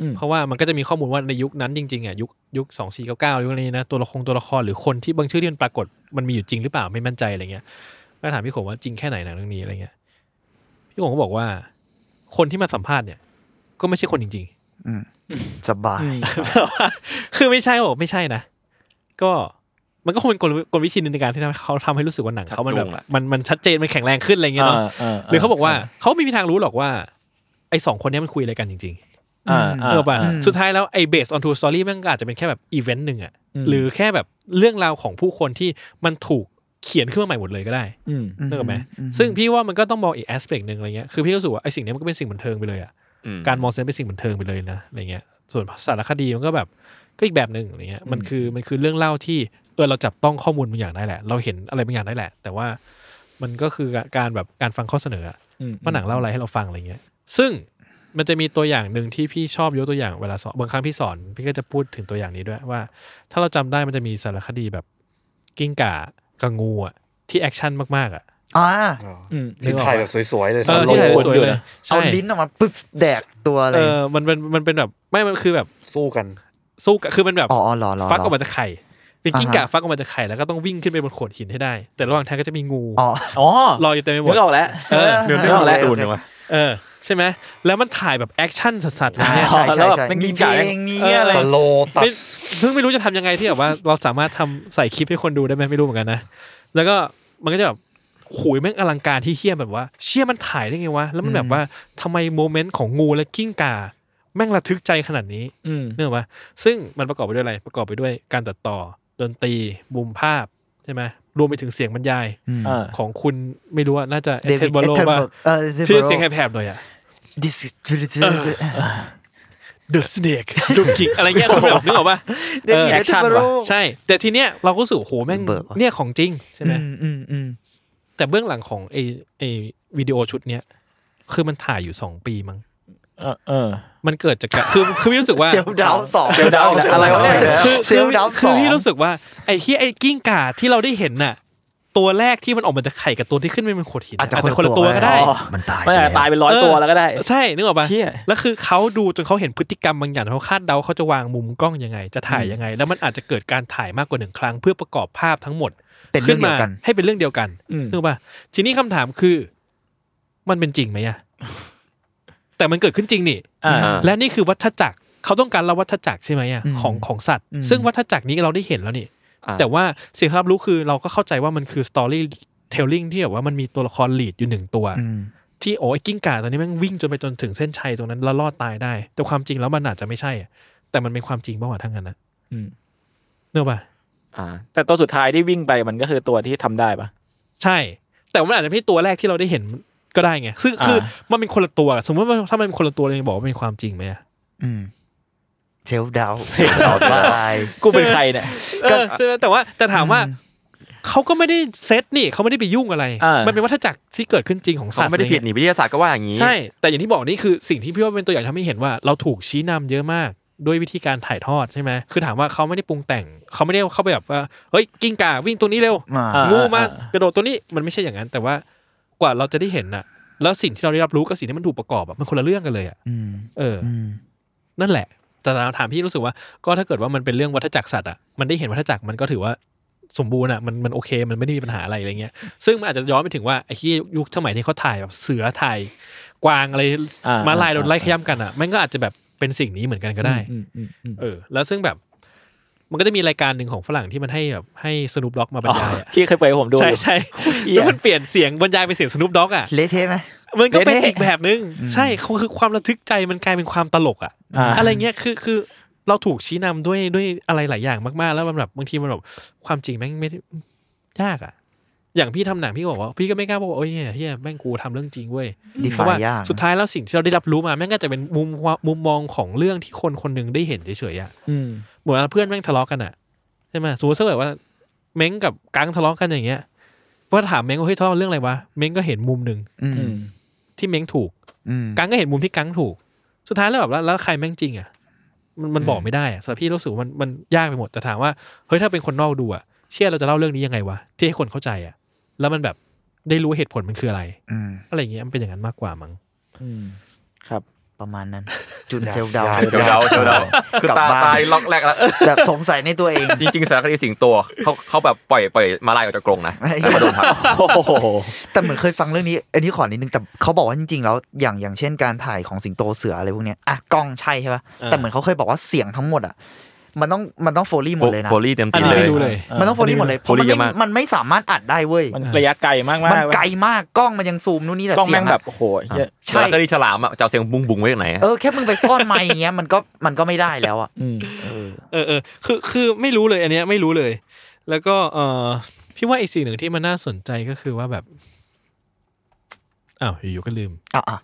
S2: อืม
S5: เพราะว่ามันก็จะมีข้อมูลว่าในยุคนั้นจริงๆอ่ะยุคยุคสองสี่เก้าเก้ายุคนี้นะตัวละครตัวละครหรือคนที่บางชื่อที่มันปรากฏมันมีอยู่จริงหรือเปล่าไม่มั่นใจอะไรเงี้ยก็ถามพี่โขมว่าจริงแค่ไหนหนังเรื่องนี้อะไรเงี้ยพี่โขมก็บอกว่า คนที่มาสัมภาษณ์เนี่ย ก็ไม่ใช่คนจริง ๆ
S4: อืมสบาย
S5: แบบว่าคือไม่ใช่บอกไม่ใช่นะ ก็มันก็คงเป็นกลวิกลวิธีหนึงในการที่ทำให้เขาทำให้รู้สึกว่าหนังเขามันแบบมันมันชัดเจนมันแข็งแรงขึ้นอะไรเงี้ยเนาะหรือเขาบอกว่าเขาไม่มีทางรู้หรอกว่า ไอ้สองคนเนี้ยมันคุยอะไรกันจริง
S2: อ่า
S5: ๆ
S2: อ่า
S5: เออป่ะ
S4: อืม
S5: สุดท้ายแล้วไอ้เบสออนทูสตอรี่มันก็อาจจะเป็นแค่แบบอีเวนต์หนึ่งอะ
S2: อืม
S5: หรือแค่แบบเรื่องราวของผู้คนที่มันถูกเขียนขึ้นมาใหม่หมดเลยก็ได้
S2: อืม
S5: นึกออกไหม
S4: อืม
S5: ซึ่งพี่ว่ามันก็ต้องมองอีกแอสเปกหนึ่งอะไรเงี้ย คือพี่รู้สึกว่าไอ้สิ่งเนี้ยมันก็เป็นสิ่งบันเทิงไปเลยอะ
S3: อืม
S5: การมองเซนส์เป็นสิ่งบันเทิงไปเลยนะ อะไรเงี้ย ส่วนสารคดีมันก็แบบก็อีกแบบหนึ่งอะไรเงี้ย มันคือมันคือเรื่องเล่าที่เออเราจับต้องข้อมูลบางอย่างได้แหละ เราเห็นอะไรบางอย่างได้แหละ แต่ว่ามันก็คือการแบบการฟังข้อเสนออะ
S2: อืม
S5: ว่าหนังเล่าอะไรให้เราฟังอะไรเงี้ย ซึ่งมันจะมีตัวอย่างหนึ่งที่พี่ชอบยกตัวอย่างเวลาสอนบางครั้งพี่สอนพี่ก็จะพูดถึงตัวอย่างนี้ด้วยว่า ถ้าเราจำได้มันจะมีสารคดีแบบกิ้งก่ากับงูอะที่แอคชั่นมากๆอะ
S4: อ่า
S2: อืม
S6: ที่ถ่ายแบบสวยๆเลย
S5: เออ
S2: สำหรับ
S5: ที่ถ่ายส
S2: ค
S5: วย
S2: นอยู่
S5: ๆเลย
S2: นะ
S4: เอา
S5: ใช่
S4: ลิ้นออกมาปึ๊บแดกตัวเล
S5: เอย อมันเป็นมันเป็นแบบไม่มันคือแบบ
S6: สู้กัน
S5: สู้กันคือมันแบบ
S4: อ๋ออ๋อหรอหรอหร
S5: ฟักออกมาจากไข่เป็นกิ้งก่า
S4: อ่าฮะ
S5: ฟักออกมาจากไข่แล้วก็ต้องวิ่งขึ้นไปบนโขดหินให้ได้ แต่ระหว่างทางก็จะมีงู
S4: อ๋อ
S2: อ๋อ
S5: รออยู่เต็มไปหม
S2: นึ
S5: ด
S2: กออกแล้ว
S5: เออ
S4: เดี๋ยวนึ
S3: เรื่อ
S4: ก
S3: ง
S4: ออก
S3: แร
S4: แล้
S3: ก
S4: ว
S3: ตูนเนี่ยวะ
S5: เออใช่ไหมแล้วมันถ่ายแบบแอคชั่นสัสๆเลยเนี่ย
S4: ใช่ใช่
S2: แล้วแบบ
S4: ใช่
S2: มันมี
S4: มีเพลงมีอะไร
S6: สโลตัด
S5: ไม่เพิ่งไม่รู้จะทำยังไงที่แบบว่าเราสามารถทำใส่คลิปให้คนดูได้ไหมไม่รู้เหมือนกันนะแล้วก็มันก็จะแบบขุยแม่งอลังการที่เฮี้ยแบบว่า เชี่ยมันถ่ายได้ไงวะแล้วมันแบบว่าทำไมโมเมนต์ของงูและกิ้งก่าแม่งระทึกใจขนาดนี้
S2: อืม
S5: เนื่องว่าซึ่งมันประกอบไปด้วยอะไร ประกอบไปด้วยการตัดต่อ ดนตรีมุมภาพใช่ไหมรวมไปถึงเสียงบรรยาย
S4: อืม
S2: อ่า
S5: ของคุณไม่รู้ว่าน่าจะเอ
S4: เด
S5: เท
S4: วิ
S5: น
S4: ด
S5: บอลโล
S4: เอเทน
S5: ว่า
S4: เบิร์กเออ
S5: ชื่อเสียงแหบๆหน่อยอะ
S4: ดิส
S5: The Snake ดุกจิกอะไรเงี้ยคุณแบบนึกออกปะ
S4: เดวิด
S5: เอ
S4: เอ
S5: อ
S4: เทนเบิร์ก
S5: ใช่ แต่ทีเนี้ยเราก็รู้สึกโอ้โหแม่ง
S4: เบิกว่ะ
S5: เนี่ยของจริงใช่ไหม
S4: อืมอืมอืม
S5: แต่เบื้องหลังของไอไอวิดีโอชุดเนี้ยคือมันถ่ายอยู่สองปีมั้ง
S2: เออเออ
S5: มันเกิดจาก การคือคือพี่รู้สึกว่า
S4: เซลดาวสอง
S2: เซลล์ดาวน์นะอะไรวะเนี่ย
S5: คือ
S4: เซลล์ดาวน์
S5: คือ
S4: สอง
S5: ที่รู้สึกว่าไอ้ที่ไอ้กิ้งก่าที่เราได้เห็นน่ะ ตัวแรกที่มันออกมาจากไข่กับตัวที่ขึ้นไปเป็นโขดหินน่
S4: อาจจะคนละ
S5: ตัว
S4: ตัว
S5: ก็ได้
S2: อ๋อ
S4: มันตาย
S2: ไม่อาจจะตายเป็นร้อย
S5: เออ
S2: ตัวแล้วก็ได้
S5: ใช่นึกออกปะ
S2: เชี่ย
S5: แล้วคือเขาดูจนเขาเห็นพฤติกรรมบางอย่างเขาคาดเดาเขาจะวางมุมกล้องยังไง จะถ่ายยังไง แล้วมันอาจจะเกิดการถ่ายมากกว่าหนึ่งครั้ง เพื่อประกอบภาพทั้งหมด
S4: เป็นเรื่องเดียวกัน
S5: ขึ้มาให้เป็นเรื่องเดียวกัน
S2: อืม
S5: นึกออกปะทีนี้คำถามคือ มันเป็นจริงไหม อะแต่มันเกิดขึ้นจริงนี่
S2: อ่า
S3: อ่า
S5: และนี่คือวัฏจักรเขาต้องการเราวัฏจักรใช่ไหมอะ
S4: อืม
S5: ของของสัตว์
S4: อืม
S5: ซึ่งวัฏจักรนี้เราได้เห็นแล้วนี่
S3: อ่า
S5: แต่ว่าสิ่งที่รับรู้คือเราก็เข้าใจว่ามันคือสตอรี่เทลลิ่งที่แบบว่ามันมีตัวละครลีดอยู่หนึ่งตัว
S4: อืม
S5: ที่โอ้ยกิ้งก่าตัวนี้แม่งวิ่งจนไปจนถึงเส้นชัยตรงนั้นแล้วรอดตายได้ แต่ความจริงแล้วมันอาจจะไม่ใช่อะแต่มันเป็นความจริงบ้างวะทั้งนั้นนะ
S2: อืม
S5: เนอะปะ
S3: อ่า
S2: แต่ตัวสุดท้ายที่วิ่งไปมันก็คือตัวที่ทำได้ปะ
S5: ใช่ แต่มันอาจจะไม่ใช่ตัวแรกที่เราได้เห็นก็ได้ไงซึ่งคือ
S2: อ่า
S5: มันเป็นคนละตัว สมมติว่าถ้ามันเป็นคนละตัวเลยงบอกว่าเป็นความจริงไหมอะ
S4: อืม เซลฟ์ดาว
S2: Self doubt มาก กูเป็นใครเนี่ย
S5: เออใช่ไหมแต่ว่าแต่ถามว่าเขาก็ไม่ได้เซตนี่เขาไม่ได้ไปยุ่งอะไร
S2: อ่ามั
S5: มันเป็นวัฏจักรที่เกิดขึ้นจริงของสัต
S3: เขา
S5: ว์
S3: ไม่ได้ผิดนี่วิทยาศาสตร์ก็ว่าอย่างนี้
S5: ใช่ แต่อย่างที่บอกนี่คือสิ่งที่พี่ว่าเป็นตัวอย่างทำให้เห็นว่าเราถูกชี้นำเยอะมากด้วยวิธีการถ่ายทอดใช่ไหมคือถามว่าเขาไม่ได้ปรุงแต่งเขาไม่ได้เข้าไปแบบว่าเฮ้ยกิ้งก่าวิ่งตัวนี้เร็ว
S4: มา
S2: อ่า
S5: งูมากระโดดตัวนี้มันไม่ใช่อย่างนั้น แต่ว่ากว่าเราจะได้เห็นน่ะ แล้วสิ่งที่เราได้รับรู้กับสิ่งที่มันถูกประกอบอะมันคนละเรื่องกันเลยอะ
S4: อืม
S5: เอออ
S4: อืม
S5: นั่นแหละ แต่เราถามพี่รู้สึกว่า ก็ถ้าเกิดว่ามันเป็นเรื่องวัฏจักรสัตว์อ่ะ มันได้เห็นวัฏจักรมันก็ถือว่าสมบูรณ์อ่ะ มันมันโอเค มันไม่ได้มีปัญหาอะไรอะไรเงี้ย ซึ่งมันอาจจะย้อนไปถึงว่าไอ้ที่ยุคสมัยที่เขาถ่ายแบบเสือถ่ายกวางอะไร
S2: อ่า
S5: มาลาย
S2: อ่า
S5: โดนไล่ขย้ำกันอ่ะ มันก็อาจจะแบบเป็นสิ่งนี้เหมือนกันก็ได้
S2: อืมอืมอืม
S5: เออ แล้วซึ่งแบบ มันก็จะมีรายการหนึ่งของฝรั่งที่มันให้แบบให้สนุปด็อกมาบรรยายอะ
S2: พี่เคยเปิดให้ผมดู
S5: ใช่
S2: อยู่
S5: ใช่
S2: เหี้
S5: แล้ว
S2: ย
S5: มันเปลี่ยนเสียงบรรยายเป็นเสียงสนุปด็อกอ่ะ
S4: เละเทะไหม
S5: มันก็เป็น
S2: เละๆ
S5: อีกแบบนึง ใช่เขาคือความระทึกใจมันกลายเป็นความตลกอ่ะ
S2: อ่า
S5: อะไรเงี้ยคือคือเราถูกชี้นำด้วยด้วยอะไรหลายอย่างมากๆ แล้วมันแบบบางทีมันแบบความจริงแม่งไม่ได้ยากอ่ะ อย่างพี่ทำหนังพี่ก็บอกว่าพี่ก็ไม่กล้าบอกว่าโอ้ยเฮียเฮียแม่งกูทำเรื่องจริงเว้ย
S4: Defy
S5: เพราะว่าย
S4: าก
S5: สุดท้ายแล้วสิ่งที่เราได้รับรู้มาแม่งก็จะเป็นมุมวะมุมมองของเรื่องที่คนคนหนึ่งได้เห็นเฉยๆอ่ะ
S2: อืม
S5: เหมือนเพื่อนแม่งทะเลาะกันอ่ะใช่ไหมสมมติถ้าเกิดว่า เม้งกับกังทะเลาะกันอย่างเงี้ยพอถามเม้งว่าเฮ้ยทะเลาะเรื่องอะไรวะเม้งก็เห็นมุมหนึ่ง
S4: อืม
S2: อืม
S5: ที่เม้งถูก
S4: อืม
S5: กังก็เห็นมุมที่กังถูก สุดท้ายแล้วแบบแล้วแล้วใครแม่งจริงอ่ะ มันมันบอกไม่ได้อะสำหรับพี่รู้สึกว่ามันมันยากไปหมด แต่ถามว่า เฮ้ยถ้าเป็นคนนอกดูอ่ะ เชื่อเราจะเล่าเรื่องนี้ยังไงวะ ที่ให้คนเข้าใจอ่ะ แล้วมันแบบได้รู้เหตุผลมันคืออะไร
S4: อืม
S5: อะไรอย่างเงี้ยมันเป็นอย่างนั้นมากกว่ามั้ง
S2: อืมครับ
S4: ประมาณนั้น จุดเซลฟ์ดาว
S3: เชียวเดาเชียวเดาคือก
S4: ลับ
S3: ตา
S4: บ้น
S3: ตายล็อกแรกแล้ว
S4: แบบสงสัยในตัวเอง
S3: จริงๆสารคดีสิงโตเขาเขาแบบปล่อยปล่อยมาลายออกจากกรงนะแล้วมาโดนทับ
S2: โอ้โห
S4: แต่เหมือนเคยฟังเรื่องนี้อันนี้ขอนิดนึงแต่เขาบอกว่าจริงๆแล้วอย่างอย่างเช่นการถ่ายของสิงโตเสืออะไรพวกเนี้ยอ่ะกล้องใช่ใช่ปะ
S5: อ่า
S4: แต่เหมือนเขาเคยบอกว่าเสียงทั้งหมดอ่ะมันต้องมันต้องโฟลี่หมดเลยนะ
S3: โฟลี่เต็ม
S5: อัน
S3: ที่
S5: นี้
S3: เล
S5: ไม่
S3: ย
S5: รู้เลย
S4: มันต้องโฟลี่หมดเลยเพราะมัน
S3: Foley เยอะ
S4: ไม่
S3: มาก
S4: มันไม่สามารถอัดได้เว้ย
S2: มันระยะไกลมากๆ
S4: มันไกลมากกล้องมันยังซูมนู่นนี่แต่
S2: ต้อง
S4: เสีย
S2: แม่ง
S4: งอะ
S2: แบบโอ้โหเหี้ย
S4: ใช่
S3: สารคดีฉลามอ่ะจะเอาเสียงบุ้งบุ้งไว้จากไหนอะ
S4: เออแค่มึงไปซ่อนไมค์อย่างเงี้ยมันก็มันก็ไม่ได้แล้วอ่ะ
S2: อืม
S4: เออ
S5: เออเออคือคือไม่รู้เลยอันเนี้ยไม่รู้เลย แล้วก็เออพี่ว่าอีกสิ่งหนึ่งที่มันน่าสนใจก็คือว่าแบบอ้าวอยู่ๆก็ลืม
S4: อ่ะอ่ะ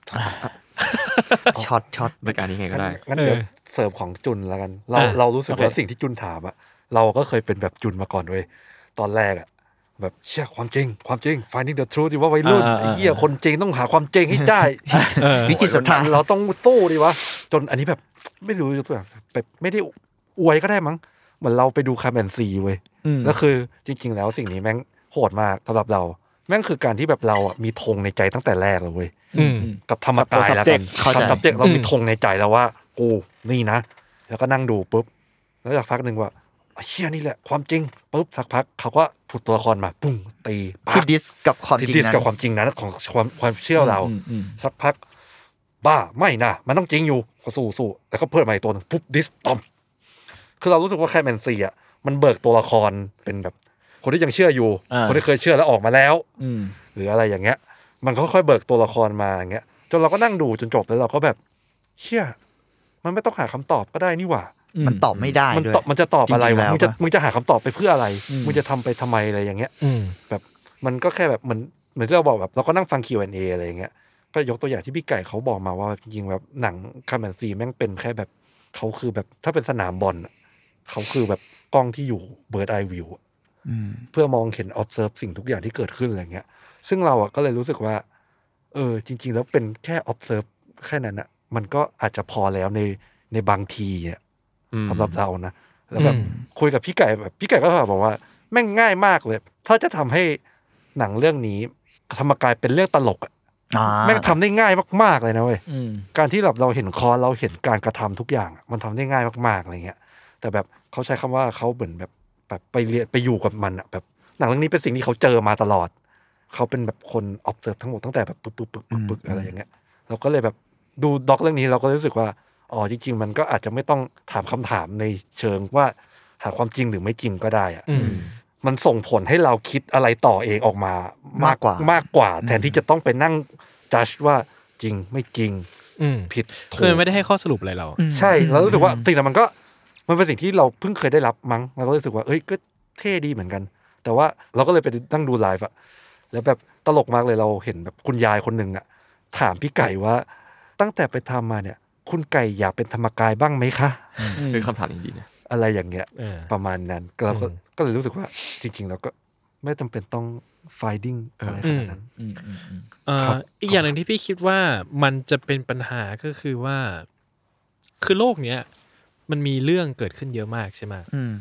S4: ช็อตช็อต
S3: รายการนี้ไงก็ได้
S6: งั้นเดี๋ยวเสริมของจุนละกัน เรา
S5: อ่ะ
S6: เรารู้สึก
S2: โอเค
S6: ว่าสิ่งที่จุนถามอะเราก็เคยเป็นแบบจุนมาก่อนเว้ยตอนแรกอะแบบเชี่ยความจริง ความจริง finding the truth ที่ว่าวัยรุ่น
S2: อ่าอ่า
S6: ไอ้เหี้ยคนจริงต้องหาความจริงให้ได้
S5: เออ
S4: วิกฤตสุดท้าย
S6: เราต้องสู้ดิวะ จนอันนี้แบบไม่รู้จะตัวอย่างแบบไม่ได้อวยก็ได้มั้ง เหมือนเราไปดูคาแมนซีเว้ย
S2: อืม
S6: แล้วคือจริง ๆ แล้วสิ่งนี้แม่งโหดมากสำหรับเรา แม่งคือการที่แบบเราอะมีธงในใจตั้งแต่แรกเลยเว้ย
S5: อืม
S6: กับธรรมกายแล้วกัน
S2: subject
S4: เข้าใจ
S6: กับ subject เรา
S5: อืม
S6: มีธงในใจแล้วว่า กูนี่นะ แล้วก็นั่งดูปุ๊บ แล้วสักพักหนึ่งว่าไอ้เชี่ยนี่แหละความจริงปุ๊บสักพักเขาก็ผุดตัวละครมาปุ้งตีปั
S4: ที่
S6: ก
S4: ดิสกับความ
S6: ที่
S4: จริง
S6: ดิส
S4: นั้น
S6: กับความจริงนั้นของความความเชื่อเรา
S2: อืมอืม
S6: สักพัก บ้าไม่นะมันต้องจริงอยู่ก็สู้สู้แล้วก็เพิ่มมาอีกตัวหนึงปุ๊บดิสตอมคือเรารู้สึกว่าแค่แมนซีอ่ะมันเบิกตัวละครเป็นแบบ คนที่ยังเชื่ออยู่
S2: อ่า
S6: คนที่เคยเชื่อแล้วออกมาแล้ว
S2: อืม
S6: หรืออะไรอย่างเงี้ย มันค่อยๆเบิกตัวละครมาอย่างเงี้ย จนเราก็นั่งดูจนจบแล้วเราก็แบบเชี่ยมันไม่ต้องหาคำตอบก็ได้นี่หว่า
S4: มันตอบไม่ได้
S6: มั
S4: ด้วย
S6: ตอบมันจะตอบอะไร
S4: จริงๆ
S6: วะ
S4: แล้ว
S6: มึงจะ
S4: ปะ
S6: มึงจะหาคำตอบไปเพื่ออะไร
S2: อืม
S6: มึงจะทำไปทำไมอะไรอย่างเงี้ย
S5: อืม
S6: แบบมันก็แค่แบบเหมือนเหมือนที่เราบอกแบบเราก็นั่งฟัง Q&A อะไรอย่างเงี้ย ก็ยกตัวอย่างที่พี่ไก่เขาบอกมาว่าจริงๆแบบหนังคาแมนซีแม่งเป็นแค่แบบเขาคือแบบถ้าเป็นสนามบอลอะเขาคือแบบกล้องที่อยู่เบิร์ดไอวิว
S4: อืม
S6: เพื่อมองเห็น observe สิ่งทุกอย่างที่เกิดขึ้นอะไรเงี้ย ซึ่งเราอะก็เลยรู้สึกว่า เออ จริง ๆ แล้วเป็นแค่ observe แค่นั้นอะมันก็อาจจะพอแล้วในในบางทีอะ
S3: อืม
S6: สำหรับเรานะ แล้วแบบ
S5: อืม
S6: คุยกับพี่ไก่แบบพี่ไก่ก็แบบบอกว่า แม่งง่ายมากเลย ถ้าจะทำให้หนังเรื่องนี้ธรรมากายเป็นเรื่องตลกอะ
S4: อ่า
S6: แม่งทำได้ง่ายมากๆเลยนะเว้ย
S2: อืม
S6: การที่แบบเราเห็นคอนเราเห็นการกระทำทุกอย่างอะมันทำได้ง่ายมากๆอะไรเงี้ย แต่แบบเขาใช้คำว่าเขาเหมือนแบบแบบไปเรียนไปอยู่กับมันอะแบบหนังเรื่องนี้เป็นสิ่งที่เขาเจอมาตลอด เขาเป็นแบบคน observe ทั้งหมดตั้งแต่แบบปึ๊กปึ๊กปึ๊กปึ๊กปึ๊กอะไรอย่างเงี้ยเราก็เลยแบบดูด็อกเรื่องนี้เราก็รู้สึกว่าอ๋อจริง ๆ มันก็อาจจะไม่ต้องถามคำถามในเชิงว่าหาความจริงหรือไม่จริงก็ได้อะ
S5: อืม
S6: มันส่งผลให้เราคิดอะไรต่อเองออกมา
S4: าม
S6: าก
S4: กว่าม
S6: มากกว่า แทนที่จะต้องไปนั่งจัดว่าจริงไม่จริง
S5: อืม
S6: ผิดถู
S5: คือมัน
S6: ก
S5: ไม่ได้ให้ข้อสรุปอะไรเรา
S6: ใช่เรารู้สึกว่าสิ่งนั้นมันก็มันเป็นสิ่งที่เราเพิ่งเคยได้รับมั้งเราก็รู้สึกว่าเอ้ยก็เท่ดีเหมือนกัน แต่ว่าเราก็เลยไปนั่งดูไลฟ์อะแล้วแบบตลกมากเลยเราเห็นแบบคุณยายคนหนึ่งอะถามพี่ไก่ว่าตั้งแต่ไปทำมาเนี่ย คุณไก่อยากเป็นธรรมกายบ้างไหมคะ
S3: เฮ้ยคำถามนี้ดีนะ
S6: อะไรอย่างเงี้ย
S5: เออ
S6: ประมาณนั้นเราก็
S5: อืม
S6: ก็เลยรู้สึกว่าจริงๆเราก็ไม่จำเป็นต้อง finding อะไรขนาดนั้น
S2: อืมอืมอืม
S5: เอ่อ
S6: ครับ
S5: อีกอย่างหนึ่งที่พี่คิดว่ามันจะเป็นปัญหาก็คือว่า คือโลกเนี้ยมันมีเรื่องเกิดขึ้นเยอะมากใช่ไหม
S4: อืม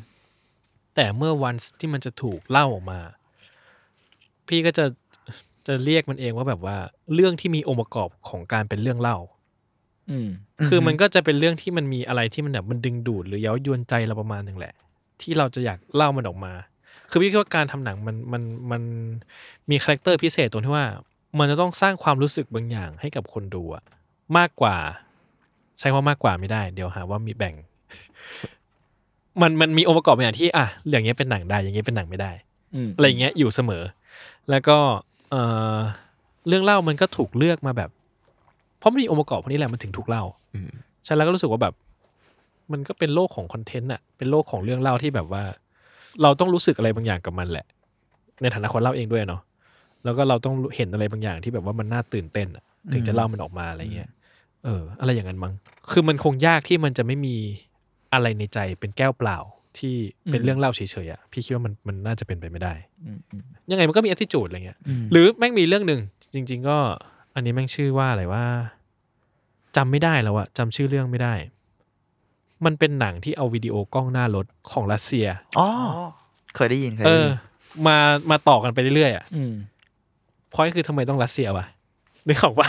S5: แต่เมื่อวันที่มันจะถูกเล่าออกมา พี่ก็จะจะเรียกมันเองว่าแบบว่า เรื่องที่มีองค์ประกอบของการเป็นเรื่องเล่า
S2: อืม
S5: คือมันก็จะเป็นเรื่องที่มันมีอะไรที่มันแบบมันดึงดูดหรือเย้ายวนใจเราประมาณหนึ่งแหละ ที่เราจะอยากเล่ามันออกมา คือพี่คิดว่าการทำหนังมันมันมันมีคาแรคเตอร์พิเศษตรงที่ว่า มันจะต้องสร้างความรู้สึกบางอย่างให้กับคนดูอะมากกว่า ใช้ว่ามากกว่าไม่ได้ เดี๋ยวหาว่ามีแบ่ง มันมันมีองค์ประกอบบางอย่างที่อ่ะอย่างเงี้ยเป็นหนังได้ อย่างเงี้ยเป็นหนังไม่ได้
S2: อืม
S5: อะไรเงี้ยอยู่เสมอ แล้วก็เอ่อเรื่องเล่ามันก็ถูกเลือกมาแบบ เพราะมันมีองค์ประกอบพวกนี้แหละมันถึงถูกเล่า
S3: อืม
S5: ใช่แล้วก็รู้สึกว่าแบบ มันก็เป็นโลกของคอนเทนต์อะเป็นโลกของเรื่องเล่าที่แบบว่า เราต้องรู้สึกอะไรบางอย่างกับมันแหละ ในฐานะคนเล่าเองด้วยเนาะแล้วก็เราต้องเห็นอะไรบางอย่างที่แบบว่ามันน่าตื่นเต้นอะถึงจะเล่ามันออกมาอะไรเงี้ยเออ อะไรอย่างนั้นมั้งคือมันคงยากที่มันจะไม่มีอะไรในใจเป็นแก้วเปล่าที่เป็นเรื่องเล่าเฉยๆอะพี่คิดว่ามันมันน่าจะเป็นไปไม่ได้
S2: อืมอืม
S5: ยังไงมันก็มี attitude อะไรเงี้ย หรือแม่งมีเรื่องหนึ่งจริง ๆ ก็ อันนี้แม่งชื่อว่าอะไรว่าจำไม่ได้แล้วอะจำชื่อเรื่องไม่ได้ มันเป็นหนังที่เอาวิดีโอกล้องหน้ารถของรัสเซีย
S4: อ๋อ เคยได้ยินเคย
S5: เอ
S4: ได้
S5: อ
S4: ยิน
S5: มามาต่อกันไปเรื่อยๆอะ
S2: อืม
S5: พอยคือทำไมต้องรัสเซียวะนึกออกปะ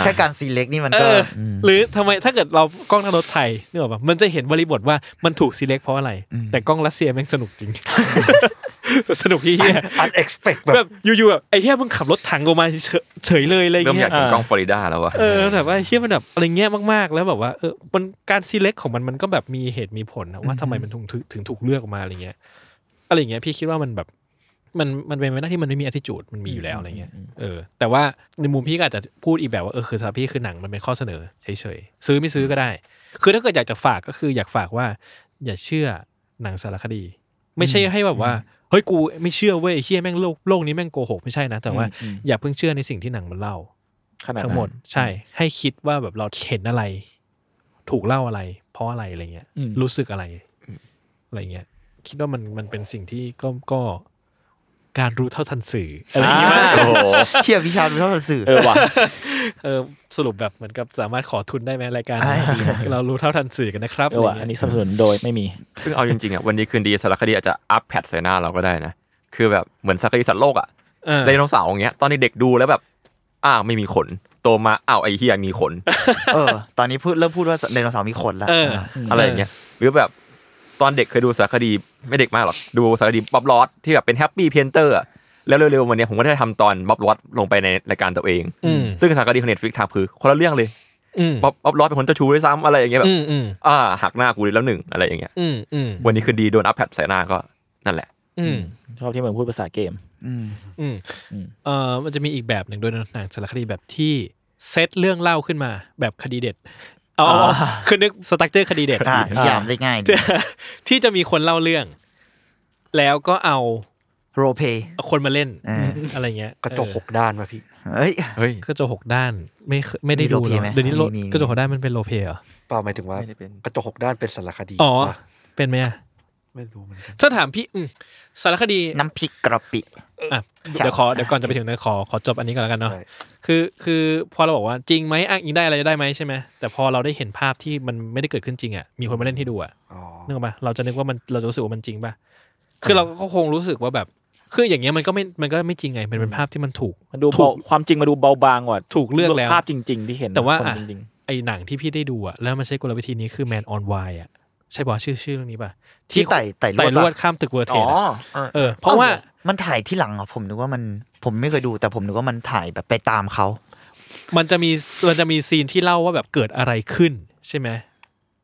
S4: แค่การซีเล็กนี่มัน
S5: เอ
S4: ก็
S5: ออ
S4: ม
S5: หรือทำไมถ้าเกิดเรากล้องหน้ารถไทยนึกออกปะมันจะเห็นบริบทว่ามันถูกซีเล็กเพราะอะไร
S4: อืม
S5: แต่กล้องรัสเซียแม่งสนุกจริง สนุกที่เฮีย
S6: unexpect แบ
S5: แบบ บอยู่ๆแบบไอ้เฮียมึงขับรถถังออกมาเฉยเฉยเลยอะไร
S3: เริ่มอ
S5: เงี้
S3: ยาย กเห็นกล้องฟลอริดาแล้วอะ
S5: เออแบบว่าเฮียมันแบบอะไรเงี้ยมากๆ แล้วแบบว่าเออมันการซีเล็กของมันมันก็แบบมีเหตุมีผลนะว่าทำไมมันถึงถึงถึงถูกเลือกออกมาอะไรเงี้ยอะไรเงี้ยพี่คิดว่ามันแบบมันมันเป็นไปได้ที่มันไม่มี attitude มันมีอยู่แล้วอะไรเงี้ยเออแต่ว่าในมุมพี่ก็อาจจะพูดอีกแบบว่าเออคือสำหรับพี่คือหนังมันเป็นข้อเสนอเฉยๆซื้อไม่ซื้อก็ได้ คือถ้าเกิดอยากจะฝากก็คืออยากฝากว่า อย่าเชื่อหนังสารคดี ไม่ใช่ให้แบบว่าเฮ้ยกูไม่เชื่อเว้ยไอ้เฮียแม่งโลกโลกนี้แม่งโกหกไม่ใช่นะ แต่ว่าอย่าเพิ่งเชื่อในสิ่งที่หนังมันเล่า
S2: ขนาด
S5: ทั้
S2: นั้
S5: ง
S2: น
S5: หมดใช่ ให้คิดว่าแบบเราเห็นอะไร ถูกเล่าอะไร เพราะอะไรอะไรเงี้ย
S2: อืม
S5: รู้สึกอะไรอะไรเงี้ย คิดว่ามันมันเป็นสิ่งที่ก็ก็การรู้เท่าทันสื่ออะไรเงี้ย
S2: โอ้โห
S4: เชี่ยวิชาดูเท่าทันสื่อ
S2: เออว่ะ
S5: เออสรุปแบบเหมือนกับสามารถขอทุนได้ไหมรายการ
S4: อ่า
S5: เรารู้เท่าทันสื่อกันนะครับ
S2: เออว่ะ
S5: ะไรเงี้ย
S2: อันนี้สนับสนุนโดยไม่มี
S3: ซึ่งเอาจริงๆอะวันนี้คืนดีสารคดีอาจจะอัพแพดใส่หน้าเราก็ได้นะ คือแบบเหมือนสารคดีสัตว์โลกอะ
S5: เออ
S3: ไดโนเสาร์อย่างเงี้ยตอนเด็กๆดูแล้วแบบอ้าวไม่มีขน โตมาอ้าวไอ้เฮียมีขน
S4: เออ ตอนนี้พูดเริ่มพูดว่าไดโนเสาร์มีขนแล้ว
S5: เออ
S3: อะไรอย่างเงี้ยหรือแบบตอนเด็กเคยดูสารคดีไม่เด็กมากหรอกดูสารคดีบ๊อบลอสที่แบบเป็นแฮปปี้เพนเตอร์แล้วเร็วๆวันเนี้ยผมก็ได้ทำตอนบ๊อบลอสลงไปในรายการตัวเอง
S5: อืม
S3: ซึ่งสารคดีของเน็ตฟลิกทำคือคนละเรื่องเลย
S5: อืม
S3: บ๊อบบ๊อบลอสเป็นคนเจ้าชู้ด้วยซ้ำอะไรอย่างเงี้ยแบบ
S5: อืมอืม
S3: อ่าหักหน้ากูเลยแล้วหนึ่งอะไรอย่างเงี้ย
S5: อืมอืม
S3: วันนี้คือดีโดนอัพแพดใส่หน้าก็นั่นแหละ
S5: อืม
S2: ชอบที่เหมือนพูดภาษาเกม
S4: อืม
S5: อืม
S2: อืม
S5: เอ่อมันจะมีอีกแบบหนึ่งด้วยนะหนังสารคดีแบบที่เซตเรื่องเล่าขึ้นมาแบบคดีเด็ดเอาเอาเอาคือนึกสตั๊กเจอร์คดีเด็ด
S4: อ่านิยามได้ง่ายดี
S5: ที่จะมีคนเล่าเรื่อง แล้วก็เอา
S4: โรเป
S5: เอาคนมาเล่น
S4: อ่า
S5: อะไรเงี้ย
S6: กระจก
S5: เออ
S6: หกด้านมาพี่
S4: เฮ้ย
S3: เฮ้ย
S5: กระจกหกด้านไม่เคยไม่ได้ดู
S4: มีโรเพ
S5: เลย
S4: ไหม
S5: เดี๋ยวนี้โร
S4: มีมี
S5: กระจกหกด้านมันเป็นโรเพเหรอ
S6: เปล่าหมายถึงว่า
S3: ไม่ได้เป็น
S6: กระจกหกด้านเป็นสารคดี
S5: อ๋อ
S6: ป่ะ
S5: เป็นไหมอะ
S6: ไม่รู้เหมือนกัน
S5: ถ้าถามพี่อืมสารคดี
S4: น้ำพริกกระปิ
S5: อ่ะ
S4: ครับ
S5: เดี๋ยวขอเดี๋ยวก่อนจะไปถึงนั้นขอขอจบอันนี้ก่อนแล้วกันเนาะ
S6: ใช่
S5: คือคือพอเราบอกว่าจริงไหมอ้างอิงได้อะไรได้ไหมใช่ไหมแต่พอเราได้เห็นภาพที่มันไม่ได้เกิดขึ้นจริงอ่ะมีคนมาเล่นให้ดูอ่ะ
S6: อ๋อ
S5: นึกออกปะเราจะนึกว่ามันเราจะรู้สึกว่ามันจริงป่ะคือเราก็คงรู้สึกว่าแบบ คืออย่างเงี้ยมันก็ไม่มันก็ไม่จริงไงมันเป็นภาพที่มันถูก
S2: มันดู
S5: ถู
S2: เบาก ความจริงมาดูเบาบางกว่า
S5: ถูกเลือกแล้ว
S2: ภาพจริง ๆ ที่เห็น
S5: แต่ว่า
S2: คน
S5: อ่ะ
S2: จริง
S5: ไอหนังที่พี่ได้ดูอ่ะแล้วมันใช้กลวิธีนี้คือ Man on Wire อ่ะใช่ป่ะชื่อชื่อเรื่องนี้ป่ะ
S4: ที่ไต่ไต่
S5: ไต่ล
S4: ปะ
S5: วดข้ามตึกเวอร์เท
S3: อ๋อ
S5: ดอะเออเพราะว่า
S4: มันถ่ายที่หลังเหรอ่ะผมนึกว่ามันผมไม่เคยดูแต่ผมนึกว่ามันถ่ายแบบไปตามเขา
S5: มันจะมีมันจะมีซีนที่เล่าว่าแบบเกิดอะไรขึ้นใช่ไหม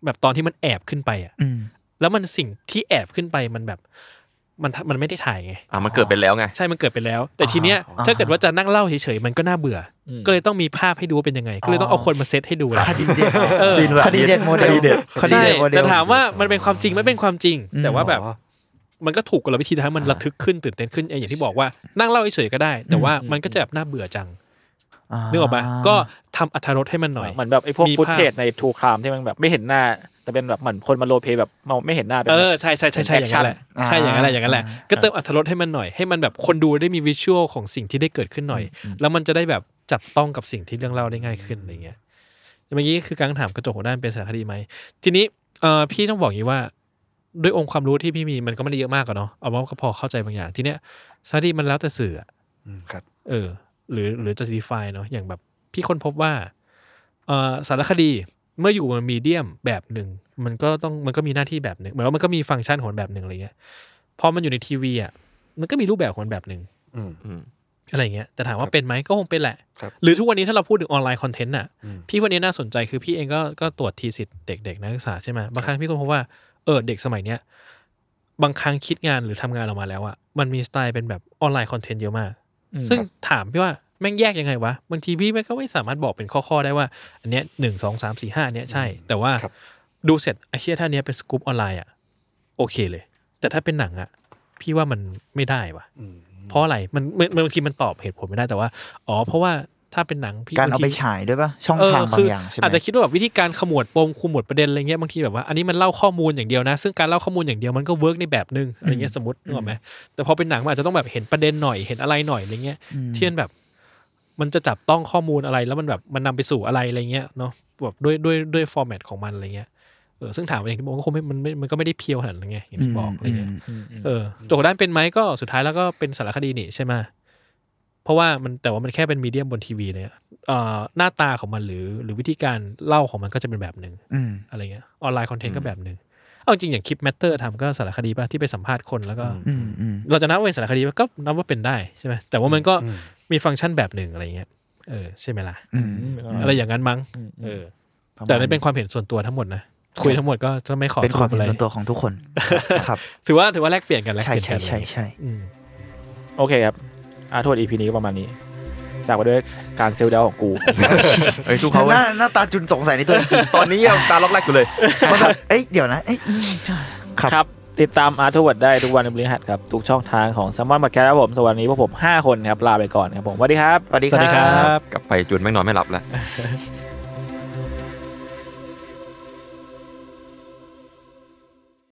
S5: แบบตอนที่มันแอบขึ้นไปอ่ะ
S4: อืม
S5: แล้วมันสิ่งที่แอบขึ้นไปมันแบบมันทมันไม่ได้ถ่ายไง
S3: อ่ะมันเกิดไปแล้วไง
S5: ใช่มันเกิดไปแล้ว แต่ทีเนี้ย
S4: อ่าฮะ
S5: ถ้าเกิดว่าจะนั่งเล่าเฉยๆมันก็น่าเบื่ออก็เลยต้องมีภาพให้ดูว่าเป็นยังไง ก็เลยต้องเอาคนมาเซตให้ดูแหละ
S4: คดีเด็ด
S5: เออ
S3: ซีนแบบ
S4: คดีเด็ดโมเดล
S3: คดีเด็ด
S4: คดี
S5: ใช่
S4: เด็ดโมเดล
S5: แต่ถามว่ามันเป็นความจริงไหม่เป็นความจริง
S4: อืม
S5: แต่ว่าแบบมันก็ถูกกลวิธีทำให้มันระทึกขึ้นตื่นเต้นขึ้นเอออย่างที่บอกว่านั่งเล่าเฉยๆก็ได้ แต่ว่ามันก็จะแบบน่าเบื่อจัง นึกออกปะก็ทำอัธรสให้มันหน่อย
S2: เหมือนแบบไอ้พวก
S5: มี
S2: ฟุต
S5: ภาพ
S2: เทจในทูครามที่มันแบบไม่เห็นหน้า แต่เป็นแบบเหมือนคนมาโรลเพลย์แบบเมาไม่เห็นหน้าป็น
S5: เอ
S2: แบบ
S5: อใช่ใช่ใช่ใช่อย่างนั้นแหละ
S4: อ่า
S5: ใช่อย่างนั้นแหละอย่างนั้นแหละ
S4: อ่า
S5: ก็เติมอัตรสให้มันหน่อยให้มันแบบคนดูได้มีวิชวลของสิ่งที่ได้เกิดขึ้นหน่อย แล้วมันจะได้แบบจับต้องกับสิ่งที่เรื่องเล่าได้ง่ายขึ้นอะไรเงี้ยเมื่อกี้คือการถามกระจกหัวด้านเป็นสารคดีไหมทีนี้เออพี่ต้องบอกอย่างนี้ว่า ด้วยองค์ความรู้ที่พี่มีมันก็ไม่ได้เยอะมากอะเนาะเอาว่าก็พอเข้าใจบางอย่าง ทีเนี้ยสารคดีมันแล้วแต่สื่ออะ
S6: อืมครับ
S5: เออหรือหรือจะ define เนาะอย่างแบบพี่ค้นพบว่าเอ่อสารคดีเมื่ออยู่บนมีเดียมแบบหนึ่ง มันก็ต้องมันก็มีหน้าที่แบบหนึ่งเหมือนว่ามันก็มีฟังก์ชันของมันแบบหนึ่งอะไรเงี้ยพอมันอยู่ในทีวีอ่ะมันก็มีรูปแบบของมันแบบหนึ่ง
S6: อืม
S3: อืม
S5: อะไรเงี้ยแต่ถามว่าเป็นไหมก็คงเป็นแหละ
S6: ครับ
S5: หรือทุกวันนี้ถ้าเราพูดถึงออนไลน์คอนเทนต์อ่ะ
S6: อืม
S5: พี่วันนี้น่าสนใจคือพี่เองก็ก็ตรวจทีสิทธิ์เด็กๆนักศึกษาใช่ไหมบางครั้งพี่ก็พบว่าเออเด็กสมัยเนี้ยบางครั้งคิดงานหรือทำงานออกมาแล้วอ่ะมันมีสไตล์เป็นแบบออนไลน์คอนเทนต์เยอะมาก ซึ่งถามพี่ว่าแม่งแยกยังไงวะ บางทีพี่แม่งก็ไม่สามารถบอกเป็นข้อ ๆ ได้ว่า อันเนี้ยหนึ่งสองสามสี่ห้าเนี้ยใช่ แต่ว่า
S6: ครับ
S5: ดูเสร็จไอ้เชี่ยท่าเนี้ยเป็นสกู๊ปออนไลน์อ่ะ โอเคเลย แต่ถ้าเป็นหนังอ่ะ พี่ว่ามันไม่ได้ว่ะ
S6: อืม
S5: เพราะอะไรมันมันมันบางทีมันตอบเหตุผลไม่ได้แต่ว่า อ๋อ เพราะว่าถ้าเป็นหนังพี่
S4: การเอาไป
S5: บงที
S4: ฉายด้วยป่ะ ช่อง
S5: เออ
S4: ทางบา
S5: คื
S4: ง
S5: อ
S4: อย่างใช่ไหม
S5: อาจจะคิดว่าแบบวิธีการขมวดปมขมวดประเด็นอะไรเงี้ยบางทีแบบว่าอันนี้มันเล่าข้อมูลอย่างเดียวนะ ซึ่งการเล่าข้อมูลอย่างเดียวมันก็เวิร์กในแบบนึงอะไรเงี้ยสมมตินึกออกไหมแต่พอเป็นหนังมันอาจจะต้องแบบเห็นประเด็นหน่อยเห็นอะไรหน่อยอะไรเงี้ย
S4: อืม
S5: เทียนแบบมันจะจับต้องข้อมูลอะไรแล้วมันแบบมันนำไปสู่อะไรอะไรเงี้ยเนาะแบบด้วยด้วยด้วยฟอร์แมตของมันอะไรเงี้ยเออซึ่งถามว่าอย่างที่บอกก็คงไม่มันไม่มันก็ไม่ได้เพียวขนาดนั้นไงอย่างที่บอกอะไรเงี้ยเออโจทย์ด้านเป็นไหมก็สุดท้ายแล้วก็เป็นสารคดีนี่ใช่ไหมเพราะว่ามันแต่ว่ามันแค่เป็นมีเดียมบนทีวีเลยอะเอ่อหน้าตาของมันหรือหรือวิธีการเล่าของมันก็จะเป็นแบบหนึ่ง
S4: อืม
S5: อะไรเงี้ยออนไลน์คอนเทนต์ก็แบบหนึ่งเอาจริงอย่างคลิปแมตเตอร์ทำก็สารคดีป่ะที่ไปสัมภาษณ์คนแล้วก็
S4: อืมอืม
S5: เราจะนับว่าเป็นสารคดีไหมก็นับว่าเป็นได้ใช่ไหมแต่ว่ามันก็
S6: อืม
S5: มีฟังก์ชันแบบหนึ่งอะไรเงี้ยเออใช่ไหมล่ะ
S4: อืม
S5: อะไรอย่างนั้นมั้งเออแต่นั่นเป็นความเห็นส่วนตัวทั้งหมดนะคุยทั้งหมดก็จะไม่ขอ
S4: เป็นความเห็
S5: สรุป
S4: น
S5: อะไร
S4: ส่วนตัวของทุ กคนครับ
S5: ถือว่าถือว่าแลกเปลี่ยนกันแลก
S4: ใช่
S5: เปลี่ยน
S4: ใช่
S5: กัน
S4: ใช่ใช่
S5: อืม
S2: โอเคครับอาทวดอีพีนี้ก็ประมาณนี้ จากไปด้วยการเซลล์ดาวของกู
S3: เอ้ยสู้เขา
S4: ห
S3: เว้
S4: น้าย หน้าตาจุนสงสัยในตัวจริง
S3: ตอนนี้ยังตาล็อกแรกอยู่เลย
S4: ๆมันแบบเอ้ยเดี๋ยวนะเอ้ยอืมครับ
S2: ครับ ติดตามอาร์ทวดได้ทุกวันพฤหัสครับ ทุกช่องทางของ s ซ m มอนบัตแคร์ครับผมสำหรับวันนี้พวกผม 5 คนครับ ลาไปก่อนครับผมสวัสดีครับ
S4: สวัสดี
S5: สวัสดี
S4: ค
S5: ค
S4: รั
S5: รับ บ
S3: กลับไปจุนแม่งนอนไม่หลับแล้ว